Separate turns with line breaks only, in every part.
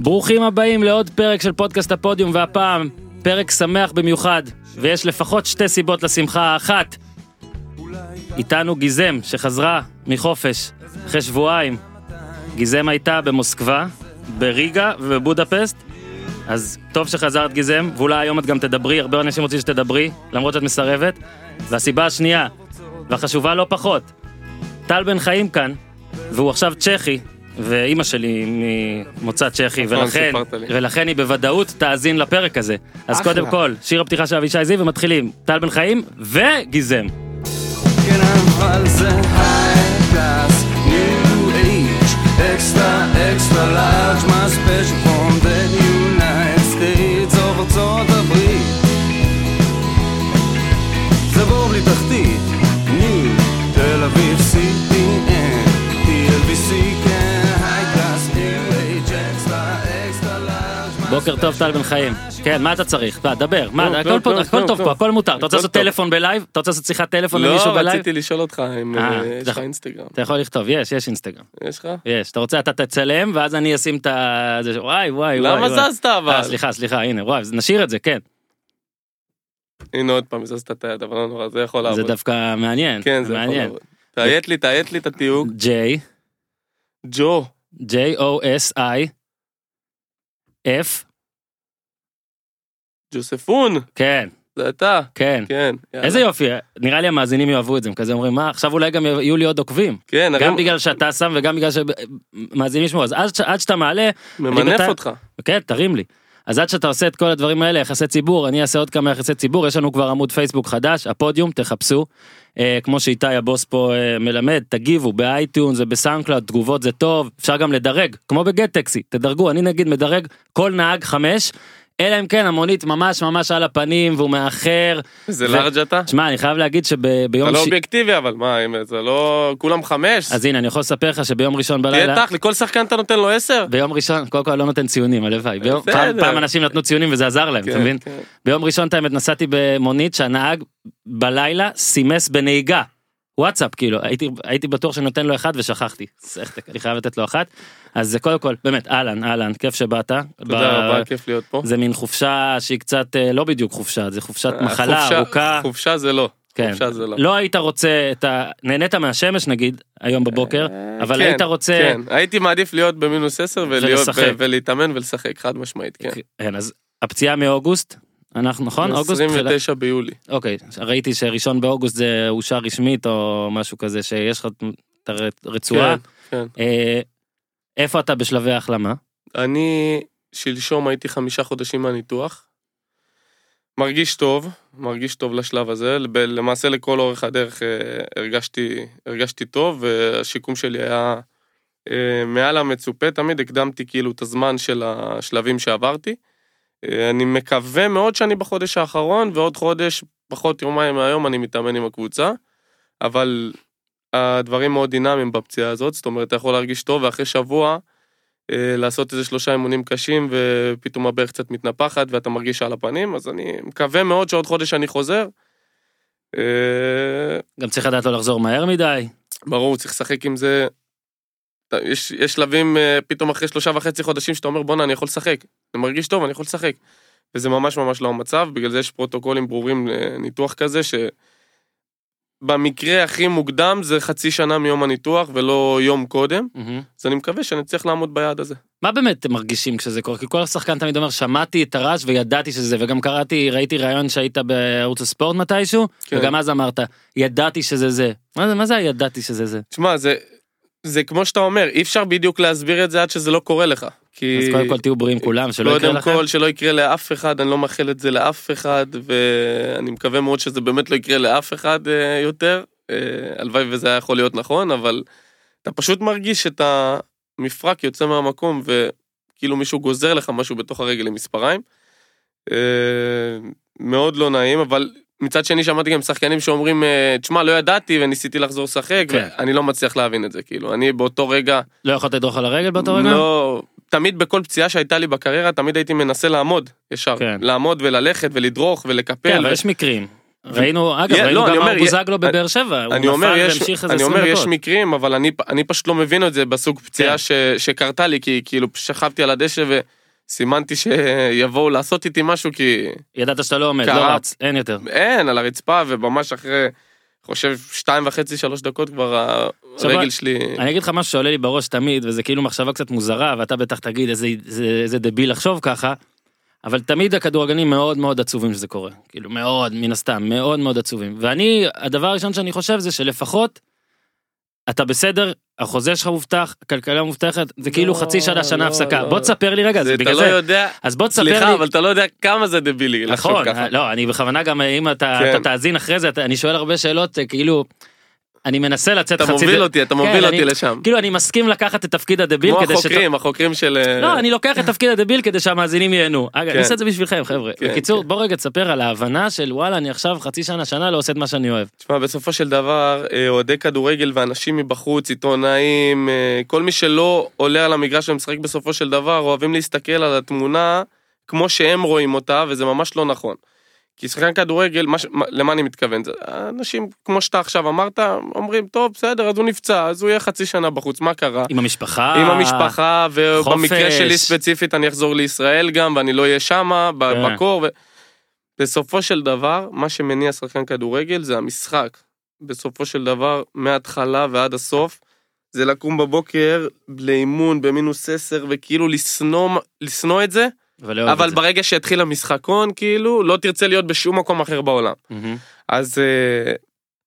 ברוכים הבאים לעוד פרק של פודקאסט הפודיום, והפעם פרק שמח במיוחד, ויש לפחות שתי סיבות לשמחה האחת. איתנו גיזם, שחזרה מחופש אחרי שבועיים. גיזם הייתה במוסקבה, בריגה ובבודפסט, אז טוב שחזרת גיזם, ואולי היום את גם תדברי, הרבה אנשים רוצים שתדברי, למרות שאת מסרבת. והסיבה השנייה, והחשובה לא פחות, טל בן חיים כאן, והוא עכשיו צ'כי, ואימא שלי ממוצא צ'כי,
נכון,
ולכן,
סיפרת לי.
ולכן היא בוודאות תאזין לפרק הזה. אז
אחלה.
קודם כל, שיר הפתיחה של אבישי זיו, ומתחילים, טל בן חיים וגיזם.
כן אבל זה high class, new age, extra extra large, my special from the United States of ארצות הברית. זה בור בלי תחתית, ניו, תל אביב, CTN, TLBC, כן, high class, new age, extra extra large, my
בוקר טוב טל בן חיים. כן, מה אתה צריך? בוא, דבר.
טוב,
מה, הכל
טוב,
פה-
טוב,
הכל
טוב,
טוב פה,
טוב.
הכל מותר. אתה רוצה
הכל
לעשות
טוב.
טלפון בלייב? אתה רוצה לעשות שיחת טלפון למישהו
לא,
בלייב?
רציתי לשאול אותך אם
אה,
אה, יש לך
נכון.
אינסטגרם.
אתה יכול לכתוב, יש, יש אינסטגרם.
יש לך?
יש. אתה רוצה, אתה תצלם, ואז אני אשים את ה... זה ש- וואי, וואי, וואי.
למה
וואי.
זזת אבל?
אה, סליחה, סליחה, הנה, וואי, אז נשאיר את זה, כן.
הנה עוד פעם, זזת את היד, אבל לא נורא, זה יכול
זה
לעבוד.
דווקא מעניין.
כן, זה יכול
מעניין.
לעבוד. תאיית לי, תאיית לי את התיוג.
J,
ג'ו,
J-O-S-I, F,
ג'וספון,
כן,
זה אתה.
כן.
כן. יאללה.
איזה יופי, נראה לי המאזינים יאהבו את זה, הם כזה אומרים, מה, עכשיו אולי גם יהיו לי עוד עוקבים.
כן, הרי
גם בגלל שאתה שם וגם בגלל שמאזינים ישמעו, אז עד, ש- עד שאתה מעלה,
ממנף
בדיוק
אותך.
כן, תרים לי. אז עד שאתה עושה את כל הדברים האלה, יחסי ציבור, אני אעשה עוד כמה יחסי ציבור, יש לנו כבר עמוד פייסבוק חדש, הפודיום, תחפשו. אה, כמו שאיתי הבוס פה אה, מלמד, תגיבו באייטיונס ובסאונדקלאוד, תגובות זה טוב, אפשר גם לדרג, כמו בגט טקסי, תדרגו, אני נגיד מדרג כל נהג חמש, אלא אם כן המונית ממש ממש על הפנים והוא מאחר.
זה
ו-
לארג' אתה?
שמע, אני חייב להגיד
אתה
שביום
לא
ש...
אובייקטיבי אבל, מה, אם זה לא... כולם חמש?
אז הנה, אני יכול לספר לך שביום ראשון בלילה...
תהיה תח, לכל שחקן אתה נותן לו עשר?
ביום ראשון, קודם כל לא נותן ציונים, הלוואי. ביום-
בסדר.
פעם- פעם אנשים נתנו ציונים וזה עזר להם, אתה
כן,
מבין?
כן.
ביום ראשון את האמת נסעתי במונית שהנהג בלילה סימס בנהיגה. וואטסאפ כאילו הייתי הייתי בטוח שאני נותן לו אחד ושכחתי סחטק, אני חייב לתת לו אחת אז זה קודם כל באמת אהלן אהלן כיף שבאת.
תודה רבה, כן. כיף להיות פה.
זה מין חופשה שהיא קצת אה, לא בדיוק חופשה זה חופשת מחלה
אה, חופשה-
ארוכה.
חופשה זה לא.
כן.
חופשה זה לא.
לא היית רוצה את ה... נהנית מהשמש נגיד היום בבוקר אבל
כן,
היית רוצה
כן, הייתי מעדיף להיות במינוס 10 ולהיות,
ולשחק.
ו- ולהתאמן ולשחק, חד משמעית, כן.
כן אז הפציעה מאוגוסט אנחנו נכון אוגוסט תחילת-
29 ביולי.
אוקיי, ראיתי שראשון באוגוסט זה אושר רשמית או משהו כזה שיש לך את הרצועה.
כן, כן.
אה, איפה אתה בשלבי ההחלמה?
אני שלשום הייתי חמישה חודשים מהניתוח. מרגיש טוב, מרגיש טוב לשלב הזה. ב- למעשה לכל אורך הדרך אה, הרגשתי, הרגשתי טוב, והשיקום שלי היה אה, מעל המצופה. תמיד הקדמתי כאילו את הזמן של השלבים שעברתי. אה, אני מקווה מאוד שאני בחודש האחרון, ועוד חודש, פחות יומיים מהיום, אני מתאמן עם הקבוצה. אבל הדברים מאוד דינמיים בפציעה הזאת, זאת אומרת, אתה יכול להרגיש טוב, ואחרי שבוע... אה, לעשות איזה שלושה אימונים קשים, ופתאום הברך קצת מתנפחת ואתה מרגיש על הפנים, אז אני מקווה מאוד שעוד חודש אני חוזר. אה,
גם צריך לדעת לא לחזור מהר מדי.
ברור, צריך לשחק עם זה. אתה- יש, יש שלבים אה, פתאום אחרי שלושה וחצי חודשים שאתה אומר בואנה אני יכול לשחק, אני מרגיש טוב אני יכול לשחק. וזה ממש ממש לא המצב, בגלל זה יש פרוטוקולים ברורים לניתוח כזה ש... במקרה הכי מוקדם זה חצי שנה מיום הניתוח ולא יום קודם, אז אני מקווה שאני אצליח לעמוד ביעד הזה.
מה באמת אתם מרגישים כשזה קורה? כי כל שחקן תמיד אומר שמעתי את הרעש וידעתי שזה וגם קראתי ראיתי ראיון שהיית בערוץ הספורט מתישהו
כן.
וגם אז אמרת ידעתי שזה זה. מה זה מה זה הידעתי שזה זה?
תשמע, זה, זה כמו שאתה אומר, אי אפשר בדיוק להסביר את זה עד שזה לא קורה לך. כי...
אז קודם כל תהיו בריאים כולם שלא יקרה
קודם
לכם.
לא כל, שלא יקרה לאף אחד, אני לא מאחל את זה לאף אחד, ואני מקווה מאוד שזה באמת לא יקרה לאף אחד אה, יותר. אה, הלוואי וזה היה יכול להיות נכון, אבל אתה פשוט מרגיש את המפרק יוצא מהמקום, וכאילו מישהו גוזר לך משהו בתוך הרגל עם מספריים. אה, מאוד לא נעים, אבל מצד שני שמעתי גם שחקנים שאומרים, אה, תשמע, לא ידעתי וניסיתי לחזור לשחק,
כן.
אני לא מצליח להבין את זה, כאילו, אני באותו רגע...
לא יכולת לדרוך על הרגל באותו רגע?
לא, תמיד בכל פציעה שהייתה לי בקריירה, תמיד הייתי מנסה לעמוד ישר.
כן.
לעמוד וללכת ולדרוך ולקפל.
כן אבל
ו-
יש מקרים ראינו, אגב,
Yeah,
ראינו
לא,
גם
אני
מה
אומר,
בוזגלו בבאר שבע, הוא
אני אומר,
נפל
יש,
והמשיך איזה
אני
20
אומר יש
דקות.
מקרים, אבל אני, פ- אני פשוט לא מבין את זה בסוג פציעה
כן.
ש, שקרתה לי, כי כאילו שכבתי על הדשא וסימנתי שיבואו לעשות איתי משהו, כי
ידעת שאתה לא עומד, לא
קרה.
רץ, אין יותר.
אין, על הרצפה, וממש אחרי, חושב, שתיים וחצי, שלוש דקות כבר
עכשיו,
הרגל שלי...
אני אגיד לך משהו שעולה לי בראש תמיד, וזה כאילו מחשבה קצת מוזרה, ואתה בטח תגיד איזה, איזה, איזה דביל לחשוב ככה, אבל תמיד הכדורגלנים מאוד מאוד עצובים שזה קורה. כאילו מאוד, מן הסתם, מאוד מאוד עצובים. ואני, הדבר הראשון שאני חושב זה שלפחות, אתה בסדר, החוזה שלך מובטח, הכלכלה מובטחת, זה כאילו
לא,
חצי שנה, שנה
לא,
הפסקה.
לא.
בוא תספר לי רגע,
זה,
זה
אתה
בגלל
לא
זה.
יודע,
אז בוא תספר לי.
סליחה, אבל אתה לא יודע כמה זה דבילי לחשוב
נכון,
ככה.
לא, אני בכוונה גם, אם אתה
כן.
אתה תאזין אחרי זה, אתה- אני שואל הרבה שאלות, אה, כאילו, אני מנסה לצאת
אתה
חצי...
מוביל
ד-
אותי, אתה
כן,
מוביל
אני-
אותי לשם.
כאילו אני מסכים לקחת את תפקיד הדביל
כמו
כדי ש...
החוקרים, החוקרים של... אה,
לא, אני לוקח את תפקיד הדביל כדי שהמאזינים ייהנו. אגב, אני
כן.
עושה את זה בשבילכם, חבר'ה.
כן,
בקיצור,
כן.
בוא רגע תספר על ההבנה של וואלה, אני עכשיו חצי שנה, שנה לא עושה את מה שאני אוהב.
תשמע, בסופו של דבר, אה, אוהדי כדורגל ואנשים מבחוץ, עיתונאים, אה, כל מי שלא עולה על המגרש ומשחק בסופו של דבר, אוהבים להסתכל על התמונה כמו שהם רואים אותה, וזה ממש לא נכון. כי שחקן כדורגל, מה, ש- מה- למה אני מתכוון? זה, אנשים, כמו שאתה עכשיו אמרת, אומרים, טוב, בסדר, אז הוא נפצע, אז הוא יהיה חצי שנה בחוץ, מה קרה?
עם המשפחה.
עם המשפחה, ובמקרה
אה, חופש.
שלי ספציפית אני אחזור לישראל גם, ואני לא אהיה שמה, ב-
כן.
בקור. ו... בסופו של דבר, מה שמניע שחקן כדורגל זה המשחק. בסופו של דבר, מההתחלה ועד הסוף, זה לקום בבוקר לאימון במינוס 10, וכאילו לשנוא, לשנוא את זה,
ולא אוהב
אבל
את זה.
ברגע שיתחיל המשחקון, כאילו, לא תרצה להיות בשום מקום אחר בעולם.
מהמם.
אז אה,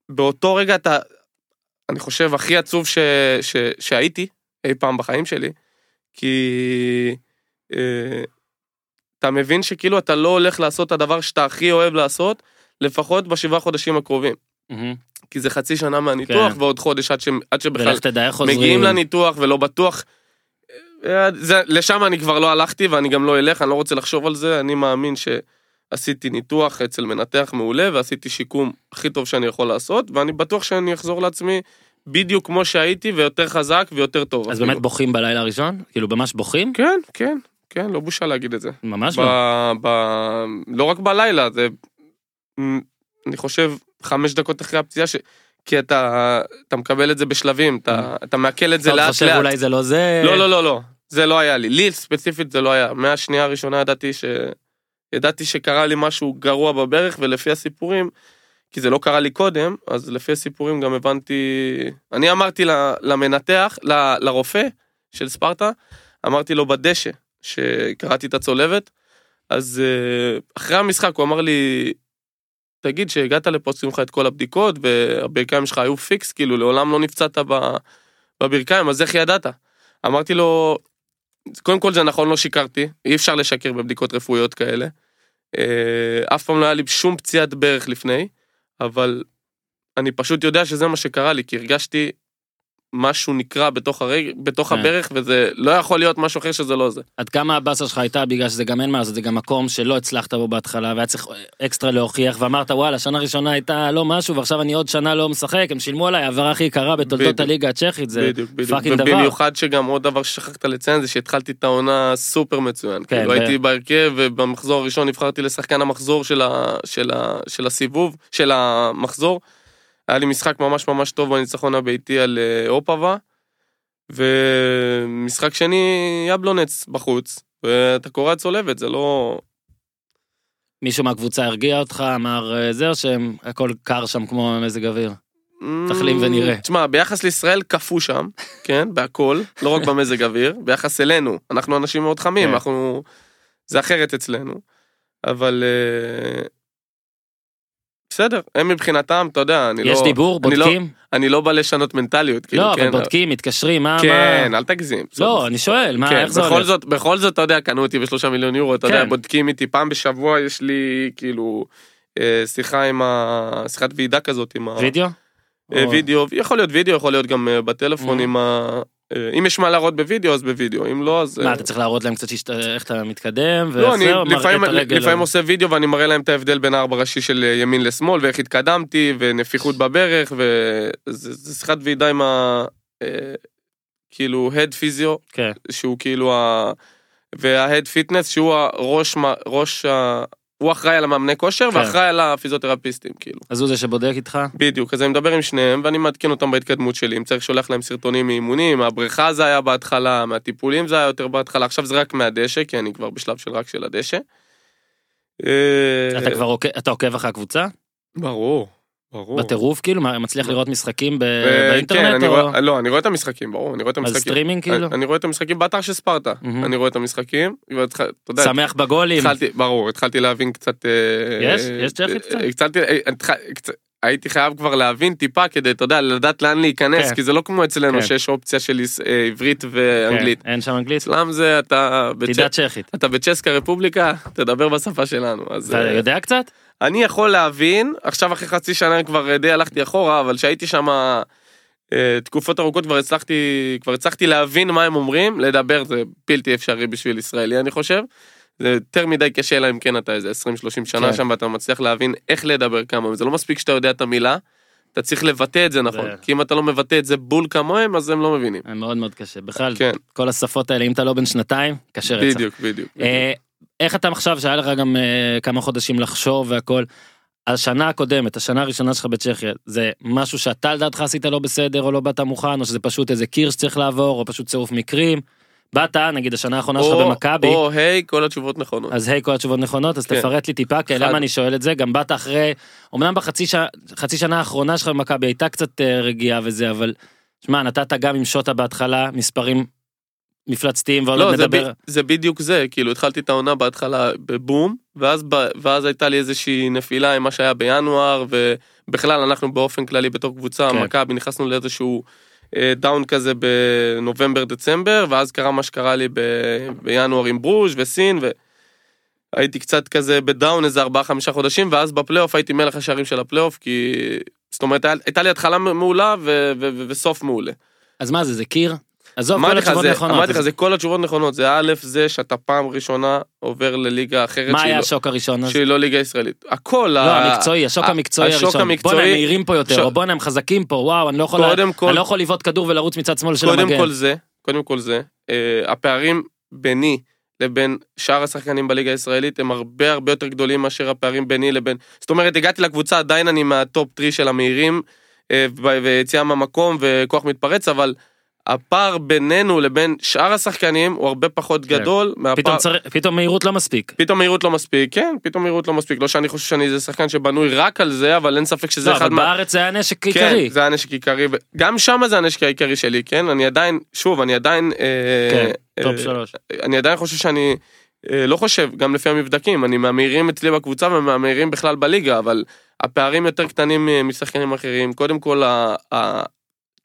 באותו רגע אתה, אני חושב, הכי עצוב ש, ש, שהייתי אי פעם בחיים שלי, כי אה, אתה מבין שכאילו אתה לא הולך לעשות את הדבר שאתה הכי אוהב לעשות, לפחות בשבעה חודשים הקרובים.
מהמם.
כי זה חצי שנה מהניתוח
כן.
ועוד חודש עד, ש, עד שבכלל
ולך תדע איך חוזרים.
מגיעים לניתוח ולא בטוח. אה, זה, לשם אני כבר לא הלכתי ואני גם לא אלך, אני לא רוצה לחשוב על זה, אני מאמין שעשיתי ניתוח אצל מנתח מעולה ועשיתי שיקום הכי טוב שאני יכול לעשות, ואני בטוח שאני אחזור לעצמי בדיוק כמו שהייתי ויותר חזק ויותר טוב.
אז
אפילו.
באמת בוכים בלילה הראשון? כאילו ממש בוכים?
כן, כן, כן, לא בושה להגיד את זה.
ממש
ב,
לא.
ב, לא רק בלילה, זה... מ, אני חושב חמש דקות אחרי הפציעה, ש... כי אתה, אתה מקבל את זה בשלבים, אתה, אתה מעכל את זה
Mm. אתה עוד
לאט
חושב
לאט.
אולי זה לא זה.
לא, לא, לא, לא. זה לא היה לי. לי ספציפית זה לא היה. מהשנייה הראשונה ידעתי ש... ידעתי שקרה לי משהו גרוע בברך, ולפי הסיפורים, כי זה לא קרה לי קודם, אז לפי הסיפורים גם הבנתי... אני אמרתי ל- למנתח, ל- לרופא של ספרטה, אמרתי לו בדשא, שקראתי את הצולבת, אז אה, אחרי המשחק הוא אמר לי, תגיד שהגעת לפה, עושים לך את כל הבדיקות, והברכיים שלך היו פיקס, כאילו לעולם לא נפצעת ב- בברכיים, אז איך ידעת? אמרתי לו, קודם כל זה נכון, לא שיקרתי, אי אפשר לשקר בבדיקות רפואיות כאלה. אה, אף פעם לא היה לי שום פציעת ברך לפני, אבל אני פשוט יודע שזה מה שקרה לי, כי הרגשתי משהו נקרע בתוך, הרג... בתוך
כן.
הברך, וזה לא יכול להיות משהו אחר שזה לא זה.
עד כמה הבאסה שלך הייתה בגלל שזה גם אין מה לעשות, זה גם מקום שלא הצלחת בו בהתחלה והיה צריך אקסטרה להוכיח ואמרת וואלה שנה ראשונה הייתה לא משהו ועכשיו אני עוד שנה לא משחק הם שילמו עליי העברה הכי יקרה בתולדות
בדיוק.
הליגה הצ'כית זה
בדיוק,
פאקינג דבר.
ובמיוחד שגם עוד דבר ששכחת לציין זה שהתחלתי את העונה סופר מצוין.
כן,
כן. כאילו
ו-
הייתי בהרכב ובמחזור הראשון נבחרתי לשחקן המחזור של, ה... של, ה... של הסיבוב, של המחזור. היה לי משחק ממש ממש טוב בניצחון הביתי על אה, אופאבה. ומשחק שני יבלונץ בחוץ. ואתה קורע צולבת, זה לא...
מישהו מהקבוצה הרגיע אותך אמר "אה, זה או שהם הכל קר שם כמו מזג אוויר. תחלים ונראה.
תשמע, ביחס לישראל קפאו שם, כן, בהכל, לא רק במזג אוויר, ביחס אלינו, אנחנו אנשים מאוד חמים,
כן.
אנחנו... זה אחרת אצלנו, אבל... אה, בסדר, הם מבחינתם, אתה יודע, אני לא...
יש דיבור
אני לא-
בודקים?
אני לא בא לשנות מנטליות, כאילו,
לא
כן,
אבל בודקים מתקשרים מה
כן,
מה.
אל תגזים.
לא אני שואל מה
כן,
איך זה
בכל
הולך.
זאת, בכל זאת, אתה יודע, קנו אותי בשלושה מיליון יורו, אתה יודע,
כן.
בודקים איתי פעם בשבוע, יש לי, כאילו, אה, שיחה עם ה... שיחת ועידה כזאת עם ה...
וידאו?
אה,
או-
וידאו, יכול להיות וידאו, יכול להיות גם אה, בטלפון
נכון. Mm.
עם ה... אה, אם יש מה להראות בווידאו אז בווידאו, אם לא אז...
מה
אה,
אתה צריך להראות להם קצת שהשת- איך אתה מתקדם?
לא,
ואיך
אני
זה, או מראה
לפעמים,
את הרגל?
לפעמים עושה וידאו ואני מראה להם את ההבדל בין הארבע ראשי של אה, ימין לשמאל ואיך התקדמתי ונפיחות בברך וזה שיחת ועידה עם ה... אה, כאילו הד פיזיו
כן.
שהוא כאילו ה... וההד פיטנס שהוא הראש מ- ראש ה... הוא אחראי על המאמני כושר
כן.
ואחראי על הפיזיותרפיסטים, כאילו.
אז הוא זה שבודק איתך?
בדיוק, אז אני מדבר עם שניהם ואני מעדכן אותם בהתקדמות שלי, אם צריך שולח להם סרטונים מאימונים, מהבריכה זה היה בהתחלה, מהטיפולים זה היה יותר בהתחלה, עכשיו זה רק מהדשא, כי אני כבר בשלב של רק של הדשא. אה,
אתה כבר עוקב, אתה עוקב אחרי הקבוצה?
ברור, ברור.
בטירוף כאילו? מה, מצליח לראות משחקים ב-
אה, כן,
באינטרנט?
אני
או-
רואה, לא, אני רואה את המשחקים, ברור, אני רואה את
על
המשחקים. אה,
סטרימינג כאילו?
אני- אני רואה את המשחקים באתר של ספרטה,
מהמם.
אני רואה את המשחקים, ואתה יודע,
שמח בגולים?
התחלתי, ברור, התחלתי להבין קצת... אה,
יש?
אה,
יש צ'כית
אה,
קצת?
התחלתי, אה, התח- קצת- הייתי חייב כבר להבין טיפה כדי, אתה יודע, לדעת לאן להיכנס,
כן.
כי זה לא כמו אצלנו
כן.
שיש אופציה של יש- אה, עברית ואנגלית.
כן, אין שם אנגלית?
אצלם זה אתה בצ'ס-
תדע צ'כית.
אתה בצ'סקה רפובליקה, תדבר בשפה שלנו. אז
אתה
אה,
יודע קצת?
אני יכול להבין, עכשיו אחרי חצי שנה כבר אה, די הלכתי אחורה, אבל כשהייתי שם אה, תקופות ארוכות כבר הצלחתי, כבר הצלחתי להבין מה הם אומרים, לדבר זה בלתי אפשרי בשביל ישראלי אני חושב. זה יותר מדי קשה אלא אם כן אתה איזה 20-30 שנה
כן.
שם ואתה מצליח להבין איך לדבר כמוהם, זה לא מספיק שאתה יודע את המילה, אתה צריך לבטא את זה נכון,
זה-
כי אם אתה לא מבטא את זה בול כמוהם אז הם לא מבינים.
אה, מאוד מאוד קשה. בכלל,
כן,
כל השפות האלה, אם אתה לא בן שנתיים, קשה רצח.
בדיוק, בדיוק.
אה, איך אתה עכשיו שהיה לך גם אה, כמה חודשים לחשוב והכל. השנה הקודמת, השנה הראשונה שלך בצ'כיה, זה משהו שאתה על דעתך עשית לא בסדר או לא באת מוכן, או שזה פשוט איזה קיר שצריך לעבור, או פשוט צירוף מקרים. באת, נגיד השנה האחרונה שלך
או-
במכבי,
או היי, כל התשובות נכונות.
אז היי כל התשובות נכונות, אז
כן.
תפרט לי טיפה, כי
חד.
למה אני שואל את זה, גם באת אחרי, אמנם בחצי ש- חצי שנה האחרונה שלך במכבי הייתה קצת אה, רגיעה וזה, אבל, שמע, נתת גם עם שוטה בהתחלה, מספרים מפלצתיים, ועוד
לא,
לא,
זה, ב,
נדבר,
זה בדיוק זה, כאילו התחלתי את העונה בהתחלה בבום, ואז, ב, ואז הייתה לי איזושהי נפילה עם מה שהיה בינואר, ובכלל אנחנו באופן כללי בתור קבוצה,
כן.
כן. מכבי, נכנסנו לאיזשהו אה, דאון כזה בנובמבר-דצמבר, ואז קרה מה שקרה לי ב, בינואר עם ברוז' וסין, והייתי קצת כזה בדאון איזה 4-5 חודשים, ואז בפלייאוף הייתי מלך השערים של הפלייאוף, כי... זאת אומרת, היה- הייתה לי התחלה מעולה ו, ו, ו, וסוף מעולה.
אז מה זה, זה קיר? עזוב, לא כל
אמרתי לך,
התשובות
זה-
נכונות.
אמרתי לך,
אז
זה כל התשובות נכונות, זה א', זה שאתה פעם ראשונה עובר לליגה אחרת
מה
שהיא
היה
לא-
השוק הראשון? אז?
שהיא לא ליגה ישראלית. הכל,
לא,
ה-
המקצועי, השוק
ה-
המקצועי
השוק
הראשון.
המקצועי-
בואנה, הם מהירים פה יותר,
שוק-
או בואנה, הם חזקים פה, וואו, אני לא יכול לה-
קודם כל,
אני לא יכול לבעוט כדור ולרוץ מצד שמאל של
קודם
המגן.
כל זה, קודם כל זה, אה, הפערים ביני לבין שאר השחקנים בליגה הישראלית הם הרבה הרבה יותר גדולים מאשר הפערים ביני לבין... זאת אומרת, הגעתי לקבוצה, עדיין אני מהטופ 3 של המהירים, אה, ב- ויציאה מהמקום וכוח מתפרץ, אבל הפער בינינו לבין שאר השחקנים הוא הרבה פחות
כן.
גדול
פתאום
מהפער...
צריך- פתאום מהירות לא מספיק.
פתאום מהירות לא מספיק, כן, פתאום מהירות לא מספיק. לא שאני חושב שאני איזה שחקן שבנוי רק על זה, אבל אין ספק שזה
לא,
אחד
אבל
מה...
בארץ זה היה נשק עיקרי.
כן, זה הנשק העיקרי, גם שם זה הנשק העיקרי שלי, כן? אני עדיין, שוב, אני עדיין... אה,
כן, טופ
אה,
שלוש.
אני עדיין חושב שאני... אה, לא חושב, גם לפי המבדקים, אני מהמהירים אצלי בקבוצה ומהמהירים בכלל בליגה, אבל הפערים יותר קטנים אה, משחקנים אחרים. קודם כל, ה- ה-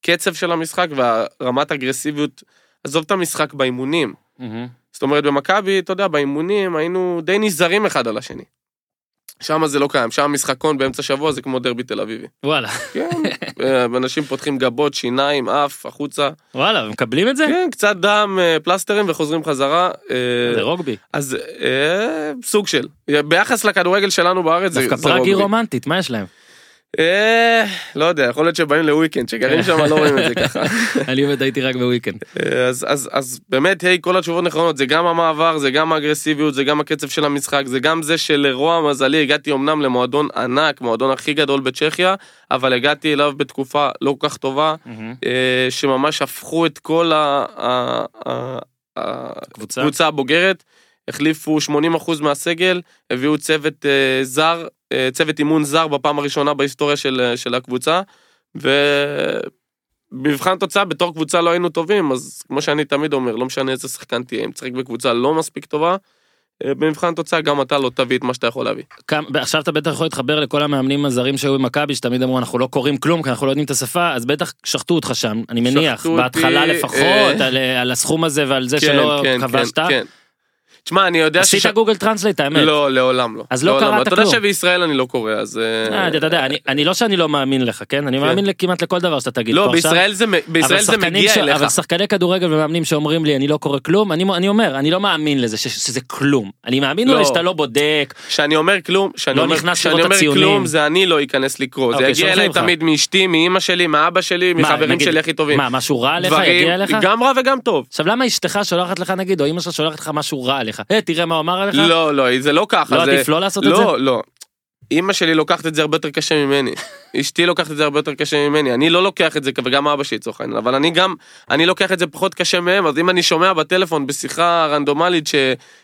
הקצב של המשחק והרמת אגרסיביות, עזוב את המשחק באימונים.
מהמם.
זאת אומרת, במכבי, אתה יודע, באימונים היינו די נזהרים אחד על השני. שם זה לא קיים, שם משחקון באמצע שבוע זה כמו דרבי תל אביבי.
וואלה,
כן, אה, אנשים פותחים גבות, שיניים, אף, החוצה.
וואלה, מקבלים את זה?
כן, קצת דם, אה, פלסטרים וחוזרים חזרה. אה,
זה רוגבי.
אז אה, סוג של. ביחס לכדורגל שלנו בארץ זה
דווקא
זה רוגבי.
פראגי רומנטית, מה יש להם?
אה, לא יודע, יכול להיות שבאים לוויקנד, שגרים שם לא רואים את זה ככה.
אני באמת הייתי רק בוויקנד.
אה, אז, אז, אז באמת, היי, כל התשובות נכונות, זה גם המעבר, זה גם האגרסיביות, זה גם הקצב של המשחק, זה גם זה שלרוע מזלי הגעתי אמנם למועדון ענק, מועדון הכי גדול בצ'כיה, אבל הגעתי אליו בתקופה לא כל כך טובה,
מהמם.
אה, שממש הפכו את כל ה- ה- ה- ה-
קבוצה.
הקבוצה הבוגרת, החליפו 80% מהסגל, הביאו צוות אה, זר, אה, צוות אימון זר בפעם הראשונה בהיסטוריה של, אה, של הקבוצה, ובמבחן תוצאה בתור קבוצה לא היינו טובים, אז כמו שאני תמיד אומר, לא משנה איזה שחקן תהיה, אם תשחק בקבוצה לא מספיק טובה, אה, במבחן תוצאה גם אתה לא תביא את מה שאתה יכול להביא.
כמה- עכשיו אתה בטח יכול להתחבר לכל המאמנים הזרים שהיו במכבי שתמיד אמרו אנחנו לא קוראים כלום כי אנחנו לא יודעים את השפה אז בטח שחטו אותך שם אני מניח
שחטו אותי,
בהתחלה
אה, כן,
לפחות על, על הסכום הזה ועל זה שלא כבשת
תשמע, אני יודע
עשית גוגל טרנסלייט האמת.
כן. לא, לעולם לא.
אז לא
לעולם
קראת
אתה יודע
כלום.
שבישראל אני לא קורא, אז... אה,
אה, אתה יודע אני, אני לא שאני לא מאמין לך כן אני
כן.
מאמין כמעט לכל דבר שאתה תגיד
לא,
פה עכשיו.
בישראל זה מ- בישראל
אבל
זה
שחקנים
מגיע
ש-
אליך.
אבל שחקני כדורגל ומאמנים שאומרים לי אני לא קורא כלום אני, אני אומר אני לא מאמין לזה ש, שזה כלום אני מאמין
לא.
אולי שאתה לא בודק
כשאני אומר כלום, כשאני
לא
אומר,
נכנס
כשאני
לראות
אומר
הציונים.
כלום, זה אני לא אכנס לקרוא, זה
אוקיי,
יגיע
שולחים
אליי
לך.
תמיד מאשתי, מאימא שלי, מאבא שלי, מחברים
נגיד,
שלי הכי טובים.
מה משהו רע עליך
דברים-
יגיע אליך
גם רע וגם טוב.
עכשיו למה אשתך שולחת לך נגיד או אמא שלך שולחת לך משהו רע עליך עליך. אה, תראה מה הוא אמר עליך?
לא, לא, זה לא ככה.
לא
זה-
עדיף לא לעשות את זה?
לא, לא. אימא שלי לוקחת את זה הרבה יותר קשה ממני. אשתי לוקחת את זה הרבה יותר קשה ממני. אני לא לוקח את זה, וגם אבא שלי לצורך העניין, אבל אני גם, אני לוקח את זה פחות קשה מהם, אז אם אני שומע בטלפון בשיחה רנדומלית ש,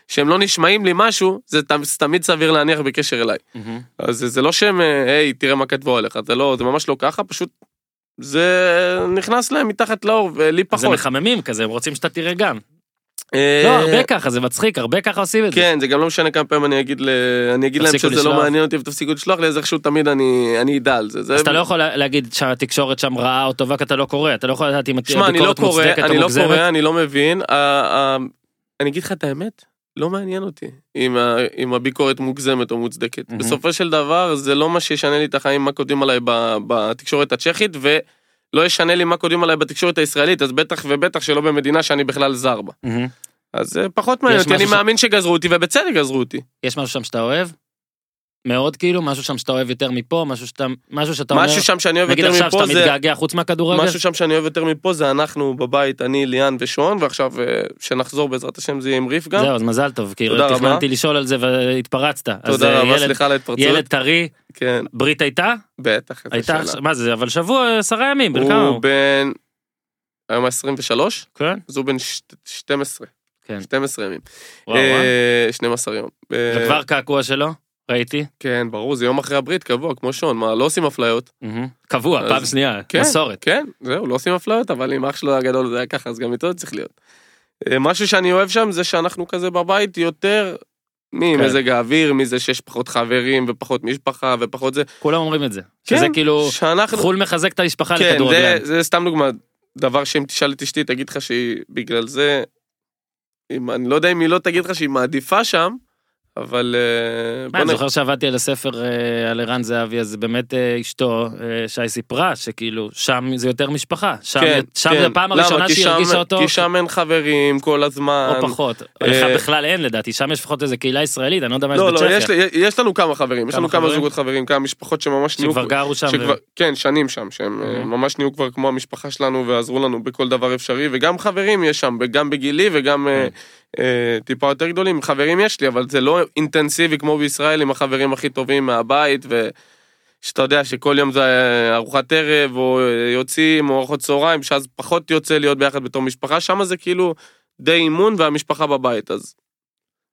שהם לא נשמעים לי משהו, זה ת- זה תמיד סביר להניח בקשר אליי.
מהמם.
אז זה- זה לא שהם, אה, היי, תראה מה כתבו עליך, זה לא, זה ממש לא ככה, פשוט זה נכנס להם מתחת לאור, ולי
אז הם
פחות.
מחממים כזה, הם רוצים שאתה תראה גם.
אה,
לא, הרבה ככה, זה מצחיק, הרבה ככה עושים את זה.
כן, זה גם לא משנה כמה פעמים אני אגיד ל... אני אגיד להם
תפסיקו
שזה לא
לשלוח.
מעניין אותי ותפסיקו לשלוח לי, אז איכשהו תמיד אני אני אדע על זה. זה-
אז אתה לא יכול לה- להגיד שהתקשורת שם רעה או טובה, כי אתה לא קורא, אתה לא יכול לדעת אם
שמע, אני לא
הביקורת
קורא,
מוצדקת או
אני לא
מוגזמת.
קורא, אני לא מבין. ה- ה- אני אגיד לך את האמת, לא מעניין אותי אם ה- אם הביקורת מוגזמת או מוצדקת.
Mhm.
בסופו של דבר, זה לא מה שישנה לי את החיים, מה כותבים עליי ב- בתקשורת הצ'כית, ולא ישנה לי מה כותבים עליי בתקשורת הישראלית, אז בטח ובטח שלא במדינה שאני בכלל זר בה.
מהמם.
אז אה, פחות מעניין
יש
אותי, אני
משהו ש-
מאמין שגזרו אותי, ובצדק גזרו אותי.
יש משהו שם שאתה אוהב? מאוד כאילו, משהו שם שאתה אוהב יותר מפה, משהו שאתה משהו שאתה אומר,
משהו שם שאני אוהב
נגיד
יותר
עכשיו
מפה
שאתה
זה
מתגעגע חוץ מהכדורגל?
משהו שם שאני אוהב יותר מפה זה אנחנו בבית, אני, ליאן ושון, ועכשיו אה, שנחזור בעזרת השם זה יהיה עם ריף גם.
זהו, אז מזל טוב, כי
תודה רבה.
תכננתי לשאול על זה והתפרצת. אז,
תודה
אה,
רבה,
ילד-
סליחה על ההתפרצות.
ילד טרי,
כן,
ברית הייתה?
בטח, איזה
הייתה,
שאלה.
עכשיו- מה זה, אבל שבוע, אה, עשרה ימים, בן כמה
הוא
הוא?
בן... היום ה-23?
כן?
אז הוא בן ש- 12.
כן.
12 ימים.
וואו, וואו.
אה, 12 יום. אה,
זה כבר קעקוע שלו, ראיתי.
כן, ברור, זה יום אחרי הברית, קבוע, כמו שון. מה, לא עושים אפליות?
מהמם. קבוע,
אז-
פעם שנייה,
כן,
מסורת.
כן, זהו, לא עושים אפליות, אבל עם אח שלו הגדול זה היה ככה, אז גם איתו זה צריך להיות. אה, משהו שאני אוהב שם זה שאנחנו כזה בבית יותר
כן.
ממזג האוויר, מזה שיש פחות חברים ופחות משפחה ופחות זה.
כולם אומרים את זה.
כן,
שזה כאילו,
שאנחנו...
חו"ל מחזק את המשפחה
כן, זה,
לכדורגלן.
זה סתם דוגמא, דבר שאם תשאל את אשתי, תגיד לך שהיא בגלל זה... אם, אני לא יודע אם היא לא תגיד לך שהיא מעדיפה שם, אבל... אה,
מה, אני
נ-
זוכר שעבדתי על הספר אה, על ערן זהבי, אז באמת אה, אשתו, אה, שי סיפרה, שכאילו, שם זה יותר משפחה. שם
כן,
שם
כן.
זה הפעם
למה?
הראשונה
כי
שהיא
שם-
הרגישה אותו.
כי שם אין חברים כל הזמן.
או פחות.
אה,
לך בכלל אין לדעתי, שם יש לפחות איזה קהילה ישראלית, אני לא יודע מה יש
לא, לא,
בצ'כיה.
יש, לי- יש לנו כמה חברים, יש
כמה
לנו כמה
חברים?
זוגות חברים, כמה משפחות שממש נהיו...
שכבר גרו שם. אה,
שכבר, כן, שנים שם, שהם אה,
אוקיי.
ממש נהיו כבר כמו המשפחה שלנו ועזרו לנו בכל דבר אפשרי, וגם חברים יש שם, גם בגילי וגם אה,
כן.
אה, טיפה יותר גדולים. חברים יש לי, אבל זה לא אינטנסיבי כמו בישראל עם החברים הכי טובים מהבית, ושאתה יודע שכל יום זה אה, ארוחת ערב, או אה, יוצאים, או ארוחות צהריים, שאז פחות יוצא להיות ביחד בתור משפחה, שם זה כאילו די אימון והמשפחה בבית, אז...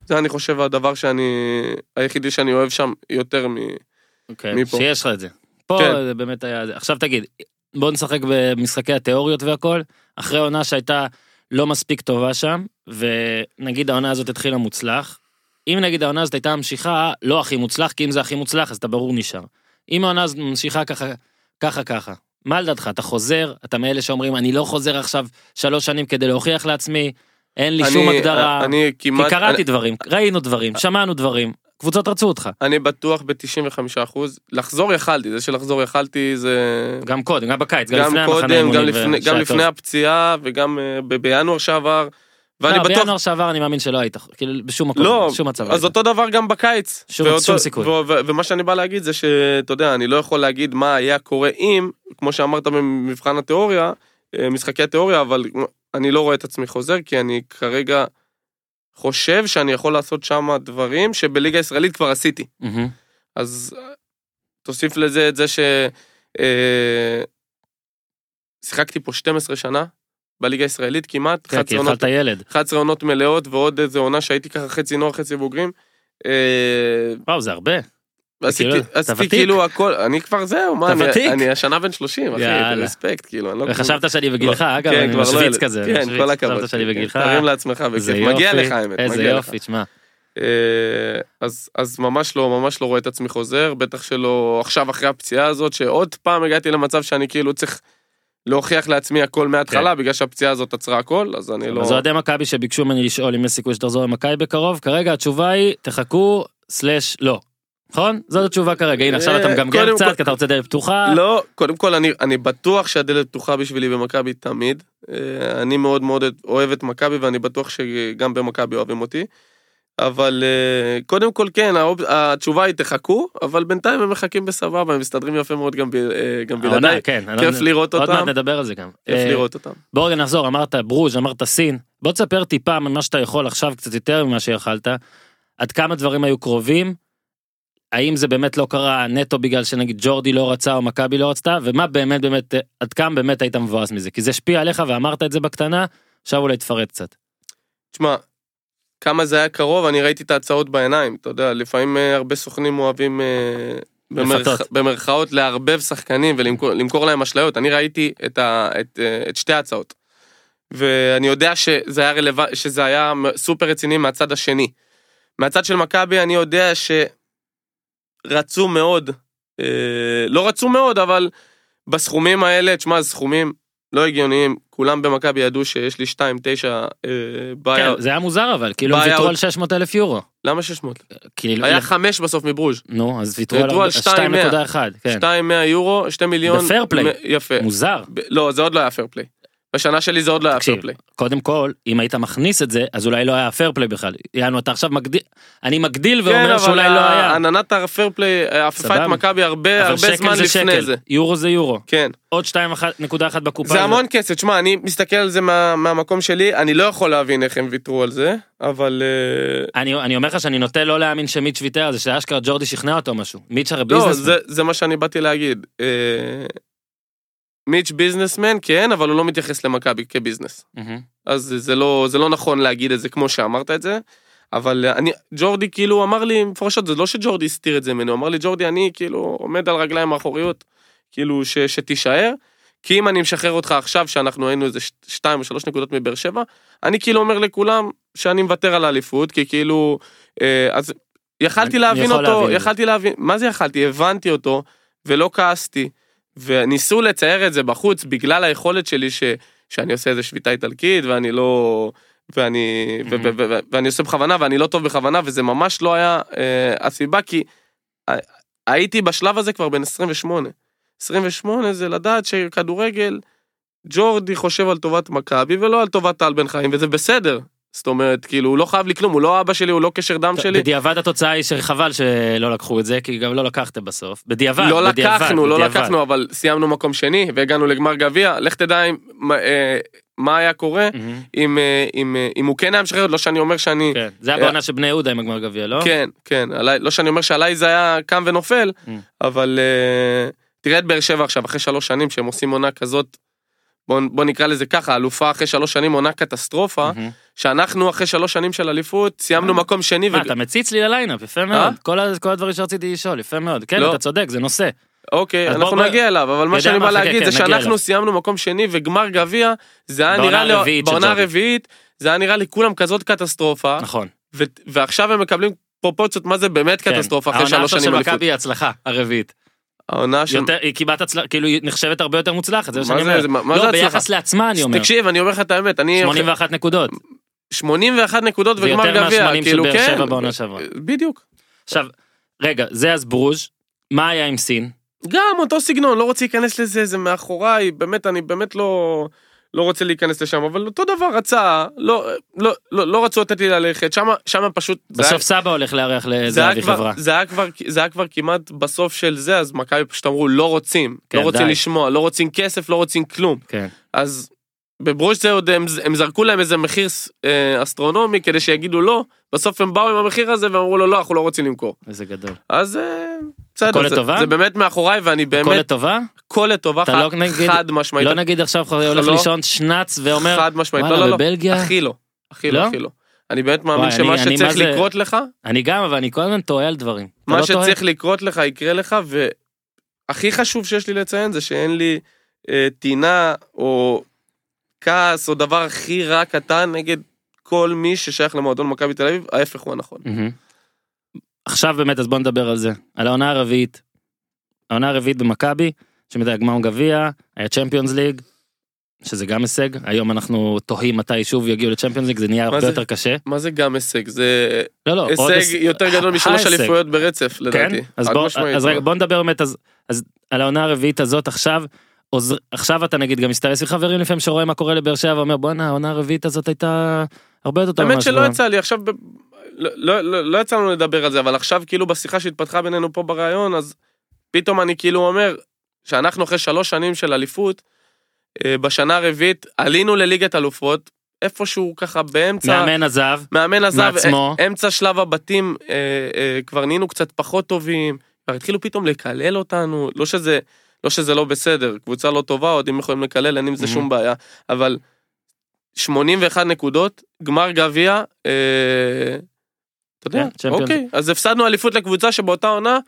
זה אני חושב הדבר שאני, היחידי שאני אוהב שם יותר מ...
אוקיי,
מפה.
שיש לך את זה. פה
כן.
זה באמת היה... זה. עכשיו תגיד, בוא נשחק במשחקי התיאוריות והכל, אחרי עונה שהייתה לא מספיק טובה שם, ונגיד העונה הזאת התחילה מוצלח, אם נגיד העונה הזאת הייתה ממשיכה לא הכי מוצלח, כי אם זה הכי מוצלח אז אתה ברור נשאר. אם העונה הזאת ממשיכה ככה, ככה, ככה, מה לדעתך, אתה חוזר, אתה מאלה שאומרים, אני לא חוזר עכשיו שלוש שנים כדי להוכיח לעצמי, אין לי שום
אני- אה,
הגדרה,
אני אה,
כי
כמעט...
קראתי דברים, ראינו דברים, שמענו דברים, קבוצות רצו אותך.
אני בטוח ב-95%. לחזור יכלתי, זה שלחזור יכלתי זה...
גם קודם, גם בקיץ, גם,
גם
לפני המחנה
קודם, גם
האימונים.
לפני,
ושהיה
גם
טוב.
לפני הפציעה וגם אה, ב- בינואר שעבר. ואני
לא,
בטוח...
בינואר שעבר אני מאמין שלא היית, כאילו בשום מקום,
לא,
בשום מצב.
אז
היית.
אותו דבר גם בקיץ.
שום-
ואותו-
שום סיכוי.
ו- ו- ומה שאני בא להגיד זה שאתה יודע, אני לא יכול להגיד מה היה קורה אם, כמו שאמרת במבחן התיאוריה, אה, משחקי התיאוריה, אבל אני לא רואה את עצמי חוזר, כי אני כרגע חושב שאני יכול לעשות שם דברים שבליגה הישראלית כבר עשיתי.
מהמם.
אז אה, תוסיף לזה את זה ש... אה, שיחקתי פה 12 שנה בליגה הישראלית כמעט,
כן, כי
11 עונות,
אכלת ילד.
11 עונות מלאות ועוד איזה עונה שהייתי ככה חצי נוער חצי בוגרים. אה,
וואו, זה הרבה.
עשיתי
כאילו, אתה
עשיתי
ותיק.
כאילו הכל, אני כבר זהו, מה,
אתה
אני-
ותיק.
אני השנה בן 30, אחי,
יאללה.
רספקט, כאילו, אני לא...
וחשבת שאני בגילך, אגב,
כן,
אני
כבר לא
משוויץ
ילד.
כזה.
כן,
משוויץ.
כל הכבוד.
חשבת שאני
כן, כן,
בגילך.
תרים לעצמך
איזה
בכיף,
יופי,
מגיע לך האמת,
איזה
מגיע לך.
יופי, תשמע.
אה, אז, אז ממש לא, ממש לא רואה את עצמי חוזר, בטח שלא עכשיו אחרי הפציעה הזאת, שעוד פעם הגעתי למצב שאני כאילו צריך להוכיח לעצמי הכל מההתחלה, בגלל שהפציעה הזאת עצרה הכל, אז אני לא...
כן. אז אוהדי מכבי שביקשו ממני לשאול אם יש סיכוי שתחזור למכבי בקרוב, כרגע התשובה היא, תחכו, סלאש לא. נכון? זאת התשובה כרגע. הנה, עכשיו
אה,
אתה מגמגם
קודם כל-
קצת, כי אתה רוצה דלת פתוחה.
לא, קודם כל אני, אני בטוח שהדלת פתוחה בשבילי במכבי תמיד. אה, אני מאוד מאוד אוהב את מכבי ואני בטוח שגם במכבי אוהבים אותי. אבל אה, קודם כל כן, האופ- התשובה היא תחכו, אבל בינתיים הם מחכים בסבבה, הם מסתדרים יפה מאוד גם ב- אה, גם
העונה,
בלעדיי.
כן.
כיף
אנחנו-
לראות
עוד
אותם,
מעט נדבר על זה גם.
כיף
אה,
לראות אותם.
בוא רגע נחזור, אמרת ברוז', אמרת סין. בוא תספר טיפה ממה שאתה יכול עכשיו, קצת יותר ממה שיכלת. עד כמה דברים היו קרובים? האם זה באמת לא קרה נטו בגלל שנגיד ג'ורדי לא רצה או מכבי לא רצתה? ומה באמת באמת, אה, עד כמה באמת היית מבואס מזה? כי זה השפיע עליך ואמרת את זה בקטנה, עכשיו אולי תפרט קצת.
תשמע, כמה זה היה קרוב, אני ראיתי את ההצעות בעיניים, אתה יודע, לפעמים אה, הרבה סוכנים אוהבים אה, במרכ-
לפתות.
במרכאות לערבב שחקנים ולמכור למכור להם אשליות, אני ראיתי את, ה, את, אה, את שתי ההצעות. ואני יודע שזה היה, רלו... שזה היה מ- סופר רציני מהצד השני. מהצד של מכבי אני יודע שרצו מאוד, אה, לא רצו מאוד, אבל בסכומים האלה, תשמע, סכומים לא הגיוניים, כולם במכבי ידעו שיש לי 2.9 אה,
כן,
ביי
זה היה מוזר אבל, כאילו הם
בעיה
ויתרו
עוד-
על 600 אלף יורו.
למה 600?
כאילו,
היה חמש בסוף מברוז'.
נו, אז ויתרו
ויתרו
על
על 2,100.
2.1, כן.
2,100 יורו, 2 מיליון.
בפייר פליי.
מ- יפה.
מוזר.
ב- לא, זה עוד לא היה פייר פליי. בשנה שלי זה עוד לא היה
תקשיב,
פייר פליי.
קודם כל, אם היית מכניס את זה, אז אולי לא היה פייר פליי בכלל. יענו, אתה עכשיו מגדיל, אני
כן,
מגדיל ואומר שאולי לא היה.
עננת הפייר פליי אה, עפפה
סבבה.
את מכבי הרבה
אבל
הרבה זמן
שקל זה
לפני זה.
שקל, יורו זה יורו.
כן.
עוד 2.1 בקופה.
זה המון כסף, תשמע, אני מסתכל על זה מה- מהמקום שלי, אני לא יכול להבין איך הם ויתרו על זה, אבל... אה,
אני אני אומר לך שאני נוטה לא להאמין שמיץ' ויתר על זה, שאשכרה ג'ורדי שכנע אותו משהו. מיץ' הרי
לא,
ביזנס.
זה, זה מה שאני באתי להגיד. אה, מיץ' ביזנסמן, כן, אבל הוא לא מתייחס למכבי כביזנס. אז זה- זה לא, זה לא נכון להגיד את זה כמו שאמרת את זה, אבל אה, אני, ג'ורדי כאילו אמר לי מפורשות, זה לא שג'ורדי הסתיר את זה ממנו, אמר לי ג'ורדי, אני כאילו עומד על רגליים האחוריות, כאילו ש, שתישאר, כי אם אני משחרר אותך עכשיו, שאנחנו היינו איזה ש- שתיים או שלוש נקודות מבאר שבע, אני כאילו אומר לכולם שאני מוותר על האליפות, כי כאילו, אה, אז
אני-
יכלתי
אני
להבין
יכול להבין
אותו,
את זה.
יכלתי להבין, מה זה יכלתי? הבנתי אותו, ולא כעסתי, וניסו לצייר את זה בחוץ בגלל היכולת שלי ש... שאני עושה איזה שביתה איטלקית ואני לא... ואני, ו- ו- ו- ו- ואני עושה בכוונה ואני לא טוב בכוונה וזה ממש לא היה אה, הסיבה כי אה, הייתי בשלב הזה כבר בן 28. 28 זה לדעת שכדורגל ג'ורדי חושב על טובת מכבי ולא על טובת טל בן חיים וזה בסדר. זאת אומרת כאילו הוא לא חייב לי כלום הוא לא אבא שלי הוא לא קשר דם שלי.
בדיעבד התוצאה היא שחבל שלא לקחו את זה, כי גם לא לקחתם בסוף. בדיעבד,
לא
בדיעבד,
לקחנו, לא
בדיעבד.
לקחנו, אבל סיימנו מקום שני והגענו לגמר גביע, לך תדע אם- מה, אה, מה היה קורה
מהמם,
אם, אה, אם, אה, אם הוא כן היה משחרר, לא שאני אומר שאני...
כן. זה היה בעונה של בני יהודה עם הגמר גביע, לא?
כן, כן, עליי, לא שאני אומר שעליי זה היה קם ונופל,
Mm.
אבל אה, תראה את באר שבע עכשיו, אחרי שלוש שנים שהם עושים עונה כזאת, בוא, בוא נקרא לזה ככה, אלופה אחרי שלוש שנים עונה קטסטרופה,
מהמם.
שאנחנו אחרי שלוש שנים של אליפות סיימנו
אה.
מקום שני, ו...
מה, אתה מציץ לי לליינאפ, יפה מאוד. כל ה- כל הדברים שרציתי לשאול, יפה מאוד. כן,
אה? לא.
אתה צודק, זה נושא.
אוקיי,
אז בוא-
אנחנו
בוא-
נגיע אליו, אבל מה
יודע
שאני
מה,
בא
חכה,
להגיד
כן,
זה
נגיע אליו.
שאנחנו סיימנו מקום שני וגמר גביע, זה היה
בעונה
נראה, לי-
הרביעית של
בעונה
ג'ורדי.
הרביעית, זה היה נראה לכולם כזאת קטסטרופה,
נכון.
ו- ועכשיו הם מקבלים פרופורציות מה זה באמת
כן.
קטסטרופה אחרי שלוש שנים
העונה עכשיו של
אליפות.
מכבי היא הצלחה, הרביעית.
העונה של...
יותר, היא כמעט הצלחה, כאילו היא נחשבת הרבה יותר מוצלחת, זה מה
מה
שאני
זה-
אומר.
זה- מה- מה
לא,
זה הצלחה?
ביחס לעצמה אני אומר.
תקשיב, אני אומר לך את האמת, אני...
81 נקודות.
81 נקודות
זה
וגמר
יותר
גביע,
מה-80 של
כאילו
באר
כן.
שבע בעונה שעברה.
בדיוק.
עכשיו, רגע, זה אז ברוז', מה היה עם סין?
גם אותו סגנון, לא רוצה להיכנס לזה, זה מאחוריי, באמת, אני באמת לא... לא רוצה להיכנס לשם, אבל אותו דבר, רצה, לא, לא, לא, לא רצו לתת לי ללכת, שמה, שמה פשוט... זה היה-
בסוף סבא הולך לארח
זה היה
לזהבי
כבר-
חברה.
זה היה כבר- זה היה כבר כמעט בסוף של זה, אז מכבי פשוט אמרו, לא רוצים,
כן,
לא רוצים
די.
לשמוע, לא רוצים כסף, לא רוצים כלום.
כן.
אז בברושט זה עוד הם, הם זרקו להם איזה מחיר אה, אסטרונומי כדי שיגידו לא, בסוף הם באו עם המחיר הזה ואמרו לו לא, אנחנו לא רוצים למכור.
איזה גדול.
אז אה, בסדר,
הכל
זה,
לטובה?
זה באמת מאחוריי ואני
הכל
באמת,
לטובה?
הכל לטובה,
אתה
חד,
לא נגיד-
חד משמעית,
לא נגיד עכשיו הולך
לא.
לישון שנץ ואומר,
חד משמעית, לא,
וואלה,
לא, לא,
בבלגיה?
הכי לא, הכי
לא?
לא, הכי לא. אני באמת מאמין
וואי,
שמה
אני- אני
שצריך
מה זה-
לקרות לך,
אני גם, אבל אני כל הזמן טועה על דברים. אתה
מה
לא טועה?
שצריך לקרות לך יקרה לך, והכי חשוב שיש לי לציין זה שאין לי אה, טינה או כעס או דבר הכי רע קטן נגד כל מי ששייך למועדון מכבי תל אביב, ההפך הוא הנכון.
מהמם. עכשיו באמת אז בוא נדבר על זה על העונה הרביעית. העונה הרביעית במכבי שמדי הגמר גביע היה צ'מפיונס ליג. שזה גם הישג היום אנחנו תוהים מתי שוב יגיעו לצ'מפיונס ליג זה נהיה הרבה
זה?
יותר קשה.
מה זה גם הישג? זה
לא לא. עוד
אה, הישג יותר גדול משלוש
ההישג.
אליפויות ברצף
כן?
לדעתי.
אז
חד
בוא
משמעית.
אז רגע בוא נדבר באמת אז אז על העונה הרביעית הזאת עכשיו. עוזר, עכשיו אתה נגיד גם מסתכל חברים לפעמים שרואה מה קורה לבאר שבע ואומר בואנה העונה הרביעית הזאת הייתה הרבה יותר טובה.
האמת
ממה
שלא
שבא."
יצא לי עכשיו, ב- לא- לא- לא לא יצא לנו לדבר על זה, אבל עכשיו כאילו בשיחה שהתפתחה בינינו פה בריאיון, אז פתאום אני כאילו אומר שאנחנו אחרי שלוש שנים של אליפות, אה, בשנה הרביעית עלינו לליגת אלופות, איפשהו ככה באמצע,
מאמן עזב,
מאמן עזב,
מעצמו.
א- אמצע שלב הבתים, אה, אה, כבר נהיינו קצת פחות טובים, כבר התחילו פתאום לקלל אותנו, לא שזה לא, שזה לא בסדר, קבוצה לא טובה, אוהדים יכולים לקלל, אין עם זה
Mhm.
שום בעיה, אבל 81 נקודות, גמר גביע, אה, אתה יודע,
כן, צ'מפיונס.
אוקיי, אז הפסדנו אליפות לקבוצה שבאותה עונה,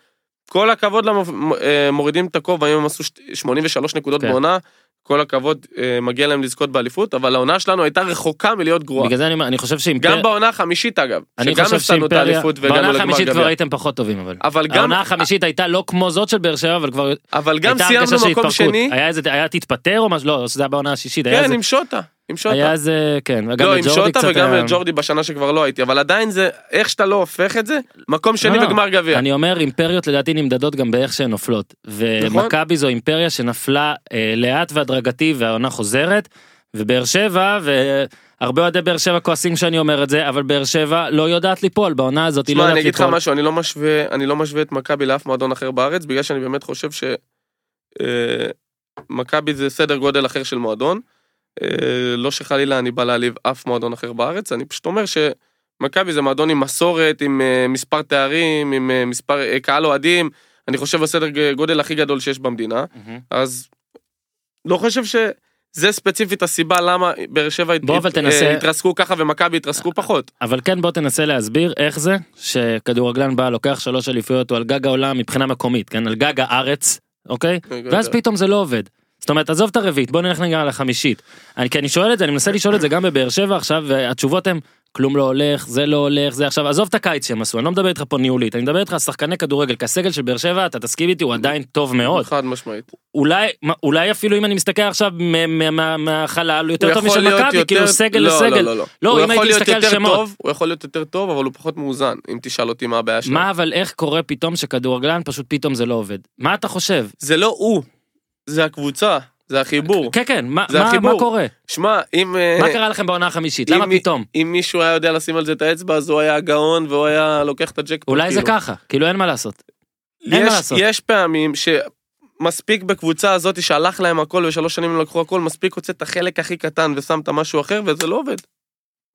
כל הכבוד למורידים את הכובע, אם הם עשו שת- 83 נקודות
כן.
בעונה, כל הכבוד, אה, מגיע להם לזכות באליפות, אבל העונה שלנו הייתה רחוקה מלהיות גרועה.
בגלל זה אני אומר, אני חושב שאימפריה,
גם בעונה החמישית אגב,
אני
שגם
חושב
הפסדנו את
שאימפריה,
האליפות
בעונה
והגענו לגמר
החמישית כבר
גביע.
הייתם פחות טובים אבל.
אבל גם,
העונה החמישית הייתה לא כמו זאת של באר שבע, אבל כבר
אבל גם
הייתה הרגשה
סיימנו
של
מקום
התפרקות.
שני,
היה איזה, היה תתפטר או משהו? לא, זה היה בעונה השישית. היה
כן
איזה,
עם שוטה, עם שוטה.
היה איזה, כן, גם
לא, עם
לג'ורדי
שוטה
קצת
וגם
היה-
ג'ורדי בשנה שכבר לא הייתי, אבל עדיין זה, איך שאתה לא הופך את זה, מקום שני
לא, לא.
וגמר גביע.
אני אומר, אימפריות לדעתי נמדדות גם באיך שהן נופלות.
נכון.
ומכבי זו אימפריה שנפלה אה, לאט והדרגתי והעונה חוזרת. ובאר שבע, והרבה אוהדי באר שבע כועסים שאני אומר את זה, אבל באר שבע לא יודעת ליפול, בעונה הזאת היא לא
תשמע, אני
יודעת
אגיד לך
ליפול.
משהו, אני לא משווה, אני לא משווה את מכבי לאף מועדון אחר בארץ, בגלל שאני באמת חושב ש... אה, מכבי זה סדר גודל אחר של מועדון. אה, לא שחלילה אני בא להעליב אף מועדון אחר בארץ, אני פשוט אומר שמכבי זה מועדון עם מסורת, עם אה, מספר תארים, עם אה, מספר אה, קהל אוהדים, אני חושב הסדר ג- גודל הכי גדול שיש במדינה,
מהמם.
אז לא חושב ש... זה ספציפית הסיבה למה באר שבע הת-
בוא, אבל
הת-
תנסה-
אה, התרסקו ככה ומכבי התרסקו פחות.
אבל כן בוא תנסה להסביר איך זה שכדורגלן בא לוקח שלוש אליפויות הוא על גג העולם מבחינה מקומית כן על גג הארץ אוקיי ואז פתאום זה לא עובד. זאת אומרת עזוב את הרביעית בוא נלך רגע על החמישית. אני, כי אני שואל את זה אני מנסה לשאול את זה גם בבאר שבע עכשיו והתשובות הן כלום לא הולך זה לא הולך זה עכשיו עזוב את הקיץ שהם עשו אני לא מדבר איתך פה ניהולית אני מדבר איתך על שחקני כדורגל כי הסגל של באר שבע אתה תסכים איתי הוא עדיין טוב מאוד
חד משמעית.
אולי מה- אולי אפילו אם אני מסתכל עכשיו מ- מ- מה- מהחלל הוא יותר
הוא
טוב
יכול
משל
להיות
מכבי
יותר-
כאילו סגל
לא,
לסגל.
לא, לא, לא.
לא,
הוא
אם הייתי
יכול להיות
מסתכל על
יותר
שמות.
טוב, הוא יכול להיות יותר טוב, אבל הוא פחות מאוזן, אם תשאל אותי מה הבעיה שלו.
מה אבל איך קורה פתאום שכדורגלן פשוט פתאום זה לא עובד? מה אתה חושב?
זה לא הוא, זה הקבוצה, זה החיבור.
כן כן, מה,
זה
מה, מה
החיבור.
קורה?
שמע, אם... אה,
מה קרה לכם בעונה החמישית?
אם
למה
מי-
פתאום?
אם מישהו היה יודע לשים על זה את האצבע, אז הוא היה גאון והוא היה לוקח את הג'קפוט.
אולי זה
כאילו.
ככה, כאילו אין מה לעשות. אין מה
יש-
לעשות.
יש פעמים שמספיק בקבוצה הזאת שהלך להם הכל ושלוש שנים הם לקחו הכל, מספיק הוצאת את החלק הכי קטן ושמת משהו אחר, וזה לא עובד.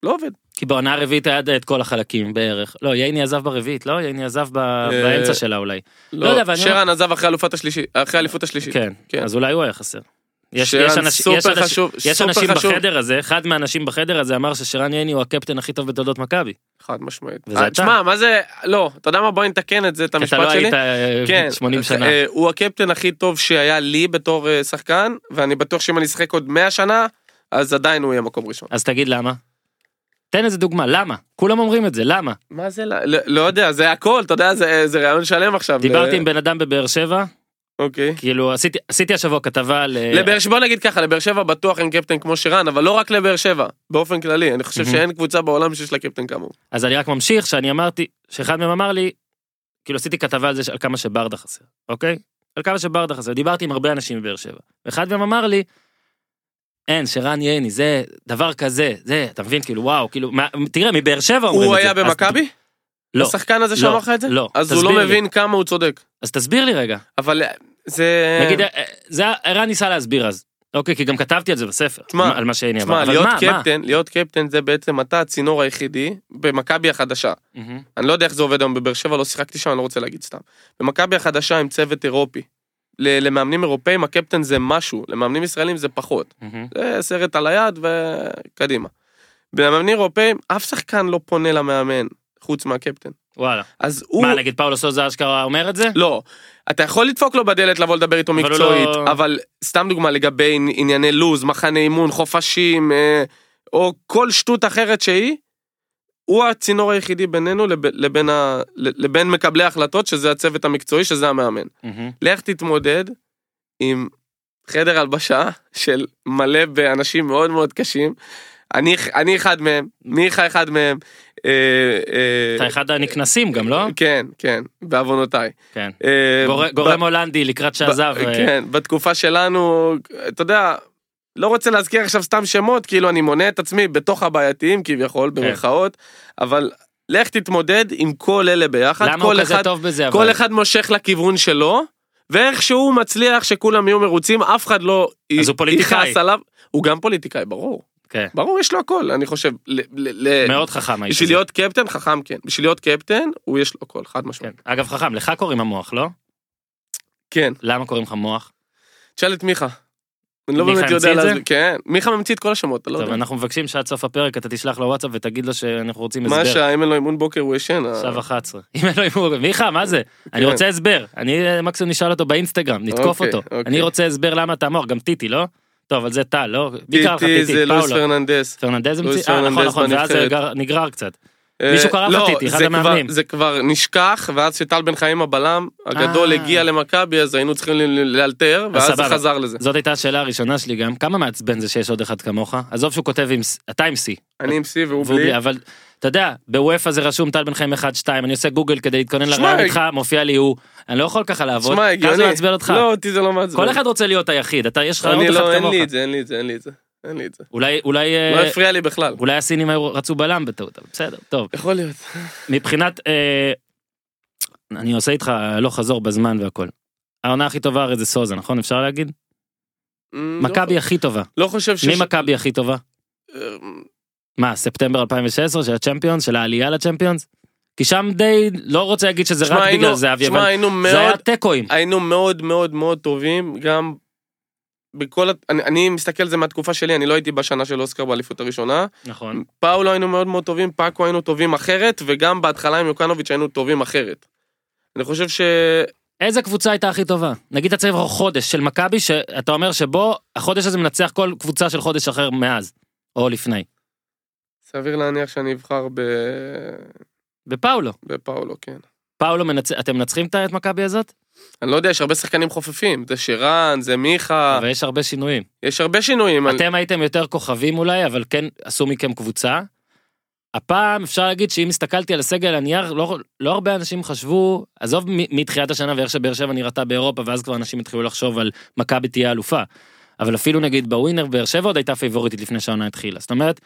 לא עובד.
כי בעונה הרביעית היה את כל החלקים בערך. לא, ייני עזב ברביעית, לא? ייני עזב ב...
אה,
באמצע שלה אולי. לא יודע, אבל אני
שרן עזב אחרי האלופת השלישית- אחרי האליפות השלישית.
כן,
כן.
אז אולי הוא היה חסר. יש,
שרן
יש, אנש, יש,
סופר
אנש,
חשוב,
יש
סופר
אנשים
חשוב.
בחדר הזה, אחד מהאנשים בחדר הזה אמר ששרן ייני הוא הקפטן הכי טוב בתולדות מכבי.
חד משמעית.
וזה
אה,
אתה.
תשמע, מה זה, לא, אתה יודע מה, בוא נתקן את זה, את
כי אתה
המשפט
לא
שלי.
היית אה, 80 שנה.
אה, הוא הקפטן הכי טוב שהיה לי בתור אה, שחקן, ואני בטוח שאם אני אשחק עוד 100 שנה, אז עדיין הוא יהיה מקום ראשון.
אז תגיד למה. תן איזה דוגמה, למה? כולם אומרים את זה, למה?
מה זה, לא- לא לא יודע, זה הכל, אתה יודע, זה זה רעיון שלם עכשיו. ל-
דיברתי עם בן אדם בבאר שבע,
אוקיי.
כאילו עשיתי, עשיתי השבוע כתבה על... אה,
לבאר שבע, בוא נגיד ככה, לבאר שבע בטוח אין קפטן כמו שרן, אבל לא רק לבאר שבע, באופן כללי, אני חושב
מהמם.
שאין קבוצה בעולם שיש לה קפטן כמוהו.
אז אני רק ממשיך, שאני אמרתי, שאחד מהם אמר לי, כאילו עשיתי כתבה על זה, ש- על כמה שברדה חסר, אוקיי? על כמה שברדה חסר, דיברתי עם הרבה אנשים בבאר שבע. ואחד מהם אמר לי, אין, שרן ייני, זה דבר כזה, זה, אתה מבין? כאילו, וואו, כאילו, מה, תראה, מבאר שבע לא, אומרים את זה.
הוא היה
אז-
במכבי?
לא,
השחקן הזה
לא,
שאמר לך את זה?
לא,
אז הוא
תסביר
לא
לי.
מבין כמה הוא צודק.
אז תסביר לי רגע.
אבל אה, זה...
נגיד, אה, אה, זה, ערן ניסה להסביר אז. אוקיי, כי גם כתבתי על זה בספר,
תשמע,
על מה שייני אמר.
תשמע,
אבל
להיות
מה, מה?
קפטן, להיות קפטן זה בעצם אתה הצינור היחידי במכבי החדשה.
מהמם.
אני לא יודע איך זה עובד היום בבאר שבע, לא שיחקתי שם, אני לא רוצה להגיד סתם. במכבי החדשה עם צוות אירופי. ל- למאמנים אירופאים הקפטן זה משהו, למאמנים ישראלים זה פחות.
מהמם.
זה סרט על היד וקדימה. במאמנים אירופאים אף שחקן לא פונה למאמן חוץ מהקפטן.
וואלה.
אז הוא...
מה, נגיד פאולו סוזה אשכרה אומר את זה?
לא. אתה יכול לדפוק לו בדלת לבוא לדבר איתו
אבל הוא
מקצועית,
לא-
אבל סתם דוגמה לגבי עני- ענייני לוז, מחנה אימון, חופשים, אה, או כל שטות אחרת שהיא, הוא הצינור היחידי בינינו לב- לבין, ה... לבין מקבלי ההחלטות, שזה הצוות המקצועי, שזה המאמן.
מהמם.
לך תתמודד עם חדר הלבשה של מלא באנשים מאוד מאוד קשים. אני, אני אחד מהם, מיכה אחד מהם. אה, אה,
אתה אחד הנקנסים גם, לא?
כן, כן, בעוונותיי.
כן.
אה,
גור-
ב-
גורם הולנדי לקראת שעזב.
ב-
אה,
כן, בתקופה שלנו, אתה יודע, לא רוצה
כן.
להזכיר עכשיו סתם שמות, כאילו אני מונה את עצמי בתוך הבעייתיים כביכול, במרכאות, אבל לך תתמודד עם כל אלה ביחד.
למה הוא
כל
כזה
אחד,
טוב בזה אבל?
כל אחד מושך לכיוון שלו, ואיכשהו הוא מצליח שכולם יהיו מרוצים, אף אחד לא
אז הוא פוליטיקאי.
יכעס עליו. הוא גם פוליטיקאי, ברור.
כן.
ברור, יש לו הכל, אני חושב. ל, ל, ל,
מאוד חכם האיש
אה, בשביל
הזה.
להיות קפטן, חכם כן. בשביל להיות קפטן, הוא יש לו הכל, חד משמעית.
כן. אגב חכם, לך קוראים המוח, לא?
כן.
למה קוראים לך מוח?
תשאל את מיכה. אני לא
מיכה
באמת
המציא
יודע
את זה?
להסביר. כן. מיכה ממציא את כל השמות, אתה לא
טוב,
יודע.
אנחנו מבקשים שעד סוף הפרק אתה תשלח לו וואטסאפ ותגיד לו שאנחנו רוצים
מה
הסבר.
שעה, אם אין לו אימון בוקר הוא ישן. אה, ה-
עכשיו 11. אם אין לו הימור, מיכה, מה זה?
כן.
אני רוצה הסבר. אני אה, מקסימום נשאל אותו באינסטגרם, נתקוף
אוקיי,
אותו.
אוקיי.
אני רוצה הסבר למה אתה מוח, גם טיטי, לא? טוב, אבל זה טל, לא? בעיקר לך
טיטי
טיטי,
זה לואיס
פאולו.
פרננדס.
פרננדס
לואיס
המציא, אה, נכון, נכון,
פרננדס
ואז זה
בנבחרת.
גר- נגרר קצת.
אה,
מישהו קרא לך
לא,
טיטי, אחד
זה
המאמנים.
כבר- זה כבר נשכח, ואז שטל בן חיים הבלם הגדול
אה.
הגיע למכבי, אז היינו צריכים ל- ל- לאלתר, ואז זה
סבבה.
חזר לזה.
זאת הייתה השאלה הראשונה שלי גם, כמה מעצבן זה שיש עוד אחד כמוך? עזוב שהוא כותב עם, ס- אתה עם C,
אני עם סי והוא
והוא
בלי.
בלי, אבל אתה יודע, בוופא זה רשום טל בן חיים 1-2, אני עושה גוגל כדי להתכונן
שמע,
לרעיון
הג-
איתך, מופיע לי הוא, אני לא יכול ככה לעבוד,
שמע,
כמה
הגיוני.
זה מעצבן אותך?
לא, אותי זה לא מעצבן.
כל אחד רוצה להיות היחיד, אתה, יש לך עוד
אני
אחד
לא, אין
כמוך.
לי את זה, אין לי את זה, אין לי את זה. אין לי את זה.
אולי, אולי,
לא
אה,
הפריע לי בכלל.
אולי הסינים היו- רצו בלם בטעות, אבל בסדר, טוב.
יכול להיות.
מבחינת, אה, אני עושה איתך הלוך חזור בזמן והכל. העונה הכי טובה הרי זה סוזה, נכון? אפשר להגיד?
אמ, לא-
מכבי הכי טובה.
לא חושב ש...
מי מכבי הכי טובה?
אמ,
מה, ספטמבר 2016 של הצ'מפיונס? של העלייה לצ'מפיונס? כי שם די, לא רוצה להגיד שזה רק
שמע,
בגלל
היינו-
זהבי,
שמע,
אבל
היינו
זה היה
מאוד,
תיקואים.
היינו מאוד מאוד מאוד טובים, גם בכל, הת- אני, אני מסתכל על זה מהתקופה שלי, אני לא הייתי בשנה של אוסקר באליפות הראשונה.
נכון.
פאולו היינו מאוד מאוד טובים, פאקו היינו טובים אחרת, וגם בהתחלה עם יוקנוביץ' היינו טובים אחרת. אני חושב ש...
איזה קבוצה הייתה הכי טובה? נגיד אתה צריך לבחור חודש של מכבי, שאתה אומר שבו החודש הזה מנצח כל קבוצה של חודש אחר מאז, או לפני.
סביר להניח שאני אבחר ב...
בפאולו.
בפאולו, כן.
פאולו מנצח, אתם מנצחים את- את מכבי הזאת?
אני לא יודע, יש הרבה שחקנים חופפים, זה שירן, זה מיכה,
ויש הרבה שינויים.
יש הרבה שינויים. אני-
אתם הייתם יותר כוכבים אולי, אבל כן עשו מכם קבוצה. הפעם אפשר להגיד שאם הסתכלתי על הסגל על הנייר, לא, לא הרבה אנשים חשבו, עזוב מ- מתחילת השנה ואיך שבאר שבע נראתה באירופה, ואז כבר אנשים התחילו לחשוב על מכבי תהיה אלופה. אבל אפילו נגיד בווינר באר שבע עוד הייתה פייבוריטית לפני שהעונה התחילה. זאת אומרת,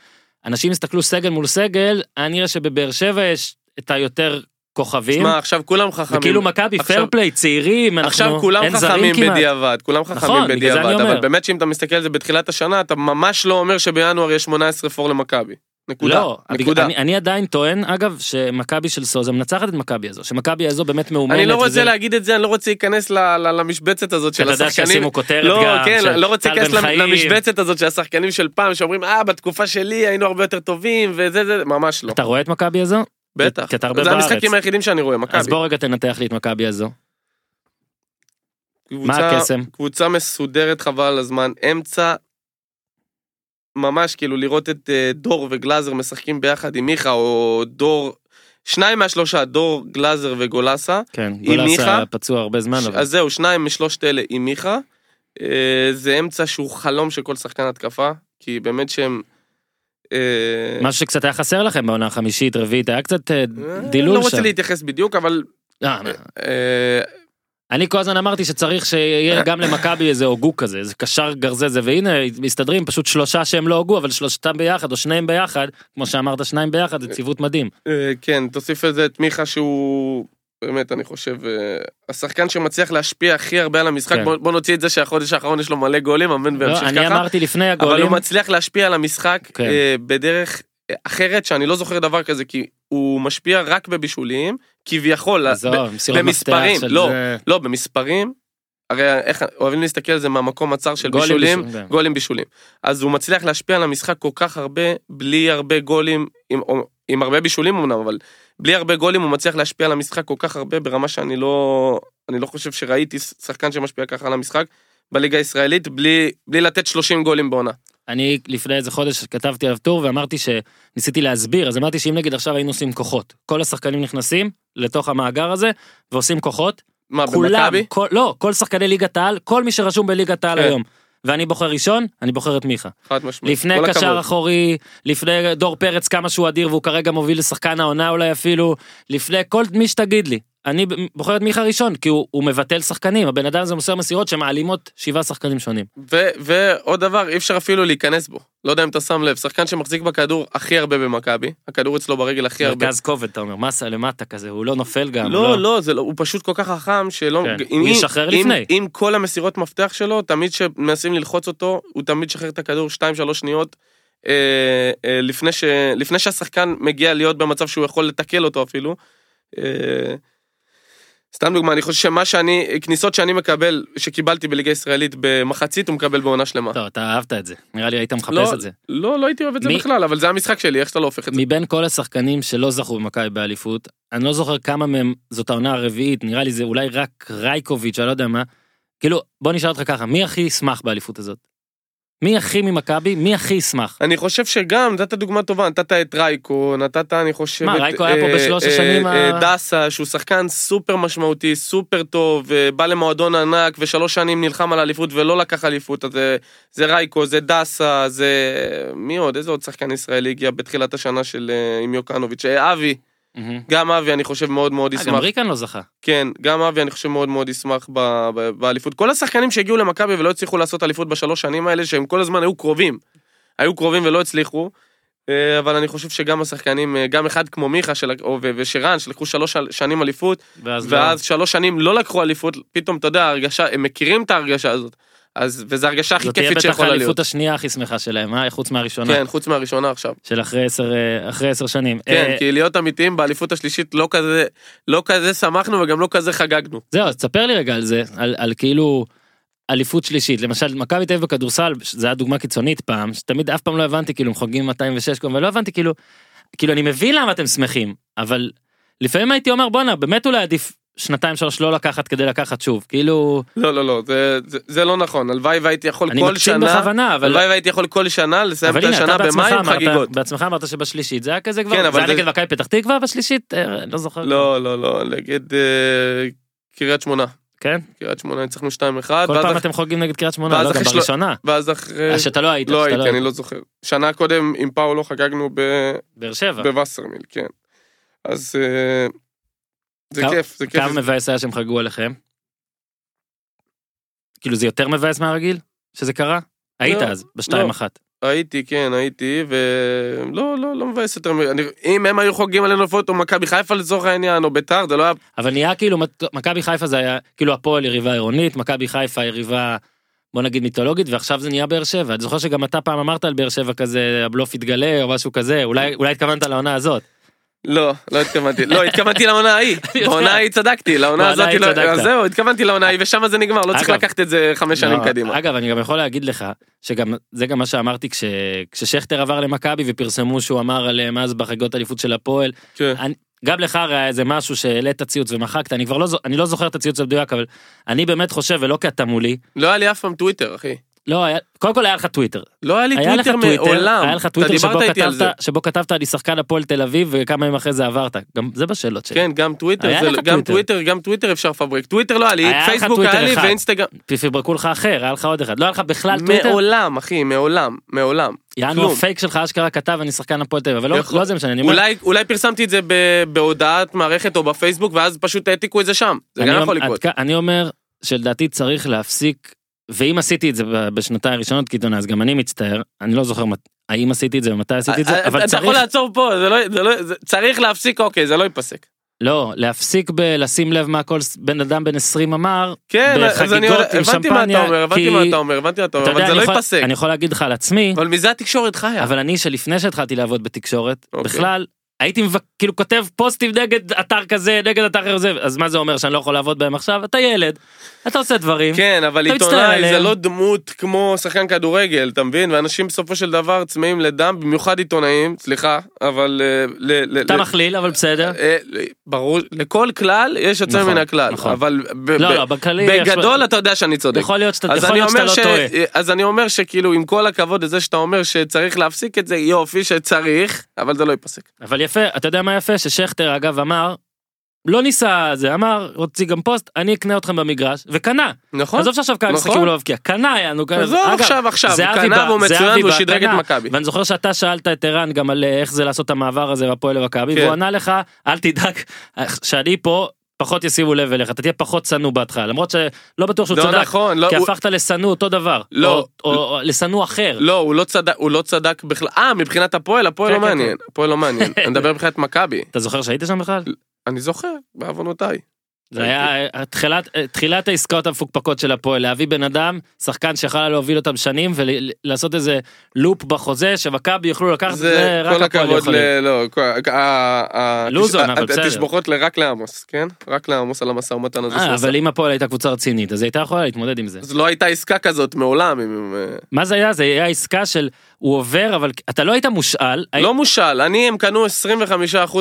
אנשים הסתכלו סגל מול סגל, היה נראה שבבאר שבע יש את היותר כוכבים.
שמע, עכשיו כולם חכמים.
וכאילו מכבי
עכשיו-
פייר פליי, צעירים, אנחנו,
עכשיו כולם
אין זרים
חכמים
כמעט.
בדיעבד, כולם
נכון,
חכמים
בגלל זה
בדיעבד,
אני אומר.
אבל באמת שאם אתה מסתכל על זה בתחילת השנה, אתה ממש לא אומר שבינואר יש 18 פור למכבי. נקודה.
לא, בגלל-
נקודה.
אני, אני עדיין טוען, אגב, שמכבי של סוזה מנצחת את מכבי הזו, שמכבי הזו באמת מאומנת.
אני לא רוצה
וזה-
להגיד את זה, אני לא רוצה להיכנס ל- ל- למשבצת הזאת
כי
של
אתה יודע
השחקנים.
שישימו כותרת
לא,
גם,
כן,
של
לא רוצה
טל
להיכנס
בן
למ-
חיים.
למשבצת הזאת של השחקנים של פעם, שאומרים, אה, בתקופה שלי היינו הרבה יותר טובים, וזה, זה, ממש לא.
אתה רואה את מכבי הזו?
בטח.
כי אתה הרבה
זה
בארץ.
המשחקים היחידים שאני רואה,
אז
מכבי.
בוא רגע תנתח לי את מכבי הזו. מה
קבוצה-
הקסם?
קבוצה מסודרת חבל על הזמן, אמצע ממש כאילו לראות את אה, דור וגלאזר משחקים ביחד עם מיכה או דור, שניים מהשלושה, דור, גלאזר וגולסה,
כן,
עם
גולסה
מיכה?
פצוע הרבה זמן,
ש-
אבל
אז זהו, שניים משלושת אלה עם מיכה, אה, זה אמצע שהוא חלום של כל שחקן התקפה, כי באמת שהם... אה,
משהו שקצת היה חסר לכם בעונה החמישית, רביעית, היה קצת אה,
אה,
דילול
לא
שם.
רוצה להתייחס בדיוק, אבל
אה, אה.
אה,
אני כל הזמן אמרתי שצריך שיהיה גם למכבי איזה הוגו כזה, איזה קשר גרזזה, והנה מסתדרים פשוט שלושה שהם לא הוגו, אבל שלושתם ביחד או שניהם ביחד, כמו שאמרת שניים ביחד, זה ציוות מדהים.
אה, כן, תוסיף לזה את מיכה שהוא... באמת, אני חושב, אה, השחקן שמצליח להשפיע הכי הרבה על המשחק,
כן.
בוא, בוא נוציא את זה שהחודש האחרון יש לו מלא גולים, אמן
לא,
וימשיך
אני
ככה,
אמרתי לפני
אבל
הגולים,
הוא מצליח להשפיע על המשחק
כן.
אה, בדרך אה, אחרת, שאני לא זוכר דבר כזה, כי הוא משפיע רק בבישולים, כביכול, ב-
עזוב, מסירות מפתח
במספרים,
של
לא,
זה.
לא, במספרים, הרי איך, אוהבים להסתכל על זה מהמקום הצר של
גולים,
בישולים,
בישולים, כן.
גולים בישולים. אז הוא מצליח להשפיע על המשחק כל כך הרבה, בלי הרבה גולים, עם, עם הרבה בישולים אמנם, אבל בלי הרבה גולים הוא מצליח להשפיע על המשחק כל כך הרבה, ברמה שאני לא, אני לא חושב שראיתי שחקן שמשפיע ככה על המשחק בליגה הישראלית, בלי, בלי לתת 30 גולים בעונה.
אני לפני איזה חודש כתבתי עליו טור ואמרתי שניסיתי להסביר, אז אמרתי שאם נגיד עכשיו היינו עושים כוחות, כל השחקנים נכנסים לתוך המאגר הזה ועושים כוחות,
מה,
כולם,
אה, במכבי?
כל, לא, כל שחקני ליגת העל, כל מי שרשום בליגת העל
כן.
היום. ואני בוחר ראשון, אני בוחר את מיכה.
חד משמעית.
לפני
כל
קשר
הכבוד.
אחורי, לפני דור פרץ כמה שהוא אדיר והוא כרגע מוביל לשחקן העונה אולי אפילו, לפני כל מי שתגיד לי. אני ב- בוחר את מיכה ראשון, כי הוא, הוא מבטל שחקנים, הבן אדם הזה מוסר מסירות שמעלימות שבעה שחקנים שונים.
ו- ועוד דבר, אי אפשר אפילו להיכנס בו. לא יודע אם אתה שם לב, שחקן שמחזיק בכדור הכי הרבה במכבי, הכדור אצלו ברגל הכי הרבה.
מרכז כובד, אתה אומר, מסה למטה כזה, הוא לא נופל גם. הוא
לא, לא, זה לא, הוא פשוט כל כך חכם שלא...
כן,
אם-
הוא ישחרר
אם-
לפני.
אם כל המסירות מפתח שלו, תמיד כשמנסים ללחוץ אותו, הוא תמיד שחרר את הכדור 2-3 שניות. אה, אה, לפני, ש... לפני שהשחקן מגיע להיות במצב שהוא יכול לתקל אותו אפילו. אה, סתם דוגמה, אני חושב שמה שאני, כניסות שאני מקבל, שקיבלתי בליגה הישראלית במחצית, הוא מקבל בעונה שלמה.
טוב, אתה אהבת את זה. נראה לי היית מחפש
לא,
את זה.
לא, לא הייתי אוהב את זה
מי-
בכלל, אבל זה המשחק שלי, איך שאתה לא הופך את זה.
מבין כל השחקנים שלא זכו במכבי באליפות, אני לא זוכר כמה מהם, זאת העונה הרביעית, נראה לי זה אולי רק רייקוביץ', אני לא יודע מה. כאילו, בוא נשאל אותך ככה, מי הכי ישמח באליפות הזאת? מי הכי ממכבי, מי הכי ישמח?
אני חושב שגם, נתת דוגמה טובה, נתת את רייקו, נתת, אני חושב...
מה,
את,
רייקו היה פה
אה,
בשלוש
אה,
השנים
אה,
ה-
דסה, שהוא שחקן סופר משמעותי, סופר טוב, אה, בא למועדון ענק, ושלוש שנים נלחם על אליפות ולא לקח אליפות, אז אה, זה רייקו, זה דסה, זה... מי עוד? איזה עוד שחקן ישראלי הגיע בתחילת השנה של אה, עם יוקנוביץ'? אה, אבי,
מהמם.
גם אבי, אני חושב, מאוד מאוד
אה,
ישמח.
גם ריקן לא זכה.
כן, גם אבי אני חושב מאוד מאוד ישמח ב- ב- באליפות. כל השחקנים שהגיעו למכבי ולא הצליחו לעשות אליפות בשלוש שנים האלה, שהם כל הזמן היו קרובים. היו קרובים ולא הצליחו, אה, אבל אני חושב שגם השחקנים, אה, גם אחד כמו מיכה של, או, ו- ושרן, שלקחו שלוש של- שנים אליפות,
ואז לא.
ואז שלוש שנים לא לקחו אליפות, פתאום, אתה יודע, ההרגשה, הם מכירים את ההרגשה הזאת. אז, וזו ההרגשה הכי
זאת תהיה
כיפית
בטח
שיכולה להיות.
האליפות השנייה הכי שמחה שלהם, אה? חוץ מהראשונה.
כן, חוץ מהראשונה עכשיו.
של אחרי עשר, אה, אחרי עשר שנים.
כן,
אה,
כי להיות אמיתיים באליפות השלישית לא כזה, לא כזה שמחנו וגם לא כזה חגגנו.
זהו, אז תספר לי רגע על זה, על, על כאילו אליפות שלישית. למשל, מכבי תל אביב בכדורסל, זו הייתה דוגמה קיצונית פעם, שתמיד אף פעם לא הבנתי, כאילו, הם חוגגים 206 גול, ולא הבנתי, כאילו, כאילו, אני מבין למה אתם שמחים, אבל לפעמים הייתי אומר, בואנה, באמת אולי עדיף שנתיים שלוש לא לקחת כדי לקחת שוב, כאילו,
לא, לא, לא, זה, זה, זה לא נכון. הלוואי והייתי יכול
אני
כל
מקצין
שנה,
בכוונה, אבל...
הלוואי והייתי יכול כל שנה לסיים את
אבל הנה,
השנה
אתה בעצמך
במאי עם חגיגות.
אמרת, בעצמך אמרת שבשלישית זה היה כזה כבר,
כן, אבל
זה היה
זה-
נגד מכבי פתח תקווה בשלישית, אה, לא זוכר,
לא, לא, לא, נגד אה, קריית שמונה.
כן,
קריית שמונה ניצחנו 2-1,
כל
ואז
פעם
אח-
אתם חוגגים נגד קריית שמונה,
ואז
לא, גם
אחרי של-
בראשונה,
ואז אחרי...
אה, שאתה לא היית,
לא
שאתה
הייתי, אני לא זוכר. שנה קודם עם פאולו חגגנו ב-
באר שבע.
בווסרמיל, כן. אז אה, זה
כמה-
כיף, זה כיף.
כמה מבאס היה שהם חגגו עליכם? כאילו זה יותר מבאס מהרגיל שזה קרה? היית
לא,
אז, בשתיים אחת.
הייתי, כן, הייתי, ולא, לא, לא מבאס יותר. מ- אני- אם הם היו חוגגים עלינו לפחות, או מכבי חיפה לצורך העניין, או ביתר, זה לא היה
אבל נהיה כאילו, מק- מכבי חיפה זה היה, כאילו הפועל יריבה עירונית, מכבי חיפה יריבה, בוא נגיד מיתולוגית, ועכשיו זה נהיה באר שבע. אני זוכר שגם אתה פעם אמרת על באר שבע כזה, הבלוף יתגלה או משהו כזה, אולי אולי התכוונת לעונה הזאת.
לא, לא התכוונתי, לא, התכוונתי לעונה ההיא,
יודע.
בעונה ההיא צדקתי, לעונה
בעונה
הזאת,
ההיא
לא-
צדקת.
אז זהו, התכוונתי לעונה ההיא ושם זה נגמר, לא צריך
אגב,
לקחת את זה חמש שנים
לא,
קדימה.
אגב, אני גם יכול להגיד לך, שגם, זה גם מה שאמרתי כש, כששכטר עבר למכבי ופרסמו שהוא אמר עליהם אז בחגיגות אליפות של הפועל,
כן.
אני- גם לך הרי היה איזה משהו שהעלית ציוץ ומחקת, אני כבר לא, זו- אני לא זוכר את הציוץ המדויק, אבל אני באמת חושב, ולא כי אתה מולי,
לא היה לי אף פעם טוויטר, אחי.
לא, היה, קודם כל היה לך טוויטר.
לא היה לי
היה לך
טוויטר
טוויטר,
מעולם.
היה לך
אתה
טוויטר שבו
דיברת איתי על זה.
כתבת, שבו כתבת אני שחקן הפועל תל אביב, וכמה ימים אחרי זה עברת. גם זה בשאלות שלי.
כן, גם טוויטר,
היה
זה-
לך
גם
טוויטר.
טוויטר, גם טוויטר אפשר לפברק. טוויטר לא היה לי,
היה לך
פייסבוק
טוויטר
היה לי
אחד.
ואינסטגרם.
פברקו לך אחר, היה לך עוד אחד. לא היה לך בכלל טוויטר.
מעולם, אחי, מעולם, מעולם.
יענו
כלום.
הפייק שלך אשכרה כתב אני שחקן הפועל תל אביב, אבל לא-
יכול-
לא זה משנה, אני אומר,
אולי אולי פרסמתי את זה ב- בהודעת מערכת או בפייסבוק, ואז פשוט העתיקו את זה שם. זה
אני
גם
אומר-
יכול
עד
לקרות.
כ- אני אומר שלדעתי צריך להפסיק, ואם עשיתי את זה ב- בשנתיים הראשונות קידונה, אז גם אני מצטער, אני לא זוכר מת- האם עשיתי את זה ומתי עשיתי את זה, אבל
אה, אתה יכול
צריך,
לעצור פה, זה לא- זה לא- זה- צריך להפסיק, אוקיי, זה לא ייפסק.
לא, להפסיק בלשים לב מה כל ס- בן אדם בן 20 אמר,
כן, אז
בחגיגות
אני
עם
יודע- הבנתי מה אתה
שמפניה,
אומר, הבנתי
כי-
מה אתה אומר, הבנתי מה
אתה
אתה אומר,
יודע,
אבל זה
אני
לא
יכול-
ייפסק.
אני יכול להגיד לך על עצמי,
אבל מזה התקשורת חיה.
אבל אני שלפני שהתחלתי לעבוד בתקשורת,
אוקיי.
בכלל, הייתי מבק- כאילו כותב פוסטים נגד אתר כזה, נגד אתר אחר זה, אז מה זה אומר שאני לא יכול לעבוד בהם עכשיו? אתה ילד, אתה עושה דברים,
כן, אבל
אתה מצטער
עיתונאי זה
עליהם.
לא דמות כמו שחקן כדורגל, אתה מבין? ואנשים בסופו של דבר צמאים לדם, במיוחד עיתונאים, סליחה, אבל... אה, ל- ל-
אתה
ל-
מכליל אבל בסדר.
אה, ל- ברור, לכל כלל יש יוצא
נכון,
מן הכלל,
נכון.
אבל ב-
לא,
ב-
לא, בכללי... יש-
בגדול אתה יודע שאני צודק.
יכול להיות שאתה
אז
יכול
אני
להיות שאתה
אומר
לא
ש...
טועה.
אז אני אומר שכאילו עם כל הכבוד לזה שאתה אומר שצריך להפסיק את זה, יופי שצריך, אבל זה לא ייפסק.
אבל יפה, אתה יודע מה יפה? ששכטר אגב אמר, לא ניסה זה, אמר, הוציא גם פוסט, אני אקנה אתכם במגרש, וקנה.
נכון?
עזוב שעכשיו כמה
נכון.
משחקים הוא לא הבקיע, קנה היה לנו כאלה.
עזוב עכשיו, עכשיו,
זהבי
הוא קנה
בא-
והוא
זהבי
מצוין והוא
בא,
שדרג את
קנה.
מכבי.
ואני זוכר שאתה שאלת את ערן גם על אה, איך זה לעשות את המעבר הזה והפועל למכבי,
כן.
והוא ענה לך, אל תדאג, שאני פה. פחות ישימו לב אליך, אתה תהיה פחות שנוא בהתחלה, למרות שלא בטוח שהוא
לא
צדק,
נכון, לא,
כי
הוא-
הפכת לשנוא אותו דבר.
לא.
או- או או לשנוא אחר.
לא, הוא לא צדק, הוא לא צדק בכלל. אה, מבחינת הפועל, הפועל
כן,
לא
כן,
מעניין. הפועל לא מעניין. אני מדבר מבחינת מכבי.
אתה זוכר שהיית שם בכלל?
אני זוכר, בעוונותיי.
זה היה אה, תחילת, אה, תחילת העסקאות המפוקפקות של הפועל, להביא בן אדם, שחקן שיכול היה להוביל אותם שנים ולעשות איזה לופ בחוזה שמכבי יוכלו לקחת,
זה
אה, רק
כל
הפועל
הכבוד
יכולים.
ל... לא, כל- אה, ה- ה-
לוזון,
התש-
אבל בסדר.
התשבחות ל- רק לעמוס, כן? רק לעמוס על המשא ומתן הזה. שהוא
אה,
עשה.
אבל אם הפועל הייתה קבוצה רצינית, אז היא הייתה יכולה להתמודד עם זה.
אז לא הייתה עסקה כזאת מעולם. אה, עם-
מה זה היה? זה היה עסקה של הוא עובר, אבל אתה לא היית מושאל, היית-
לא מושל, אני, הם קנו 25%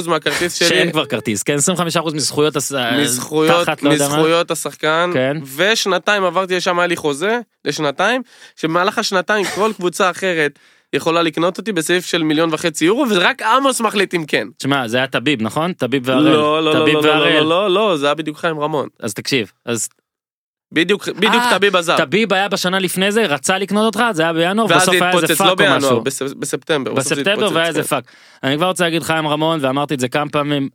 מהכרטיס שלי.
שאין כבר כרטיס, כן? 25% מזכויות הס-
מזכויות,
תחת, לא יודע מה.
מזכויות השחקן,
כן.
ושנתיים עברתי לשם, היה לי חוזה לשנתיים, שבמהלך השנתיים כל קבוצה אחרת יכולה לקנות אותי בסעיף של מיליון וחצי יורו, ורק עמוס מחליט אם כן.
תשמע, זה היה טביב, נכון? טביב
לא,
והראל.
לא, לא,
טביב
לא,
והראל.
לא, לא, לא, זה היה בדיוק חיים רמון.
אז תקשיב, אז
בדיוק, בדיוק
אה,
טביב עזב.
טביב היה בשנה לפני זה, רצה לקנות אותך, זה היה בינואר,
ואז
בסוף
זה
היה איזה
התפוצץ,
פאק
לא
או
בינואר,
משהו.
בס- בספטמבר. בסוף זה
בספטמבר
התפוצץ,
והיה איזה
כן.
פאק. אני כבר רוצה להגיד חיים רמון, ואמרתי את זה כמה פעמים,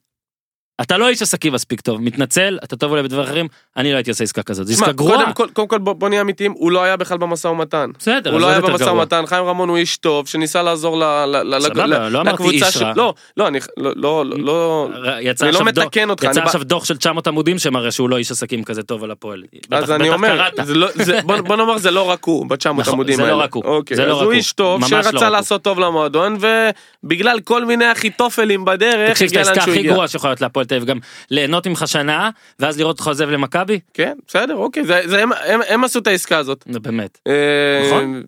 אתה לא איש עסקים מספיק טוב, מתנצל, אתה טוב אולי בדברים אחרים, אני לא הייתי עושה עסקה כזאת, זו
תשמע,
עסקה גרועה.
קודם כל, קודם כל בוא בוא נהיה אמיתיים, הוא לא היה בכלל במשא ומתן.
בסדר,
הוא
אז
לא
עוד
היה
יותר
במשא
גרוע.
ומתן, חיים רמון הוא איש טוב, שניסה לעזור ל- ל- ל-
סבבה,
ל-
לא אמרתי
לקבוצה
איש
ש-
רע.
לא, לא, אני, לא, לא, לא,
ר- יצא
אני לא
עכשיו דוח-
מתקן אותך,
יצא
אני בא-
עכשיו דוח של 900 עמודים שמראה שהוא לא איש עסקים כזה טוב על הפועל.
אז
בטח-
אני
בטח
אומר,
קראת.
זה לא- זה- בוא בוא נאמר זה לא רק הוא ב-900
נכון,
עמודים
זה
האלה.
לא רק הוא,
אוקיי,
זה לא
אז
רק
הוא
הוא,
איש טוב,
ממש לא רק
שרצה
הוא.
לעשות טוב למועדון, ובגלל כל מיני אחיתופלים בדרך,
תקשיב, זו
הגיע לאן
העסקה
שהוא
הכי
הגיע.
גרועה שיכולה להיות להפועל תל אביב, גם ליהנות ממך שנה, ואז לראות אותך עוזב למכבי?
כן, בסדר, אוקיי, זה- זה הם- הם- הם עשו את העסקה הזאת.
נו, באמת.
אה,
נכון.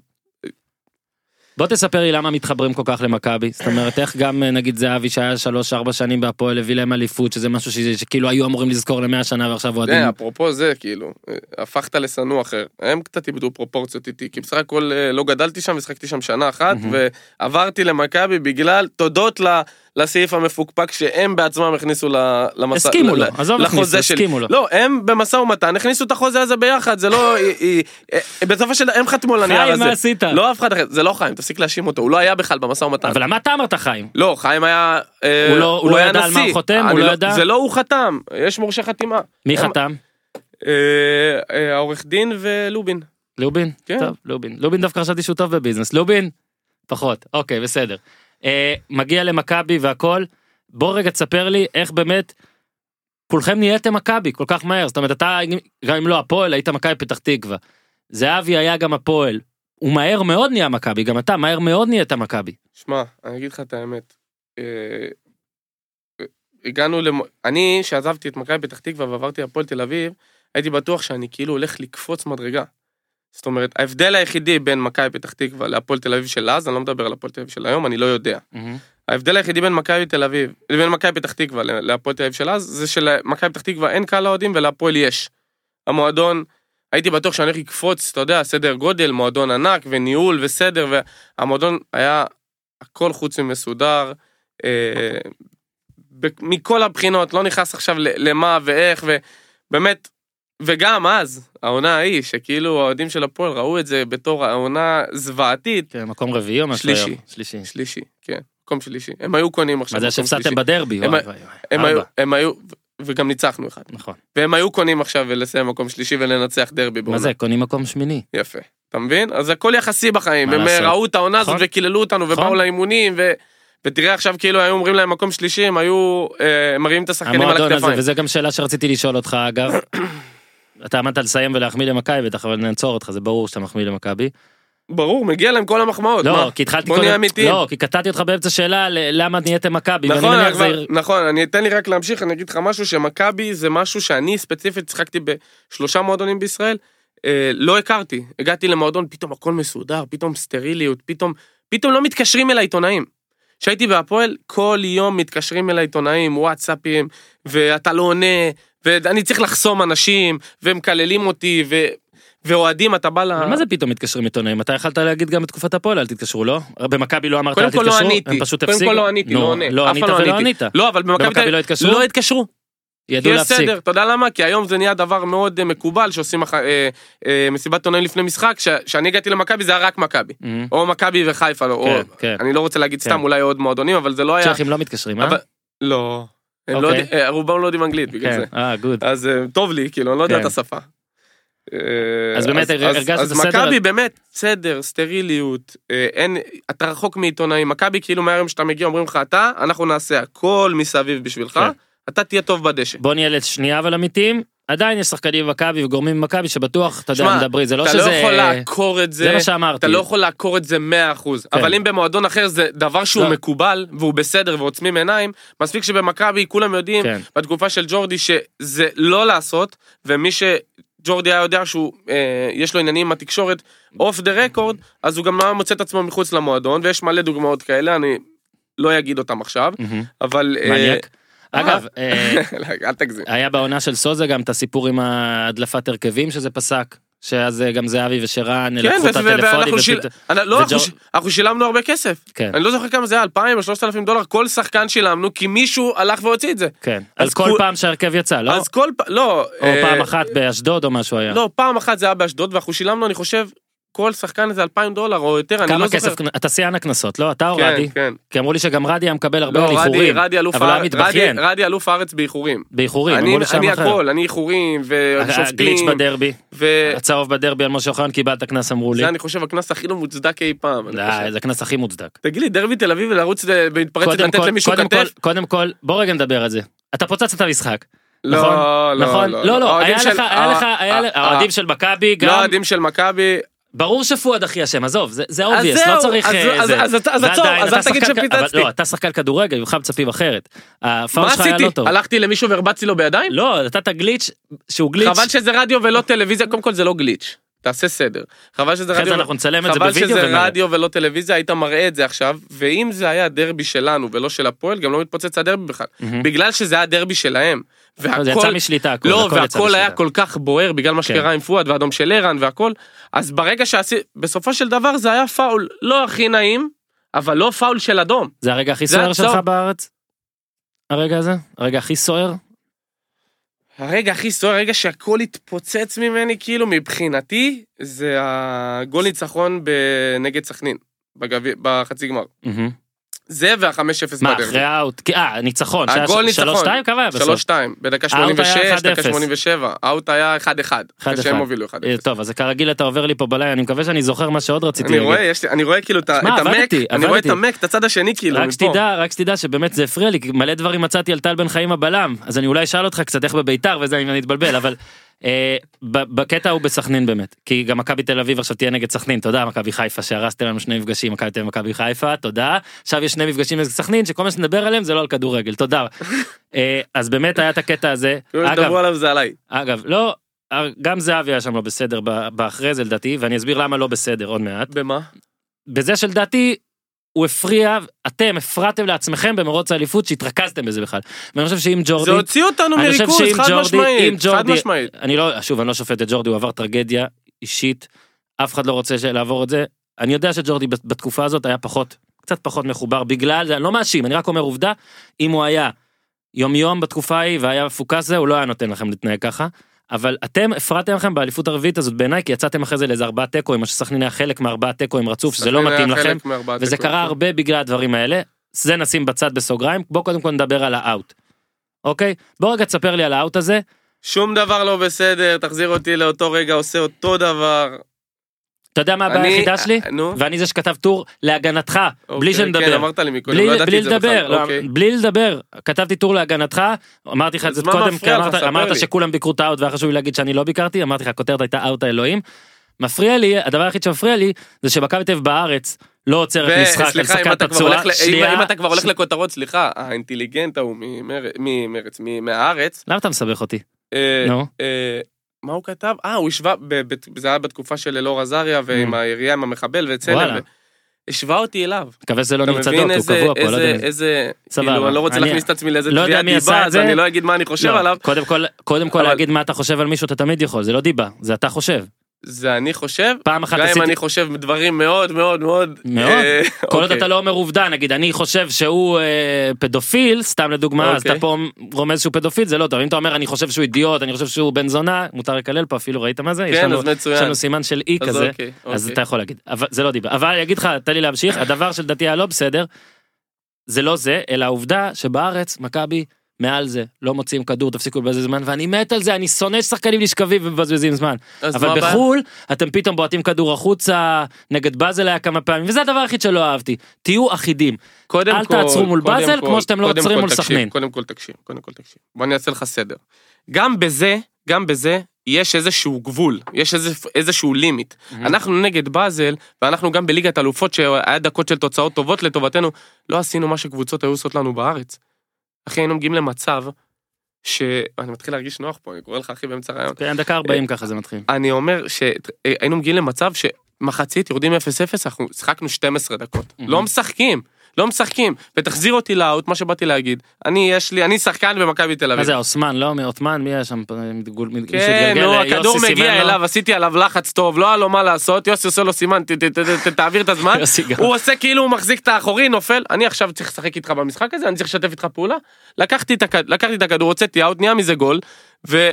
בוא תספר לי למה מתחברים כל כך למכבי, זאת אומרת איך גם אה, נגיד זהבי שהיה שלוש ארבע שנים בהפועל הביא להם אליפות שזה משהו ש- שכאילו היו אמורים לזכור למאה שנה ועכשיו אוהדים.
זה, אפרופו זה, כאילו, אה, הפכת לשנוא אחר. הם קצת איבדו פרופורציות איתי, כי בסך הכל אה, לא גדלתי שם, ושחקתי שם שנה אחת,
מהמם.
ועברתי למכבי בגלל, תודות ל- לסעיף המפוקפק שהם בעצמם הכניסו ל- למסע...
הסכימו
ל-
לו,
ל-
עזוב
לחוזה
הכניסו,
שלי.
הסכימו לו.
לא, הם במשא ומתן הכניסו את החוזה הזה ביחד, זה לא... היא- היא- אה, בסופו של דבר הם חתמו על הנייר
חיים,
הזה.
מה עשית?
לא אף אחד אחר, זה לא חיים, תפסיק להאשים אותו, הוא לא היה בכלל במשא ומתן.
אבל למה אתה אמרת חיים?
לא, חיים היה... אה,
הוא לא- הוא לא
היה
ידע על מה הוא
נשיא.
חותם? הוא
אני
לא ידע?
זה לא הוא חתם, יש מורשה חתימה.
מי
הם-
חתם?
אה, אה, העורך דין ולובין.
לובין?
כן.
טוב, לובין. לובין דווקא חשבתי שהוא טוב בביזנס. לובין? פחות. אוקיי, בסדר. אה, מגיע למכבי והכל. בוא רגע תספר לי איך באמת כולכם נהייתם מכבי כל כך מהר. זאת אומרת, אתה, גם אם לא הפועל, היית מכבי פתח תקווה. זהבי היה גם הפועל. הוא מהר מאוד נהיה מכבי, גם אתה מהר מאוד נהיית מכבי.
שמע, אני אגיד לך את האמת. אה, אה, הגענו למ... אני, שעזבתי את מכבי פתח תקווה ועברתי להפועל תל אביב, הייתי בטוח שאני כאילו הולך לקפוץ מדרגה. זאת אומרת, ההבדל היחידי בין מכבי פתח תקווה להפועל תל אביב של אז, אני לא מדבר על הפועל תל אביב של היום, אני לא יודע. ההבדל היחידי בין מכבי תל אביב, בין מכבי פתח תקווה ל- להפועל תל אביב של אז, זה שלמכבי פתח תקווה אין קהל אוהדים ולהפועל יש. המועדון, הייתי בטוח שאני הולך לקפוץ, אתה יודע, סדר גודל, מועדון ענק וניהול וסדר, והמועדון היה הכל חוץ ממסודר, אה, ב- מכל הבחינות, לא נכנס עכשיו ל- למה ואיך, ובאמת, וגם אז, העונה ההיא, שכאילו האוהדים של הפועל ראו את זה בתור העונה זוועתית,
כן, מקום רביעי או משהו
שלישי.
היום? שלישי.
שלישי, כן, מקום שלישי. הם היו קונים עכשיו
מה זה
מקום שלישי.
שהפסדתם בדרבי?
הם
וואי,
ה-
וואי, וואי.
הם היו,
ארבע.
הם היו, ו- וגם ניצחנו אחד.
נכון.
והם היו קונים עכשיו ולסיים מקום שלישי ולנצח דרבי בעונה.
מה זה, קונים מקום שמיני.
יפה. אתה מבין? אז הכל יחסי בחיים.
מה
הם אה,
לעשות?
ראו את העונה הזאת
נכון.
וקיללו אותנו ובאו
נכון.
לאימונים ו... ותראה עכשיו כאילו היו אומרים להם מקום שלישי, הם היו אה, מראים את השחקנים על
המועדון הזה,
הכתפיים.
וזה גם שאלה שרציתי לשאול אותך אגב. אתה עמדת לסיים ולהחמיא למכבי בטח, אבל נעצור אותך, זה ברור שאתה מחמיא למכבי.
ברור, מגיע להם כל המחמאות. מה?
לא, כי התחלתי
בוא נהיה אמיתיים.
לא, כי קטעתי אותך באמצע שאלה ל- למה נהייתם מכבי, ואני
נכון,
מניח
אני
זה...
כבר, נכון, אני אתן לי רק להמשיך, אני אגיד לך משהו שמכבי זה משהו שאני ספציפית שיחקתי בשלושה מועדונים בישראל, אה, לא הכרתי, הגעתי למועדון, פתאום הכל מסודר, פתאום סטריליות, פתאום, פתאום לא מתקשרים אל העיתונאים. כשהייתי בהפועל, כל יום מתקשרים אל העיתונאים, וואטסאפים, ואתה לא עונה, ואני צריך לחסום אנשים, ומקללים אותי, ו... ואוהדים, אתה בא ל...
אבל מה זה פתאום מתקשרים עיתונאים? אתה יכולת להגיד גם בתקופת הפועל אל תתקשרו, לא? במכבי לא אמרת אל
קודם כל
תתקשרו,
לא עניתי,
הם פשוט
קודם
הפסיקו.
כל לא עניתי,
נו,
לא עונה,
לא
אף
ענית
פעם
ולא ענית.
לא, אבל במכבי
במכבי לא התקשרו?
לא התקשרו.
ידעו
יש
להפסיק.
סדר, אתה יודע למה? כי היום זה נהיה דבר מאוד אה, מקובל שעושים אח- אה, אה, מסיבת עונאים לפני משחק, כשאני הגעתי למכבי זה היה רק מכבי,
אמ,
או מכבי וחיפה, לא, או,
כן, כן.
אני לא רוצה להגיד סתם
כן.
אולי עוד מועדונים, אבל זה לא היה,
צ'כים לא מתקשרים, אה?
אבל- לא, הם לא
אוקיי.
יודעים- אה, רובם לא יודעים אנגלית בגלל
כן,
זה.
אה, גוד.
אז אה, טוב לי, כאילו, אני לא יודע
כן.
את השפה. אה,
אז באמת, הרגשת את
אז
הסדר הזה?
מכבי באמת, סדר, סטריליות, אה, אין, אתה רחוק מעיתונאים. מכבי כאילו מהיום שאתה מגיע אומרים לך, אתה, אנחנו נעשה הכל מסביב בשבילך,
כן.
אתה תהיה טוב בדשא.
בוא נהיה לשנייה אבל אמיתיים, עדיין יש שחקנים במכבי וגורמים במכבי שבטוח, אתה יודע,
שמע,
מדברים, זה לא
אתה
שזה...
לא יכול לעקור את זה,
זה מה שאמרתי.
אתה לא יכול לעקור את זה 100%,
כן.
אבל אם במועדון אחר זה דבר שהוא
לא.
מקובל, והוא בסדר ועוצמים עיניים, מספיק שבמכבי כולם יודעים,
כן.
בתקופה של ג'ורדי, שזה לא לעשות, ומי שג'ורדי היה יודע שהוא, אה, יש לו עניינים עם התקשורת, אוף דה רקורד, אז הוא גם לא היה מוצא את עצמו מחוץ למועדון, ויש מלא דוגמאות כאלה, אני לא אגיד אותם עכשיו,
מהמם.
אבל... אה,
מניאק. אגב, אה,
אל תגזים.
היה בעונה של סוזה גם את הסיפור עם הדלפת הרכבים שזה פסק, שאז אה, גם זהבי ושרן
כן,
לקחו את
ו- ו-
הטלפונים.
ואנחנו שיל-
ופתאום-
אנ- לא, אנחנו
וג'ור-
ש- אנחנו שילמנו הרבה כסף.
כן,
אני לא זוכר כמה זה היה, 2,000 או 3,000 דולר, כל שחקן שילמנו, כי מישהו הלך והוציא את זה.
כן.
אז
אז כל
כול-
פעם שההרכב יצא, לא?
אז כל פעם, לא.
או
אה,
פעם אחת באשדוד או משהו היה.
לא, פעם אחת זה היה באשדוד, ואנחנו שילמנו, אני חושב, כל שחקן איזה 2,000 דולר או יותר, אני לא
כמה
זוכר.
כסף, אתה שיאן הקנסות, לא? אתה או
כן,
רדי?
כן.
כי אמרו לי שגם רדי היה מקבל הרבה על
לא, רדי,
איחורים.
רדי אלוף
אבל הוא היה
הארץ-
מתבכיין.
רדי- רדי אלוף הארץ באיחורים.
באיחורים,
אני
אמרו לי שם
אני
אחר. אה,
הכל, אני איחורים,
הגליץ'
ושופטים,
בדרבי,
ו-
הצהוב בדרבי על משה אוחנה קיבלת קנס אמרו לי.
זה אני חושב הקנס הכי לא מוצדק אי פעם. אני
לא,
חושב.
זה הקנס הכי מוצדק.
תגיד לי, דרבי תל אביב ולרוץ ל- בהתפרצת
קודם
לתת
כל,
למישהו
קודם כל,
כתף?
קודם כל, בוא רגע נדבר על זה. אתה פוצצת את המשחק.
לא,
נכון?
לא,
נכון? לא, לא,
האוהדים
היה
של-
לך, היה לך,
ה-
היה
ה-
לך, האוהדים של מכבי
לא
גם,
האוהדים של מכבי,
ברור שפואד הכי אשם, עזוב, זה- זה
אז
אובייס, לא
זהו,
צריך
אז-
אה,
אז-
זה.
אז אתה- אז
זה
עצור,
עדיין,
אז אל תגיד
שחקן- אבל
שפיצצתי.
לא, אתה שחקן כדורגל, ממך מצפים אחרת. הפאול
מה
שלך היה
עשיתי?
לא טוב.
הלכתי למישהו והרבצתי לו בידיים?
לא, נתת גליץ' שהוא לא גליץ'.
חבל שזה רדיו ולא טלוויזיה, קודם כל זה לא גליץ', תעשה סדר. חבל שזה
אחרי זה
רדיו...
אנחנו נצלם את זה
חבל
בווידאו.
שזה
ונראה.
רדיו ולא טלוויזיה, היית מראה את זה עכשיו, ואם זה היה דרבי שלנו ולא של הפועל, גם לא מתפוצץ הדרבי בכלל.
מהמם.
בגלל שזה היה דרבי שלהם.
לא, זה יצא
והכל...
משליטה, הכל, הכל
לא,
יצא כן.
והכל היה
משליטה.
כל כך בוער בגלל מה שקרה עם פואד והאדום של ערן והכל. אז ברגע שעשי... בסופו של דבר זה היה פאול לא הכי נעים, אבל לא פאול של אדום.
זה הרגע הכי
זה
סוער
הצהוב.
שלך בארץ? הרגע הזה? הרגע הכי סוער?
הרגע הכי סוער, הרגע שהכל התפוצץ ממני, כאילו, מבחינתי, זה הגול ניצחון ב- נגד סכנין, בגבי, בחצי גמר.
מהמם.
זה וה-5-0
מה,
בדרך.
אחרי האאוט? כי- אה, ניצחון. שהיה
הגול
ש-
ניצחון.
3-2? כמה היה בסוף?
3-2, בדקה
היה
86, דקה
1-0.
87, אאוט היה 1-1, אחרי
1-1.
שהם הובילו 1-0.
אה, טוב, אז כרגיל אתה עובר לי פה בלילה, אני מקווה שאני זוכר מה שעוד רציתי
אני
להגיד.
רואה, יש לי- אני רואה כאילו את ה-
שמע,
את המק,
עבדתי,
אני רואה את
עבדתי.
המק, את הצד השני כאילו,
רק
מפה.
שתדע, רק שתדע שבאמת זה הפריע לי, כי מלא דברים מצאתי על טל בן חיים הבלם, אז אני אולי אשאל אותך קצת איך בביתר וזה אם אני אתבלבל, אבל אה, ב- בקטע הוא בסכנין באמת, כי גם מכבי תל אביב עכשיו תהיה נגד סכנין, תודה מכבי חיפה שהרסתם לנו שני מפגשים, מכבי תל אביב ומכבי חיפה, תודה, עכשיו יש שני מפגשים נגד סכנין שכל מה שנדבר עליהם זה לא על כדורגל, תודה. אה, אז באמת היה את הקטע הזה,
כאילו,
אגב,
שדברו עליו זה עליי.
אגב, לא, גם זהבי היה שם לא בסדר ב- באחרי זה לדעתי, ואני אסביר למה לא בסדר עוד מעט.
במה?
בזה שלדעתי הוא הפריע, אתם הפרעתם לעצמכם במרוץ האליפות שהתרכזתם בזה בכלל. ואני חושב שאם
זה
ג'ורדי,
הוציא אותנו
אני חושב
מריכוז,
שאם
חד
ג'ורדי- אם
משמעית, חד
ג'ורדי-
משמעית.
אני לא, שוב, אני לא שופט את ג'ורדי, הוא עבר טרגדיה אישית, אף אחד לא רוצה ש- לעבור את זה. אני יודע שג'ורדי בת- בתקופה הזאת היה פחות, קצת פחות מחובר בגלל זה, אני לא מאשים, אני רק אומר עובדה, אם הוא היה יום יום בתקופה ההיא והיה מפוקס זה, הוא לא היה נותן לכם להתנהג ככה. אבל אתם הפרעתם לכם באליפות הרביעית הזאת בעיניי, כי יצאתם אחרי זה לאיזה ארבעה תיקואים, מה שסכנין היה חלק מארבעה תיקואים רצוף, שזה לא
סכנין היה
מתאים לכם.
חלק מארבעת
וזה
הגולים.
קרה הרבה בגלל הדברים האלה, זה נשים בצד בסוגריים, בוא קודם כל נדבר על האאוט. אוקיי? בוא רגע תספר לי על האאוט הזה,
שום דבר לא בסדר, תחזיר אותי לאותו רגע, עושה אותו דבר.
אתה יודע מה הבעיה
אני- אה,
היחידה שלי?
נו.
ואני זה שכתב טור להגנתך, בלי
אוקיי, כן,
שנדבר.
אמרת לי מקודם,
בלי,
לא ידעתי
בלי
את זה
לדבר,
בכלל.
לא,
אוקיי.
בלי לדבר, כתבתי טור להגנתך, אמרתי לך את
אז
זה
מה
קודם, כי
מפריע לך?
אמרת,
ספר
אמרת
לי.
שכולם ביקרו את האאוט והיה חשוב לי להגיד שאני לא ביקרתי, אמרתי לך הכותרת הייתה אאוט האלוהים. מפריע לי, הדבר היחיד שמפריע לי זה שמכבי תל אביב בארץ לא עוצרת משחק על
וסליחה, אם
שחקן
אתה כבר
פצוע,
הולך ל- אם-
שנייה,
אם אתה כבר הולך
שנייה.
לכותרות, סליחה, האינטליגנט ההוא ממר- ממרץ, מ- מהארץ,
למה אתה מסבך אותי?
אה,
נו.
אה, מה הוא כתב? אה, הוא השווה, ב- ב- זה היה בתקופה של אלאור עזריה ועם
Mm.
העירייה, עם המחבל
וואלה.
וצלם. ו- השווה אותי אליו.
מקווה שזה לא
אתה
נרצה
מבין
דוק, הוא
איזה,
קבוע פה, לא יודע.
איזה,
מי-
איזה,
סבבה.
כאילו, אני לא רוצה
אני-
להכניס את עצמי לאיזה
לא יודע
תביעת
מי עשה
דיבה,
את
אז
זה.
אני לא אגיד מה אני חושב
לא,
עליו.
קודם כל, קודם כל
אבל-
להגיד מה אתה חושב על מישהו אתה תמיד יכול, זה לא דיבה, זה אתה חושב.
זה אני חושב,
פעם אחת
גם אם
עשיתי,
אני חושב דברים מאוד מאוד מאוד...
מאוד.
אה,
כל עוד
אוקיי.
אתה לא אומר עובדה, נגיד אני חושב שהוא אה, פדופיל, סתם לדוגמה, אז אתה
אוקיי.
פה רומז שהוא פדופיל, זה לא טוב. אם אתה אומר אני חושב שהוא אידיוט, אני חושב שהוא בן זונה, מותר לקלל פה אפילו, ראית מה זה? יש
כן,
לנו-
אז
יש
מצוין.
לנו סימן של אי
אז
כזה,
אוקיי,
אז
אוקיי.
אתה יכול להגיד, אבל זה לא דיבה. אבל אני אגיד לך, תן לי להמשיך, הדבר שלדעתי היה לא בסדר, זה לא זה, אלא העובדה שבארץ מכבי מעל זה, לא מוציאים כדור, תפסיקו לבזבז זמן, ואני מת על זה, אני שונא ששחקנים נשכבים ומבזבזים זמן.
אז מה
אבל
הבעיה?
בחו"ל, אתם פתאום בועטים כדור החוצה, נגד באזל היה כמה פעמים, וזה הדבר היחיד שלא אהבתי. תהיו אחידים.
קודם
אל
כל,
תעצרו מול
קודם
באזל
כל-
כמו שאתם לא
קודם
עוצרים
כל
מול
תקשיב,
סכנין.
קודם כל תקשיב, קודם כל תקשיב. בוא אני אעשה לך סדר. גם בזה, גם בזה, יש איזשהו גבול, יש איזה, איזשהו לימיט. אנחנו נגד באזל, ואנחנו גם בליגת אלופות, שהיה דקות של תוצאות טובות לטובתנו, לא עשינו מה שקבוצות היו עושות לנו בארץ. אחי, היינו מגיעים למצב ש... אני מתחיל להרגיש נוח פה, אני קורא לך אחי באמצע הרעיון.
כן, דקה
אה,
40 ככה זה מתחיל.
אני אומר שהיינו מגיעים למצב שמחצית יורדים 0-0, אנחנו שיחקנו 12 דקות.
Mhm.
לא משחקים, לא משחקים. ותחזיר אותי לאוט, מה שבאתי להגיד. אני, יש לי, אני שחקן במכבי תל
מה
אביב.
זה, עות'מן, לא? מעות'מן? מי היה שם? אה, מתגול- מת-
אה. כן,
שהתגלגל, אה,
נו,
יוסי
הכדור
סימן לא?
מגיע
לו?
אליו, עשיתי עליו לחץ טוב, לא היה לו מה לעשות, יוסי עושה לו סימן, "ת- ת- ת- ת- תעביר את הזמן.
יוסי גם.
הוא עושה כאילו הוא מחזיק את האחורי, נופל, אני עכשיו צריך לשחק איתך במשחק הזה, אני צריך לשתף איתך פעולה. לקחתי את הכ- לקחתי את הכדור, הוצאתי אאוט, נהיה מזה גול, והם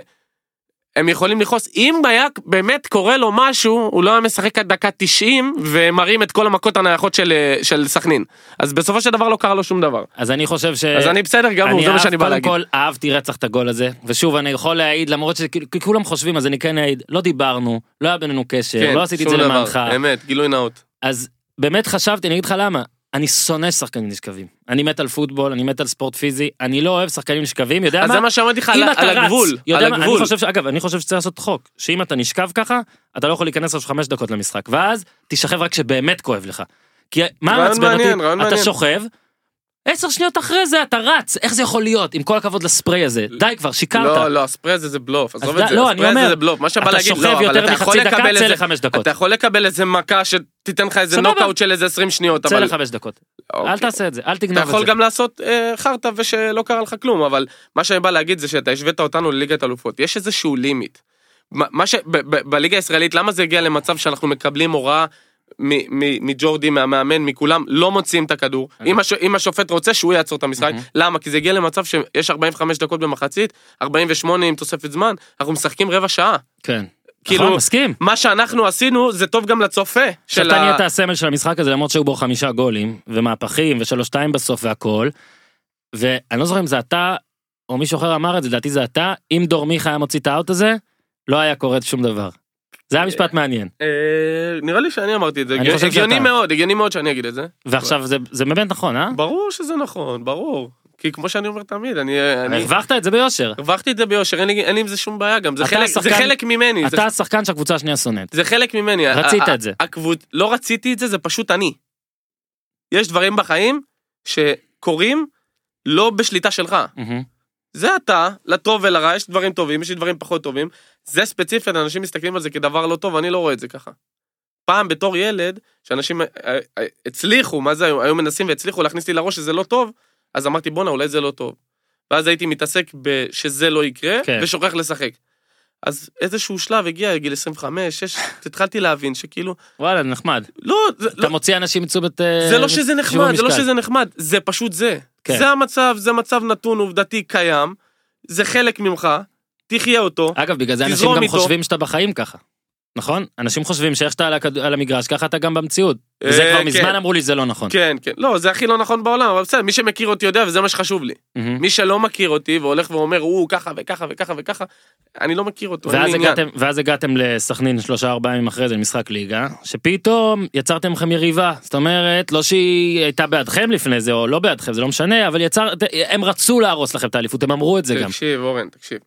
יכולים לכעוס. אם היה באמת קורה לו משהו, הוא לא היה משחק עד דקה 90, ומרים את כל המכות הנייחות של, אה, של סכנין. אז בסופו של דבר לא קרה לו שום דבר.
אז אני חושב ש...
אז אני בסדר גמור,
אה, אני
זה מה
אהב-
שאני בא
קודם
להגיד.
כל אהבתי רצח את הגול הזה, ושוב אני יכול להעיד למרות שכולם חושבים אז אני כן אעיד, לא דיברנו, לא היה בינינו קשר,
כן,
לא עשיתי את זה
שום דבר,
למענך,
אמת, גילוי נאות.
אז באמת חשבתי, אני אגיד לך למה, אני שונא שחקנים נשכבים, אני מת על פוטבול, אני מת על ספורט פיזי, אני לא אוהב שחקנים נשכבים, יודע
אז זה
מה?
מה שאמרתי לך, על
אם
ה-
אתה
על
רץ,
הגבול, על
יודע מה, אני
הגבול.
חושב, ש- אגב, אני חושב שצריך לעשות חוק, שאם אתה נשכב ככה, אתה לא יכול להיכנס עכשיו חמש דקות למשחק, ואז תשכב רק כשבאמת כואב לך. כי מה
רעיון
מעצבן אותי?
מעניין, רעיון
אתה
מעניין.
שוכב, עשר שניות אחרי זה אתה רץ, איך זה יכול להיות? עם כל הכבוד לספריי הזה, די כבר,
לא,
שיקרת.
לא, הספרי הזה זה בלוף, עזוב
ד-
את זה,
לא,
הספרי
אני
הזה
אומר,
זה בלוף, מה שבא
אתה
להגיד,
שוכב
לא, אבל
יותר
אתה יכול
מחצי דקה,
לקבל
צא
איזה,
לחמש דקות.
אתה יכול לקבל איזה מכה שתיתן לך איזה
סבבה.
נוקאוט של איזה 20 שניות,
צא
אבל...
לחמש דקות,
אוקיי.
אל תעשה את זה, אל
אתה
תגנב
יכול
את זה.
גם לעשות אה, חרטא ושלא קרה לך כלום, אבל מה שאני בא להגיד זה שאתה השווית אותנו לליגת אלופות, יש איזשהו לימיט. מה מה ש... ב- ב- בליגה הישראלית, למה זה הגיע למצב שאנחנו מקבלים הוראה מ- מ- מג'ורדי, מהמאמן, מכולם, לא מוציאים את הכדור.
אוקיי.
אם הש- אם השופט רוצה, שהוא יעצור את המשחק. למה? כי זה הגיע למצב שיש 45 דקות במחצית, 48 עם תוספת זמן, אנחנו משחקים רבע שעה.
כן. נכון,
כאילו,
מסכים.
מה שאנחנו עשינו זה טוב גם לצופה.
עכשיו
של
אתה
ה-
נהיית הסמל של המשחק הזה למרות שהיו בו חמישה גולים ומהפכים ושלוש שתיים בסוף והכל. ואני לא זוכר אם זה אתה או מישהו אחר אמר את זה לדעתי זה אתה אם דור מיכה היה מוציא את האאוט הזה לא היה קורה שום דבר. זה היה משפט מעניין
אה, נראה לי שאני אמרתי את זה,
אני חושב
הגיוני
שאתה.
מאוד, הגיוני מאוד שאני אגיד את זה.
ועכשיו זה זה באמת נכון אה?
ברור שזה נכון, ברור. כי כמו שאני אומר תמיד, אני... אני...
הרווחת את זה ביושר.
הרווחתי את זה ביושר, אין לי, אין לי עם זה שום בעיה גם, זה,
אתה
חלק,
השחקן-
זה חלק ממני, זה,
אתה השחקן שהקבוצה השנייה שונאת.
זה חלק ממני.
רצית
ה- ה-
את זה.
הקבוצ... לא רציתי את זה, זה פשוט אני. יש דברים בחיים שקורים לא בשליטה שלך.
מהמם.
זה אתה, לטוב ולרע, יש דברים טובים, יש לי דברים פחות טובים. זה ספציפית, אנשים מסתכלים על זה כדבר לא טוב, אני לא רואה את זה ככה. פעם בתור ילד, שאנשים אה, אה, הצליחו, מה זה, היו היו מנסים והצליחו להכניס לי לראש שזה לא טוב, אז אמרתי, בואנה, אולי זה לא טוב. ואז הייתי מתעסק בשזה לא יקרה,
כן.
כן. ושוכח לשחק. אז איזשהו שלב הגיע, גיל 25, 6, התחלתי להבין שכאילו,
וואלה נחמד.
לא, זה,
אתה
לא,
מוציא אנשים מתשומת.
זה לא שזה נחמד, זה לא שזה נחמד, זה פשוט זה.
אה, כן.
זה המצב, זה מצב נתון עובדתי קיים, זה חלק ממך, תחיה אותו.
אגב בגלל זה אנשים
תזרום
גם
איתו.
חושבים שאתה בחיים ככה. נכון? אנשים חושבים שאיך שאתה על הכד- על המגרש ככה אתה גם במציאות. וזה
אה,
כבר
כן.
מזמן אמרו לי שזה לא נכון.
כן, כן. לא, זה הכי לא נכון בעולם, אבל בסדר, מי שמכיר אותי יודע, וזה מה שחשוב לי.
מהמם.
מי שלא מכיר אותי והולך ואומר, הוא ככה וככה וככה וככה, אני לא מכיר אותו, אין לי
ואז
עניין.
הגעתם, ואז הגעתם לסכנין שלושה ארבעה ימים אחרי זה משחק ליגה, שפתאום יצרתם לכם יריבה, זאת אומרת לא שהיא הייתה בעדכם לפני זה או לא בעדכם זה לא משנה, אבל יצר, הם רצו להרוס לכם את האליפות, הם אמרו את זה גם,
תקשיב, אורן, תקשיב.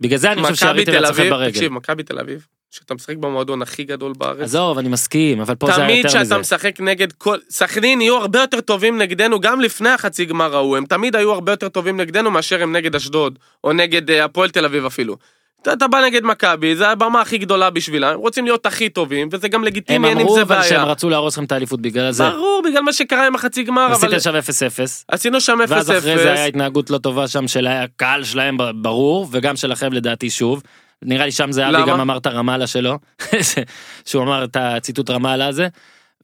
בגלל זה אני חושב
אה, מכבי
שיריתם
תל
לעצמכם
אביב,
ברגל.
תקשיב, מכבי תל אביב, שאתה משחק במועדון הכי גדול בארץ,
עזוב אני מסכים, אבל פה זה היה
תמיד
יותר מזה.
כשאתה משחק נגד כל... סכנין יהיו הרבה יותר טובים נגדנו, גם לפני החצי גמר ההוא, הם תמיד היו הרבה יותר טובים נגדנו מאשר הם נגד אשדוד, או נגד אה, הפועל תל אביב אפילו. אתה, אתה בא נגד מכבי, זו הבמה הכי גדולה בשבילם, הם רוצים להיות הכי טובים, וזה גם
הם
לגיטימי, אין עם
אמרו
זה
אבל שהם
בעיה.
רצו להרוס לכם את האליפות בגלל זה.
ברור, בגלל מה שקרה עם החצי גמר, אבל
עשיתם שם 0-0,
עשינו שם 0-0.
ואז אחרי זה היה התנהגות לא טובה שם של הקהל שלהם ב- ברור, וגם שלכם לדעתי שוב. נראה לי שם זהבי
למה?
גם אמר את הרמאללה שלו, שהוא אמר את הציטוט רמאללה הזה.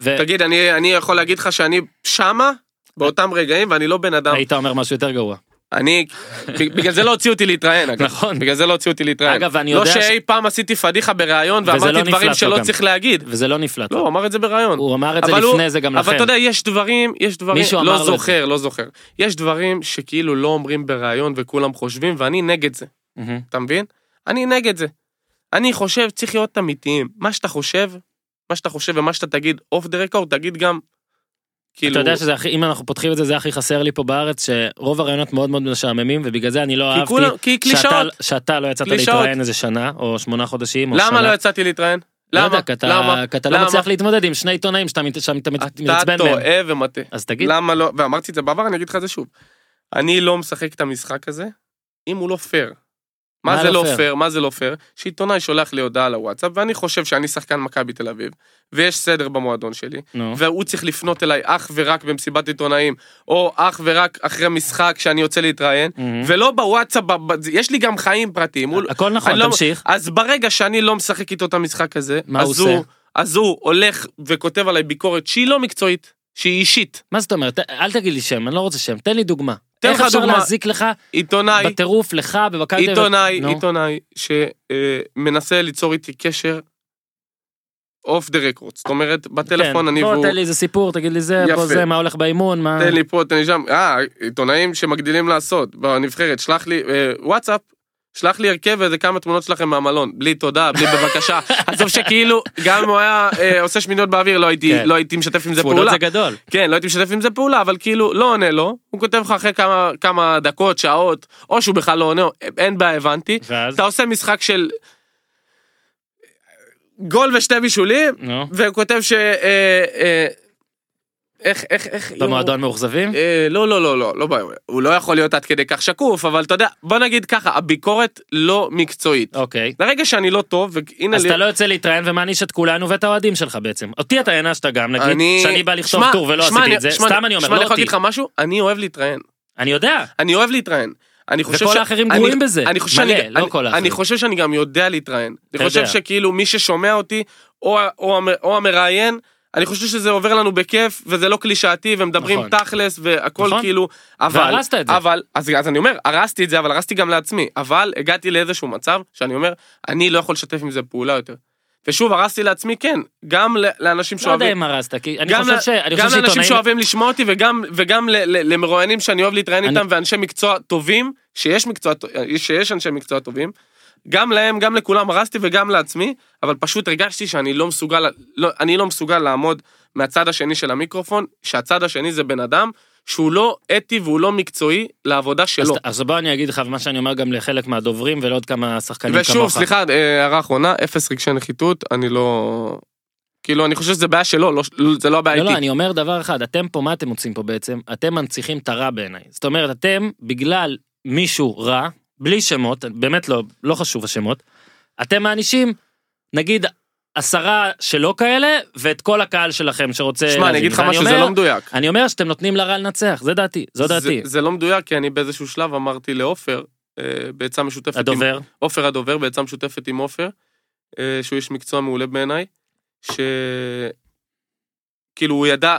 ו-
תגיד, אני, אני יכול להגיד לך שאני שמה, באותם רגעים, ואני לא בן אדם כן.
היית אומר משהו יותר גרוע.
אני, בגלל זה לא הוציאו אותי להתראיין, אגב.
נכון.
בגלל זה לא הוציאו אותי להתראיין.
אגב, ואני
לא
יודע ש-
שאי פעם עשיתי פדיחה בריאיון
וזה לא
ואמרתי
נפלט לו
דברים שלא
גם.
צריך להגיד.
וזה לא נפלט.
לא, הוא אמר את זה בריאיון.
הוא אמר את זה
אבל הוא-
לפני זה גם
אבל
לכם.
אתה יודע, יש דברים, יש דברים,
מישהו אמר
לא
לו את
זוכר, לא זוכר. יש דברים שכאילו לא אומרים בריאיון וכולם חושבים, ואני נגד זה,
מהמם.
אתה מבין? אני נגד זה. אני חושב, צריך להיות אמיתיים. מה שאתה חושב, מה שאתה חושב ומה שאתה תגיד אוף דה רקורד, תגיד גם, כאילו...
אתה יודע שזה הכי, אם אנחנו פותחים את זה, זה הכי חסר לי פה בארץ, שרוב הרעיונות מאוד מאוד משעממים, ובגלל זה אני לא
כי
אהבתי
כולם- כי
שאתה,
קלישאות.
שאתה לא יצאת
קלישאות.
להתראיין איזה שנה, או שמונה חודשים, או שנה.
למה לא יצאתי להתראיין?
לא
למה?
יודע, כי אתה-
למה?
כי אתה לא
למה?
מצליח להתמודד עם שני עיתונאים שאתה מת- שאתה מת-
אתה
מתעצבן מהם.
טועה ומטעה.
אז תגיד,
למה לא, ואמרתי את זה בעבר, אני אגיד לך את זה שוב. אני לא משחק את המשחק הזה, אם הוא לא פייר. מה זה לא פייר? מה זה לא פייר? שעיתונאי שולח לי הודעה לוואטסאפ, ואני חושב שאני שחקן מכבי תל אביב, ויש סדר במועדון שלי,
נו.
והוא צריך לפנות אליי אך ורק במסיבת עיתונאים, או אך ורק אחרי משחק שאני יוצא להתראיין,
מהמם.
ולא בוואטסאפ, ב- ב- יש לי גם חיים פרטיים. הוא-
הכל
אני
נכון,
לא-
תמשיך.
אז ברגע שאני לא משחק איתו את המשחק הזה,
מה
אז
הוא עושה?
אז הוא הולך וכותב עליי ביקורת שהיא לא מקצועית, שהיא אישית.
מה זאת אומרת? אל תגיד לי שם, אני לא רוצה שם, תן לי דוגמה.
תן
איך
לך
אפשר
דוגמה.
להזיק לך
עיתונאי,
בטירוף, לך, במכבי... תל אביב?
עיתונאי,
נו.
עיתונאי שמנסה ליצור איתי קשר אוף דה רקורד. זאת אומרת, בטלפון
כן,
אני
בוא
והוא,
תן לי איזה סיפור, תגיד לי זה,
יפה.
בוא זה, מה הולך באימון, מה...
תן לי פה, תן לי שם, אה, עיתונאים שמגדילים לעשות בנבחרת, שלח לי אה, וואטסאפ. שלח לי הרכב ואיזה כמה תמונות שלכם מהמלון, בלי תודה, בלי בבקשה. עזוב שכאילו, גם אם הוא היה אה, עושה שמיניות באוויר, לא הייתי,
כן.
לא הייתי משתף עם זה
תמונות
פעולה.
זה גדול.
כן, לא הייתי משתף עם זה פעולה, אבל כאילו, לא עונה לו, הוא כותב לך אחרי כמה, כמה דקות, שעות, או שהוא בכלל לא עונה, או- אין בעיה, הבנתי.
ואז?
אתה עושה משחק של גול ושתי בישולים,
נו.
והוא כותב ש... אה, אה, איך, איך, איך...
במועדון מאוכזבים?
אה, לא, לא, לא, לא, לא, בעיה. הוא לא יכול להיות עד כדי כך שקוף, אבל אתה יודע, בוא נגיד ככה, הביקורת לא מקצועית.
אוקיי.
לרגע שאני לא טוב, והנה
אז
לי...
אתה לא יוצא להתראיין ומעניש את כולנו ואת האוהדים שלך בעצם. אותי אתה הענשת גם, נגיד,
אני...
לא- שאני בא לכתוב
שמע,
טור ולא
שמע,
עשיתי את זה,
שמע,
סתם אני אומר,
שמע,
לא
יכול
אותי.
להגיד לך משהו? אני אוהב להתראיין.
אני יודע,
אני אוהב להתראיין. אני חושב
וכל
ש-
האחרים
אני-
גרועים בזה.
אני חושב
מלא,
שאני-
לא
אני-
כל האחרים.
אני חושב שאני גם יודע להתראיין.
אתה
אני חושב
יודע.
שכאילו מי ששומע אותי, או ה- או המ- או המראיין, אני חושב שזה עובר לנו בכיף, וזה לא קלישאתי, ומדברים
נכון.
תכלס, והכל
נכון.
כאילו... אבל-
והרסת את זה.
אבל, אז אז אני אומר, הרסתי את זה, אבל הרסתי גם לעצמי. אבל הגעתי לאיזשהו מצב שאני אומר, אני לא יכול לשתף עם זה פעולה יותר. ושוב, הרסתי לעצמי, כן, גם ל- לאנשים
לא יודע
שאוהבים...
אם הרסת, כי אני
גם
חושב
ל-
ש... אני
גם
חושב
לאנשים
שעיתונאים...
שאוהבים לשמוע אותי וגם, וגם ל- ל- למרואיינים שאני אוהב להתראיין
אני-
איתם ואנשי מקצוע טובים, שיש, מקצוע, שיש אנשי מקצוע טובים, גם להם, גם לכולם הרסתי וגם לעצמי, אבל פשוט הרגשתי שאני לא מסוגל, לא, אני לא מסוגל לעמוד מהצד השני של המיקרופון, שהצד השני זה בן אדם שהוא לא אתי והוא לא מקצועי לעבודה
אז-
שלו.
אז בוא אני אגיד לך מה שאני אומר גם לחלק מהדוברים ולעוד כמה שחקנים כמוך.
ושוב, סליחה, אה, הערה אחרונה, אפס רגשי נחיתות, אני לא... כאילו, אני חושב שזה בעיה שלו, לא, זה לא הבעיה
לא,
איתי.
לא, אני אומר דבר אחד, אתם פה, מה אתם עושים פה בעצם? אתם מנציחים את הרע בעיניי. זאת אומרת, אתם, בגלל מישהו רע, בלי שמות, באמת לא, לא חשוב השמות, אתם מענישים, נגיד, עשרה שלא כאלה, ואת כל הקהל שלכם שרוצה...
שמע, אני
להבין.
אגיד לך
ואני
משהו, זה
אומר-
לא מדויק.
אני אומר שאתם נותנים לרע לנצח, זה דעתי, זו דעתי.
זה, זה לא מדויק, כי אני באיזשהו שלב אמרתי לעופר, אה, בעצה משותפת עם...
הדובר,
עופר הדובר, בעצה משותפת עם עופר, אה, שהוא איש מקצוע מעולה בעיניי, ש... כאילו, הוא ידע,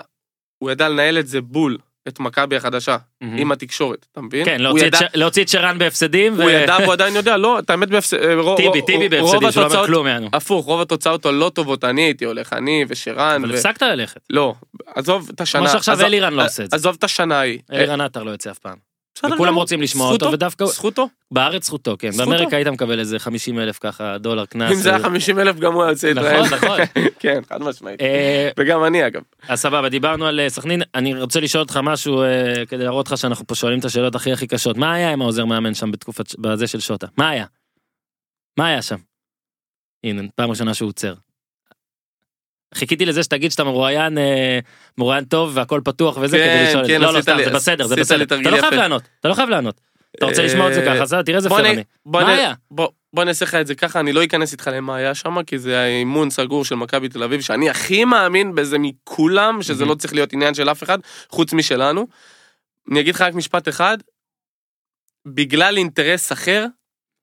הוא ידע לנהל את זה בול, את מכבי החדשה,
מהמם.
עם התקשורת, אתה מבין?
כן,
הוא
להוציא את
ידע-
ש- להוציא את שרן בהפסדים,
הוא ידע והוא עדיין יודע, לא, את האמת בהפסד... אה, רוב-
וטיבי,
רוב-
טיבי
רוב
בהפסדים, שלא אומר
התוצאות- כן,
כלום יענו.
הפוך, רוב התוצאות הלא טובות, אני הייתי הולך, אני ושרן.
אבל
ו- כן,
הפסקת ללכת,
לא, עזוב את השנה.
כמו שעכשיו
עזוב-
אלירן לא עושה את זה.
עזוב את השנה ההיא.
אלירן עטר לא יוצא אף פעם.
בסדר
וכולם
גמור.
רוצים לשמוע אותו,
לא. זכותו,
ודווקא-
זכותו.
בארץ זכותו, כן.
זכותו.
באמריקה היית מקבל איזה 50 אלף ככה דולר קנס.
אם זה היה
איזה-
50 אלף גם הוא היה יוצא
נכון,
ישראל.
נכון.
כן, חד משמעית.
אה,
וגם אני אגב.
אז סבבה, דיברנו על אה, סכנין, אני רוצה לשאול אותך משהו אה, כדי להראות לך שאנחנו פה שואלים את השאלות הכי הכי קשות. מה היה עם העוזר מאמן שם בתקופת, ש- בזה של שוטה? מה היה? מה היה שם? הנה, פעם ראשונה שהוא עוצר. חיכיתי לזה שתגיד שאתה מרואיין, אה, מרואיין טוב והכל פתוח וזה
כן,
כדי לשאול. את זה.
כן,
לא, לא,
עשית
סתם,
לי-
זה בסדר, זה
עשית לי
בסדר. אתה
תרגיל
לא חייב
יפה.
לענות, אתה לא חייב לענות. אתה רוצה לשמוע את זה
אה,
ככה, סבבה, תראה איזה
בוא
פייר
נ-
אני.
בוא
מה
נ-
היה?
בוא- בוא נעשה לך את זה ככה, אני לא אכנס איתך למה היה שם, כי זה היה אימון סגור של מכבי תל אביב, שאני הכי מאמין בזה מכולם, שזה
Mhm.
לא צריך להיות עניין של אף אחד, חוץ משלנו. אני אגיד לך רק משפט אחד, בגלל אינטרס אחר,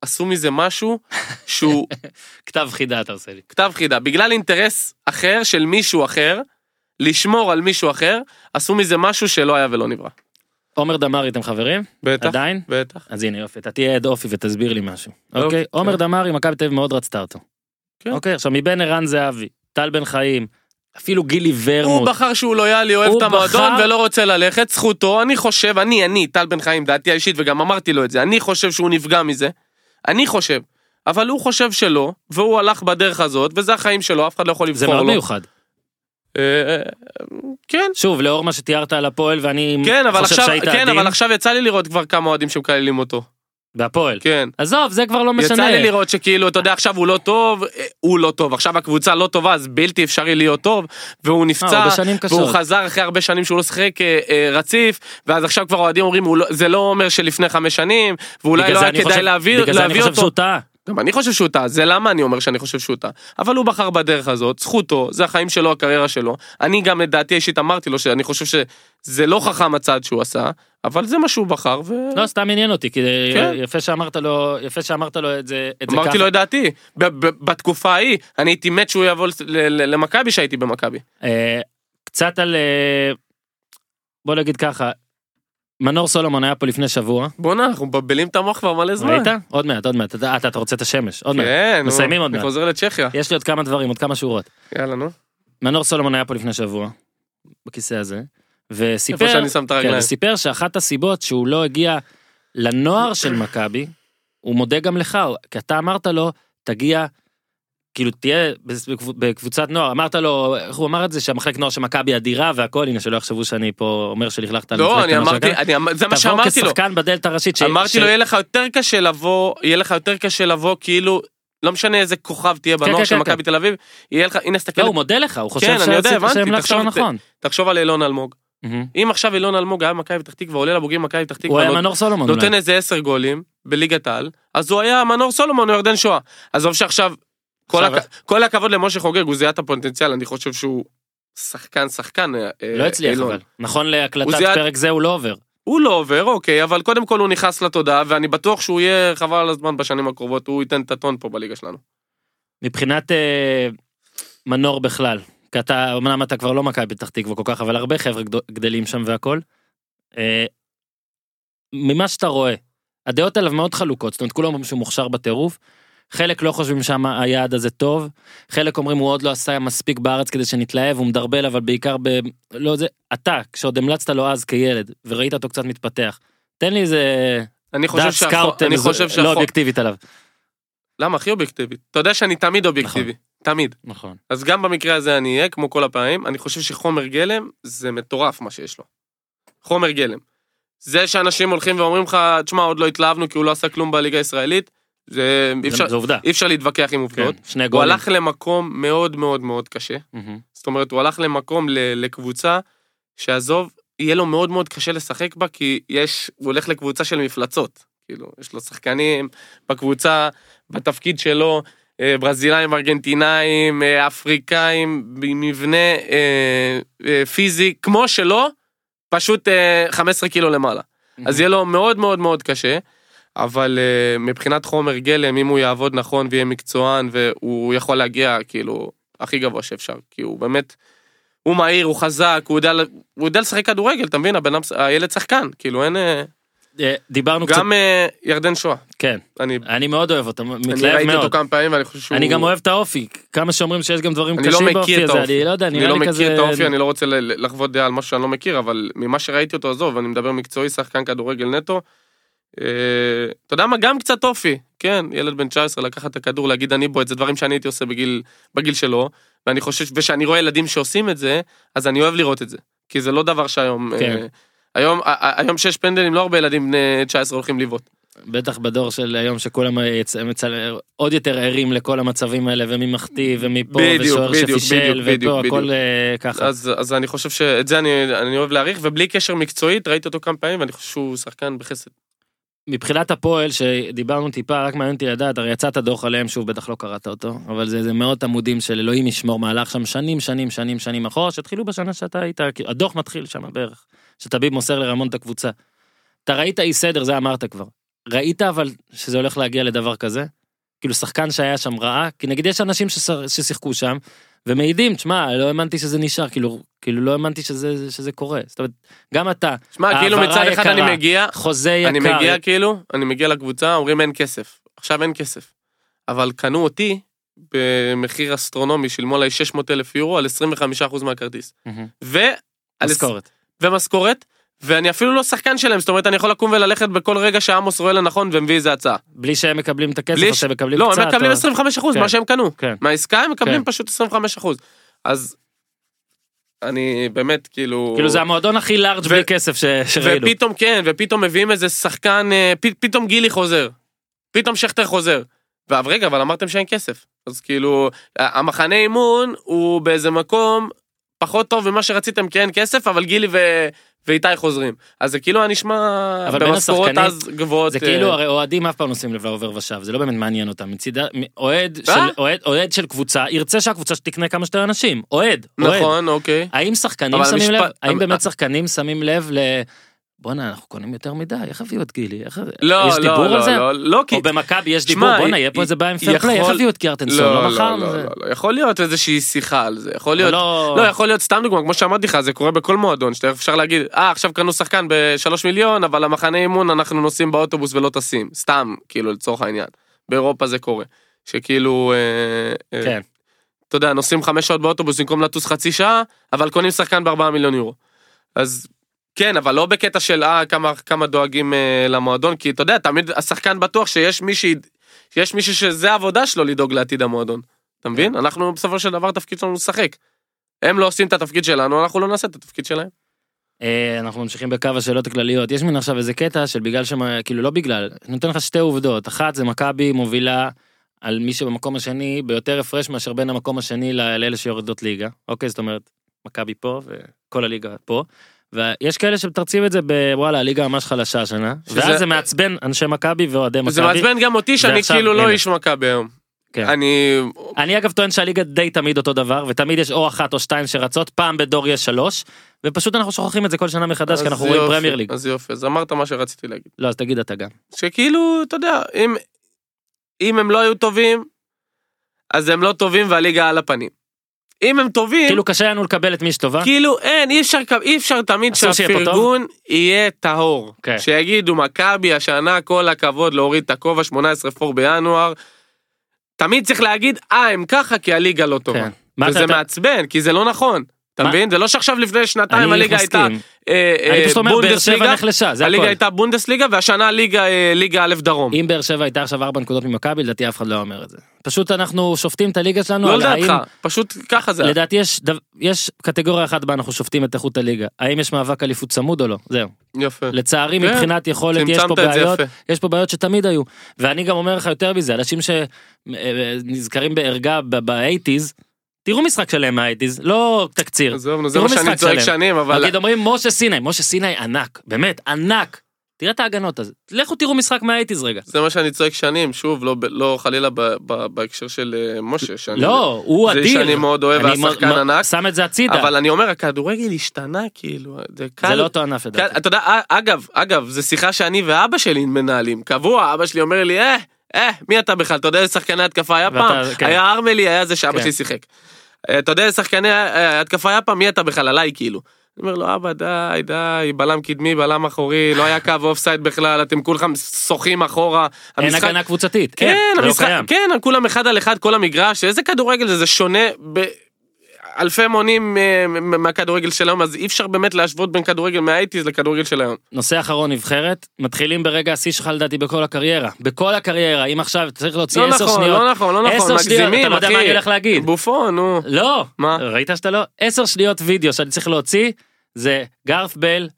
עשו מזה משהו שהוא
כתב חידה אתה עושה לי.
כתב חידה, בגלל אינטרס אחר של מישהו אחר, לשמור על מישהו אחר, עשו מזה משהו שלא היה ולא נברא.
עומר דמארי אתם חברים?
בטח,
עדיין?
בטח.
אז הנה יופי, אתה תהיה עד אופי ותסביר לי משהו.
אוקיי,
אוקיי, עומר
כן.
דמארי, מכבי תל אביב מאוד רצתה אותו.
כן.
אוקיי, עכשיו מבין ערן זהבי, טל בן חיים, אפילו גילי
הוא
ורמוט.
בחר שהוא לויאלי, אוהב
הוא
את המועדון
בחר-
ולא רוצה ללכת, זכותו, אני חושב, אני, אני, טל בן חיים, דעתי האישית, וגם אמרתי לו את זה, אני חושב שהוא נפגע מזה, אני חושב, אבל הוא חושב שלא, והוא הלך בדרך הזאת, וזה החיים שלו, אף אחד לא יכול
זה
לבחור
מאוד
לו.
מיוחד.
אה, אה, כן,
שוב, לאור מה שתיארת על הפועל, ואני
כן, אבל
חושב
עכשיו,
שהיית
כן,
עדין,
אבל עכשיו יצא לי לראות כבר כמה אוהדים שמקללים אותו,
בהפועל.
כן.
עזוב, זה כבר לא משנה.
יצא לי לראות שכאילו, אתה יודע, עכשיו הוא לא טוב, אה, הוא לא טוב, עכשיו הקבוצה לא טובה, אז בלתי אפשרי להיות טוב, והוא
אה, הוא
נפצע,
בשנים
והוא
קשות.
חזר אחרי הרבה שנים שהוא לא שיחק אה, אה, רציף, ואז עכשיו כבר אוהדים אומרים, "הוא לא- זה לא אומר שלפני חמש שנים, ואולי
בגלל
לא
זה
היה
אני
כדאי
חושב-
להביא
בגלל זה אני
להביא
חושב שהוא
אותו.
טעה.
גם אני חושב שהוא טעה, זה למה אני אומר שאני חושב שהוא טעה. אבל הוא בחר בדרך הזאת, זכותו, זה החיים שלו, הקריירה שלו. אני גם לדעתי האישית אמרתי לו שאני חושב שזה לא חכם הצעד שהוא עשה, אבל זה מה שהוא בחר, ו...
לא, סתם עניין אותי, כי זה-
כן.
יפה שאמרת לו, יפה שאמרת לו את זה את זה ככה.
אמרתי לו את דעתי, ב- ב- בתקופה ההיא, אני הייתי מת שהוא יבוא לס- ל- ל- למכבי שהייתי במכבי.
אה, קצת על... אה, בוא נגיד ככה, מנור סולומון היה פה לפני שבוע.
בואנה, אנחנו מבלבלים את המוח כבר מלא זמן.
ראית? עוד מעט, עוד מעט. אתה, אתה, אתה רוצה את השמש, עוד מעט.
כן, נו,
מסיימים עוד
אני
מעט. כן.
חוזר לצ'כיה.
יש לי עוד כמה דברים, עוד כמה שורות.
יאללה, נו.
מנור סולומון היה פה לפני שבוע, בכיסא הזה,
איפה
וסיפר,
שאני שם את
כן,
הרגליים.
וסיפר שאחת הסיבות שהוא לא הגיע לנוער של מכבי, הוא מודה גם לך, הוא- כי אתה אמרת לו, תגיע, כאילו תהיה בקב- בקבוצת נוער, אמרת לו, איך הוא אמר את זה, שהמחלקת נוער של מכבי אדירה והכל, הנה שלא יחשבו שאני פה אומר שלכלכת על
לא,
מחלקת
אני
הנוער של
אמרתי,
מכבי.
אני אמר- זה מה
תבוא
שאמרתי לו.
כשחקן בדלת הראשית. ש- ש-
אמרתי לו, יהיה לך יותר קשה לבוא, יהיה לך יותר קשה לבוא, כאילו, לא משנה איזה כוכב תהיה
כן,
בנוער
כן,
של
כן,
מכבי תל אביב, יהיה לך, הנה, תסתכל,
לא, הוא מודה לך, הוא חושב
כן, אני יודע, הבנתי,
שהמלכת
תחשוב
לא
את זה.
נכון.
תחשוב על אילון אלמוג.
מהמם.
אם עכשיו אילון אלמוג היה במכבי פתח תקווה, עולה לבוגרים במכבי פתח
הוא
תקווה, לא
היה
נות-
מנור סולומון. אולי.
נותן איזה עשר גולים בליגת העל, אז הוא היה מנור סולומון או ירדן שואה. עזוב שעכשיו, כל
עכשיו-
הכ- כל הכבוד למשה חוגג, הוא זיהה את הפוטנציאל, אני חושב שהוא שחקן, שחקן. אה,
לא
אה,
הצליח
אילון.
אבל. נכון להקלטת
הוא זיהה-
פרק זה הוא לא עובר.
הוא לא עובר, אוקיי, אבל קודם כל הוא נכנס לתודעה, ואני בטוח שהוא יהיה חבל על הזמן בשנים הקרובות, הוא ייתן את הטון פה בליגה שלנו.
מבחינת אה, מנור בכלל, כי אתה, אמנם אתה כבר לא מכבי פתח תקווה כל כך, אבל הרבה חבר'ה גדו- גדלים שם והכל. אה, ממה שאתה רואה, הדעות עליו מאוד חלוקות, זאת אומרת כולם אומרים שהוא מוכשר בטירוף. חלק לא חושבים שהיעד הזה טוב, חלק אומרים הוא עוד לא עשה מספיק בארץ כדי שנתלהב, הוא מדרבל אבל בעיקר ב... לא זה, אתה, כשעוד המלצת לו אז כילד, וראית אותו קצת מתפתח, תן לי איזה
אני חושב
דעת
שהחוק,
סקאוט
אני
איזה-
חושב
לא
שהחוק,
אובייקטיבית עליו.
למה הכי אובייקטיבי? אתה יודע שאני תמיד אובייקטיבי, תמיד.
נכון.
אז גם במקרה הזה אני אהיה, כמו כל הפעמים, אני חושב שחומר גלם זה מטורף מה שיש לו. חומר גלם. זה שאנשים הולכים ואומרים לך, תשמע, עוד לא התלהבנו כי הוא לא עשה כלום בליגה הישראלית, זה אי אפשר-
זה עובדה.
אי אפשר להתווכח עם עובדות.
כן, שני
הוא
גולים.
הלך למקום מאוד מאוד מאוד קשה.
מהמם.
זאת אומרת, הוא הלך למקום, ל- לקבוצה, שעזוב, יהיה לו מאוד מאוד קשה לשחק בה, כי יש, הוא הולך לקבוצה של מפלצות. כאילו, יש לו שחקנים בקבוצה, בתפקיד שלו, אה, ברזילאים, ארגנטינאים, אה, אפריקאים, במבנה אה, אה, פיזי כמו שלו, פשוט אה, 15 קילו למעלה. אז יהיה לו מאוד מאוד מאוד קשה. אבל uh, מבחינת חומר גלם, אם הוא יעבוד נכון ויהיה מקצוען, והוא יכול להגיע כאילו הכי גבוה שאפשר, כי הוא באמת, הוא מהיר, הוא חזק, הוא יודע, ל- הוא יודע לשחק כדורגל, אתה מבין? הבן אדם, הילד שחקן, כאילו אין... אה,
אה, דיברנו קצת,
גם אה, ירדן שואה,
כן,
אני,
אני מאוד אוהב אותו,
אני
מתלהב
ראיתי אותו
מאוד.
כמה פעמים ואני חושב שהוא...
אני גם אוהב את האופי, כמה שאומרים שיש גם דברים
אני לא
קשים
מכיר
באופי
את
הזה,
האופי.
אני לא יודע,
אני
נראה
לא
לי כזה...
מכיר את האופי, אני לא רוצה ל- ל- לחוות דעה על משהו שאני לא מכיר, אבל ממה שראיתי אותו, עזוב, אני מדבר מקצועי, שחקן כדורגל נטו. אה, אתה יודע מה, גם קצת אופי, כן, ילד בן 19 לקחת את הכדור, להגיד אני בועט, זה דברים שאני הייתי עושה בגיל, בגיל שלו, ואני חושב, וכשאני רואה ילדים שעושים את זה, אז אני אוהב לראות את זה, כי זה לא דבר שהיום,
כן.
אה, היום, ה- ה- היום שיש פנדלים, לא הרבה ילדים בני 19 הולכים לבעוט.
בטח בדור של היום שכולם יצ- מצל- עוד יותר ערים לכל המצבים האלה, ומי מחטיא, ומי פה,
בדיוק,
ושוער
בדיוק,
שפישל,
בדיוק,
ופה,
בדיוק,
הכל
בדיוק.
אה, ככה.
אז, אז אני חושב שאת זה אני, אני אוהב להעריך, ובלי קשר מקצועית, ראיתי אותו כמה פעמים, ואני חושב שהוא שחקן בחסד.
מבחינת הפועל שדיברנו טיפה רק מעניין אותי לדעת הרי יצאת דוח עליהם שוב בטח לא קראת אותו אבל זה איזה מאות עמודים של אלוהים ישמור מהלך שם שנים שנים שנים שנים אחורה שהתחילו בשנה שאתה היית כאילו, הדוח מתחיל שם בערך שטביב מוסר לרמון את הקבוצה. אתה ראית אי סדר זה אמרת כבר ראית אבל שזה הולך להגיע לדבר כזה כאילו שחקן שהיה שם ראה, כי נגיד יש אנשים ששר- ששיחקו שם, ומעידים, תשמע, לא האמנתי שזה נשאר, כאילו, כאילו לא האמנתי שזה, שזה קורה. זאת אומרת, גם אתה,
שמע, כאילו
העברה
מצד אחד
יקרה,
אני מגיע,
חוזה יקר.
אני מגיע כאילו, אני מגיע לקבוצה, אומרים אין כסף. עכשיו אין כסף. אבל קנו אותי במחיר אסטרונומי, שילמו עליי 600 אלף יורו על 25% מהכרטיס.
מהמם.
ועל עשרים-
משכורת.
ומשכורת, ואני אפילו לא שחקן שלהם, זאת אומרת, אני יכול לקום וללכת בכל רגע שעמוס רואה לנכון ומביא איזה הצעה.
בלי שהם מקבלים את הכסף,
בלי
או
ש-
שהם מקבלים
לא,
קצת.
הם מקבלים
או-
25%
אה. כן.
מה שהם קנו.
כן.
מהעסקה הם
כן.
מקבלים פשוט 25%. אז אני באמת, כאילו...
כאילו זה המועדון הכי לארג'
ו-
בלי כסף ש- שראינו.
ופתאום כן, ופתאום מביאים איזה שחקן, אה, פ, פתאום גילי חוזר. פתאום שכטר חוזר. ואב רגע, אבל אמרתם שאין כסף. אז כאילו, ה- המחנה אימון הוא באיזה מקום פחות טוב ממה שרציתם כי אין כסף, אבל גילי ו... ואיתי חוזרים. אז זה כאילו היה נשמע
אבל בין
במשכורות
השחקנים,
אז גבוהות. אה,
זה כאילו הרי אוהדים אף פעם לא שמים לב לעובר ושב זה לא באמת מעניין אותם מצידה מ- אוהד
מה?
של אוהד אוהד של קבוצה ירצה שהקבוצה שתקנה כמה שיותר אנשים אוהד אוהד
נכון, אוקיי.
האם שחקנים
אבל
שמים לב
המשפט-
האם
אבל-
באמת שחקנים שמים לב ל... בואנה אנחנו קונים יותר מדי איך הביאו את גילי איך
לא,
יש דיבור
לא,
על
לא,
זה
לא, לא, כי...
או במכבי יש
שמע,
דיבור בואנה יהיה
היא-
פה איזה בעיה עם פייר
יכול-
פליי איך הביאו את קיארטנסון
לא,
לא
לא, לא,
מכרנו
לא,
זה
לא, יכול להיות איזושהי שיחה על זה, יכול להיות,
לא
לא, יכול להיות סתם דוגמא, כמו שאמרתי לך, זה קורה בכל מועדון, שאתה אפשר להגיד, אה, עכשיו קנו שחקן בשלוש מיליון, אבל המחנה אימון אנחנו נוסעים באוטובוס ולא טסים. סתם, כאילו, לצורך העניין. באירופה זה קורה. שכאילו, אה, אה,
כן
אתה יודע, נוסעים חמש שעות באוטובוס במקום לטוס חצי שעה, אבל קונים שחקן בארבעה מיליון יורו. אז כן, אבל לא בקטע של אה, כמה, כמה דואגים אה, למועדון, כי אתה יודע, תמיד השחקן בטוח שיש מישהי, שיש מישהו שזה העבודה שלו לדאוג לעתיד המועדון. אתה
כן.
מבין? אנחנו בסופו של דבר תפקיד שלנו לשחק. הם לא עושים את התפקיד שלנו, אנחנו לא נעשה את התפקיד שלהם.
אה, אנחנו ממשיכים בקו השאלות הכלליות. יש מן עכשיו איזה קטע של בגלל ש... כאילו לא בגלל, אני נותן לך שתי עובדות. אחת זה מכבי מובילה על מי שבמקום השני ביותר הפרש מאשר בין המקום השני ל- לאלה שיורדות ליגה. אוקיי, זאת אומרת, מכבי פה וכל הליגה פה. ויש כאלה שמתרצים את זה בוואלה הליגה ממש חלשה השנה.
שזה-
ואז זה מעצבן אנשי מכבי ואוהדי מכבי.
זה מעצבן גם אותי שאני
ועכשיו,
כאילו לא
הנה.
איש מכבי היום.
כן.
אני...
אני אגב טוען שהליגה די תמיד אותו דבר ותמיד יש או אחת או שתיים שרצות פעם בדור יש שלוש ופשוט אנחנו שוכחים את זה כל שנה מחדש כי
אז
אנחנו רואים
יופי,
פרמייר ליג.
אז יופי, אז אמרת מה שרציתי להגיד.
לא אז תגיד אתה גם.
שכאילו, אתה יודע, אם, אם הם לא היו טובים, אז הם לא טובים והליגה על הפנים. אם הם טובים, כאילו,
כאילו קשה לנו לקבל את מי שטובה.
כאילו אין, אי אפשר, אי אפשר תמיד
אסור שיהיה פה טוב?
שהפרגון יהיה טהור.
כן.
שיגידו, מכבי השנה, כל הכבוד להוריד את הכובע, 18 פור בינואר. תמיד צריך להגיד, אה, הם ככה כי הליגה לא טובה.
כן. מה
וזה
אתה-
מעצבן, כי זה לא נכון. אתה
מה?
מבין? זה לא שעכשיו לפני שנתיים
אני
הליגה הייתה
מסכים.
אה,
אני
אה,
פשוט אומר באר שבע
בונדסליגה,
נחלשה זה
הליגה
הכל.
הייתה בונדסליגה והשנה הליגה, אה, ליגה א' דרום.
אם באר שבע הייתה עכשיו ארבע נקודות ממכבי לדעתי אף אחד לא היה אומר את זה. פשוט אנחנו שופטים את הליגה שלנו.
לא
על
לדעתך,
האם-
פשוט ככה זה. היה.
לדעתי יש דו- יש קטגוריה אחת בה אנחנו שופטים את איכות הליגה האם יש מאבק אליפות צמוד או לא זהו
יפה.
לצערי
כן.
מבחינת יכולת יש פה
צמצמת את זה
בעיות
יפה.
יש פה בעיות שתמיד היו ואני גם אומר לך יותר מזה אנשים שנזכרים בערגה באייטיז תראו משחק שלהם מהאייטיז לא תקציר
עזוב, נו, זה
תראו
מה שאני
לא משחק
צועק
שלם.
שנים, אבל...
נגיד אומרים משה סיני, משה סיני ענק, באמת ענק. תראה את ההגנות הזה. לכו תראו משחק מהאייטיז רגע.
זה מה שאני צועק שנים, שוב, לא ב- לא חלילה ב- ב- בהקשר של אה, משה, שאני...
לא, הוא
זה
אדיר.
איש שאני מאוד אוהב,
אני
והשחקן
מ- מ-
ענק.
שם את זה הצידה.
אבל אני אומר, הכדורגל השתנה, כאילו, זה קל.
זה לא אותו ענף
קל-
לדעתי.
אתה יודע, אה, אגב, אגב, זו שיחה שאני ואבא שלי מנהלים, קבוע, אבא שלי אומר לי, אה, אה, מי אתה בכלל, אתה יודע איזה שחקני התקפה היה
ואתה-
פעם?
כן.
היה ארמלי, היה זה שאבא
כן.
שלי שיחק. אה, אתה יודע איזה שחקני אה, התקפה היה פעם, מי אתה בכלל, עליי כאילו. אני אומר לו, אבא, די, די, בלם קדמי, בלם אחורי, לא היה קו אופסייד בכלל, אתם כולכם שוחים אחורה.
אין
המשחק-
הגנה קבוצתית.
כן,
זה לא
המשחק,
קיים.
כן, כולם אחד על אחד, כל המגרש, איזה כדורגל זה, זה שונה ב... אלפי מונים אה, מ- מ- מהכדורגל של היום, אז אי אפשר באמת להשוות בין כדורגל מהאייטיז לכדורגל של היום.
נושא אחרון נבחרת, מתחילים ברגע השיא שלך לדעתי בכל הקריירה. בכל הקריירה, אם עכשיו צריך להוציא
לא
עשר
נכון,
שניות.
לא נכון, לא נכון,
עשר שניות, אתה
מגזימים,
לא יודע מה אני הולך
אחי.
להגיד.
בופון, נו.
לא.
מה?
ראית שאתה לא? עשר שניות וידאו שאני צריך להוציא, זה גרף בל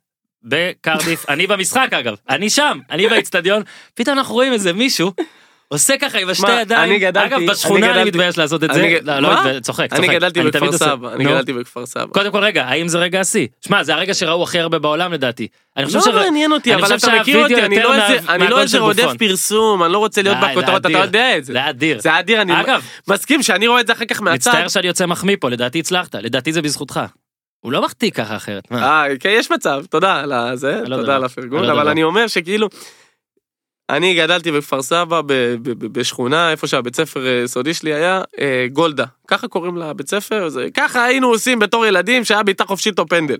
בקרדיף, אני במשחק אגב, אני שם, אני באיצטדיון, פתאום אנחנו רואים איזה מישהו. עושה ככה עם השתי
מה, אני
ידיים,
גדלתי-
אגב
אני
בשכונה אני
גדלתי-
מתבייש לעשות את
אני
זה,
גד-
לא, לא
מה?
מתבייש, צוחק, צוחק,
אני גדלתי
תמיד
בכפר
עושה-
סבא, אני
נו.
גדלתי בכפר סבא.
קודם כל רגע, האם זה רגע השיא? שמע, זה הרגע שראו הכי הרבה בעולם לדעתי. אני חושב
לא
שרא-
מעניין אותי,
אני
אבל
חושב
אתה מכיר
שהווידאו
אותי, אני
יותר
לא
מה-
איזה- אני
מהגול
לא איזה
של
רודף
בופון.
פרסום, אני לא רוצה להיות
די, זה
בכותרות, אתה
אדיר.
יודע את זה.
זה אדיר.
זה אדיר, אני
אגב,
מסכים שאני רואה את זה אחר כך מהצד.
מצטער שאני יוצא מחמיא פה, לדעתי הצלחת, לדעתי זה בזכותך. הוא לא מחטיא ככה אחרת, מה?
אה, כן, אה, יש מצב, תודה על זה,
לא יודע.
תודה על
אני
הפרגון,
לא
אבל
יודע.
אני אומר שכאילו, אני גדלתי בכפר סבא, ב- ב- ב- בשכונה, איפה שהבית ספר אה, סודי שלי היה, אה, גולדה. ככה קוראים לבית ספר, זה, ככה היינו עושים בתור ילדים שהיה בעיטה חופשית או פנדל.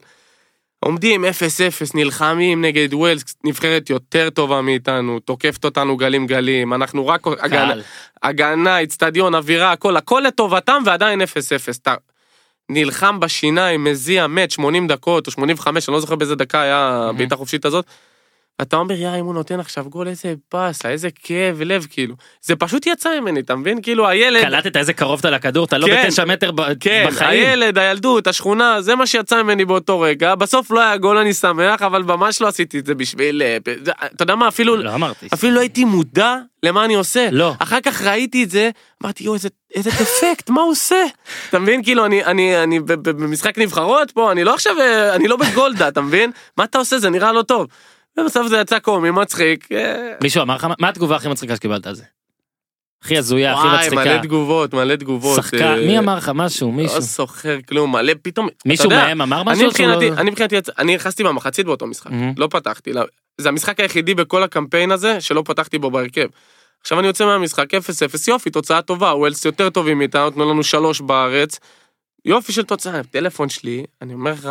עומדים 0-0, נלחמים נגד ווילס, נבחרת יותר טובה מאיתנו, תוקפת אותנו גלים גלים, אנחנו רק הגנה,
קהל.
הגנה, אצטדיון, אווירה, הכל, הכל לטובתם ועדיין 0-0. אתה נלחם בשיניים, מזיע, מת, 80 דקות או 85, אני לא זוכר באיזה דקה היה
מהמם.
הבעיטה החופשית הזאת. אתה אומר, יא, אם הוא נותן עכשיו גול, איזה באסה, איזה כאב לב, כאילו. זה פשוט יצא ממני, אתה מבין? כאילו, הילד...
קלטת איזה קרוב אתה לכדור, אתה לא
כן.
בתשע מטר ב-
כן,
בחיים.
הילד, הילדות, השכונה, זה מה שיצא ממני באותו רגע. בסוף לא היה גול, אני שמח, אבל ממש לא עשיתי את זה בשביל... אה, זה- אתה יודע מה, אפילו...
לא אמרתי.
אפילו לא הייתי מודע למה אני עושה.
לא.
אחר כך ראיתי את זה, אמרתי, יואו, איזה, איזה דפקט, מה הוא עושה? אתה מבין? כאילו, אני, אני, אני ב- ב- במשחק נבחרות פה, אני לא עכשיו, אה, אני לא בגולדה, אתה מבין? מה אתה עושה? זה נראה לא טוב. ובסוף זה יצא קומי, מצחיק. אה,
מישהו אמר לך, מה- מה התגובה הכי מצחיקה שקיבלת על זה? הכי הזויה, הכי
וואי, מלא
מצחיקה.
תגובות, מלא תגובות.
שחקן,
אה,
מי אמר לך משהו, מישהו?
לא סוחר כלום, מלא, פתאום, אתה
מישהו
יודע,
מהם אמר משהו?
אני
או שהוא
מבחינתי,
לא-
אני מבחינתי, יצא- אני נכנסתי במחצית באותו משחק,
Mhm.
לא פתחתי, לא- זה המשחק היחידי בכל הקמפיין הזה שלא פתחתי בו בהרכב. עכשיו אני יוצא מהמשחק 0-0, יופי, תוצאה טובה, ווילס יותר טובים מאיתנו, נתנו לנו שלוש בארץ, יופי של תוצאה, טלפון שלי, אני אומר לך,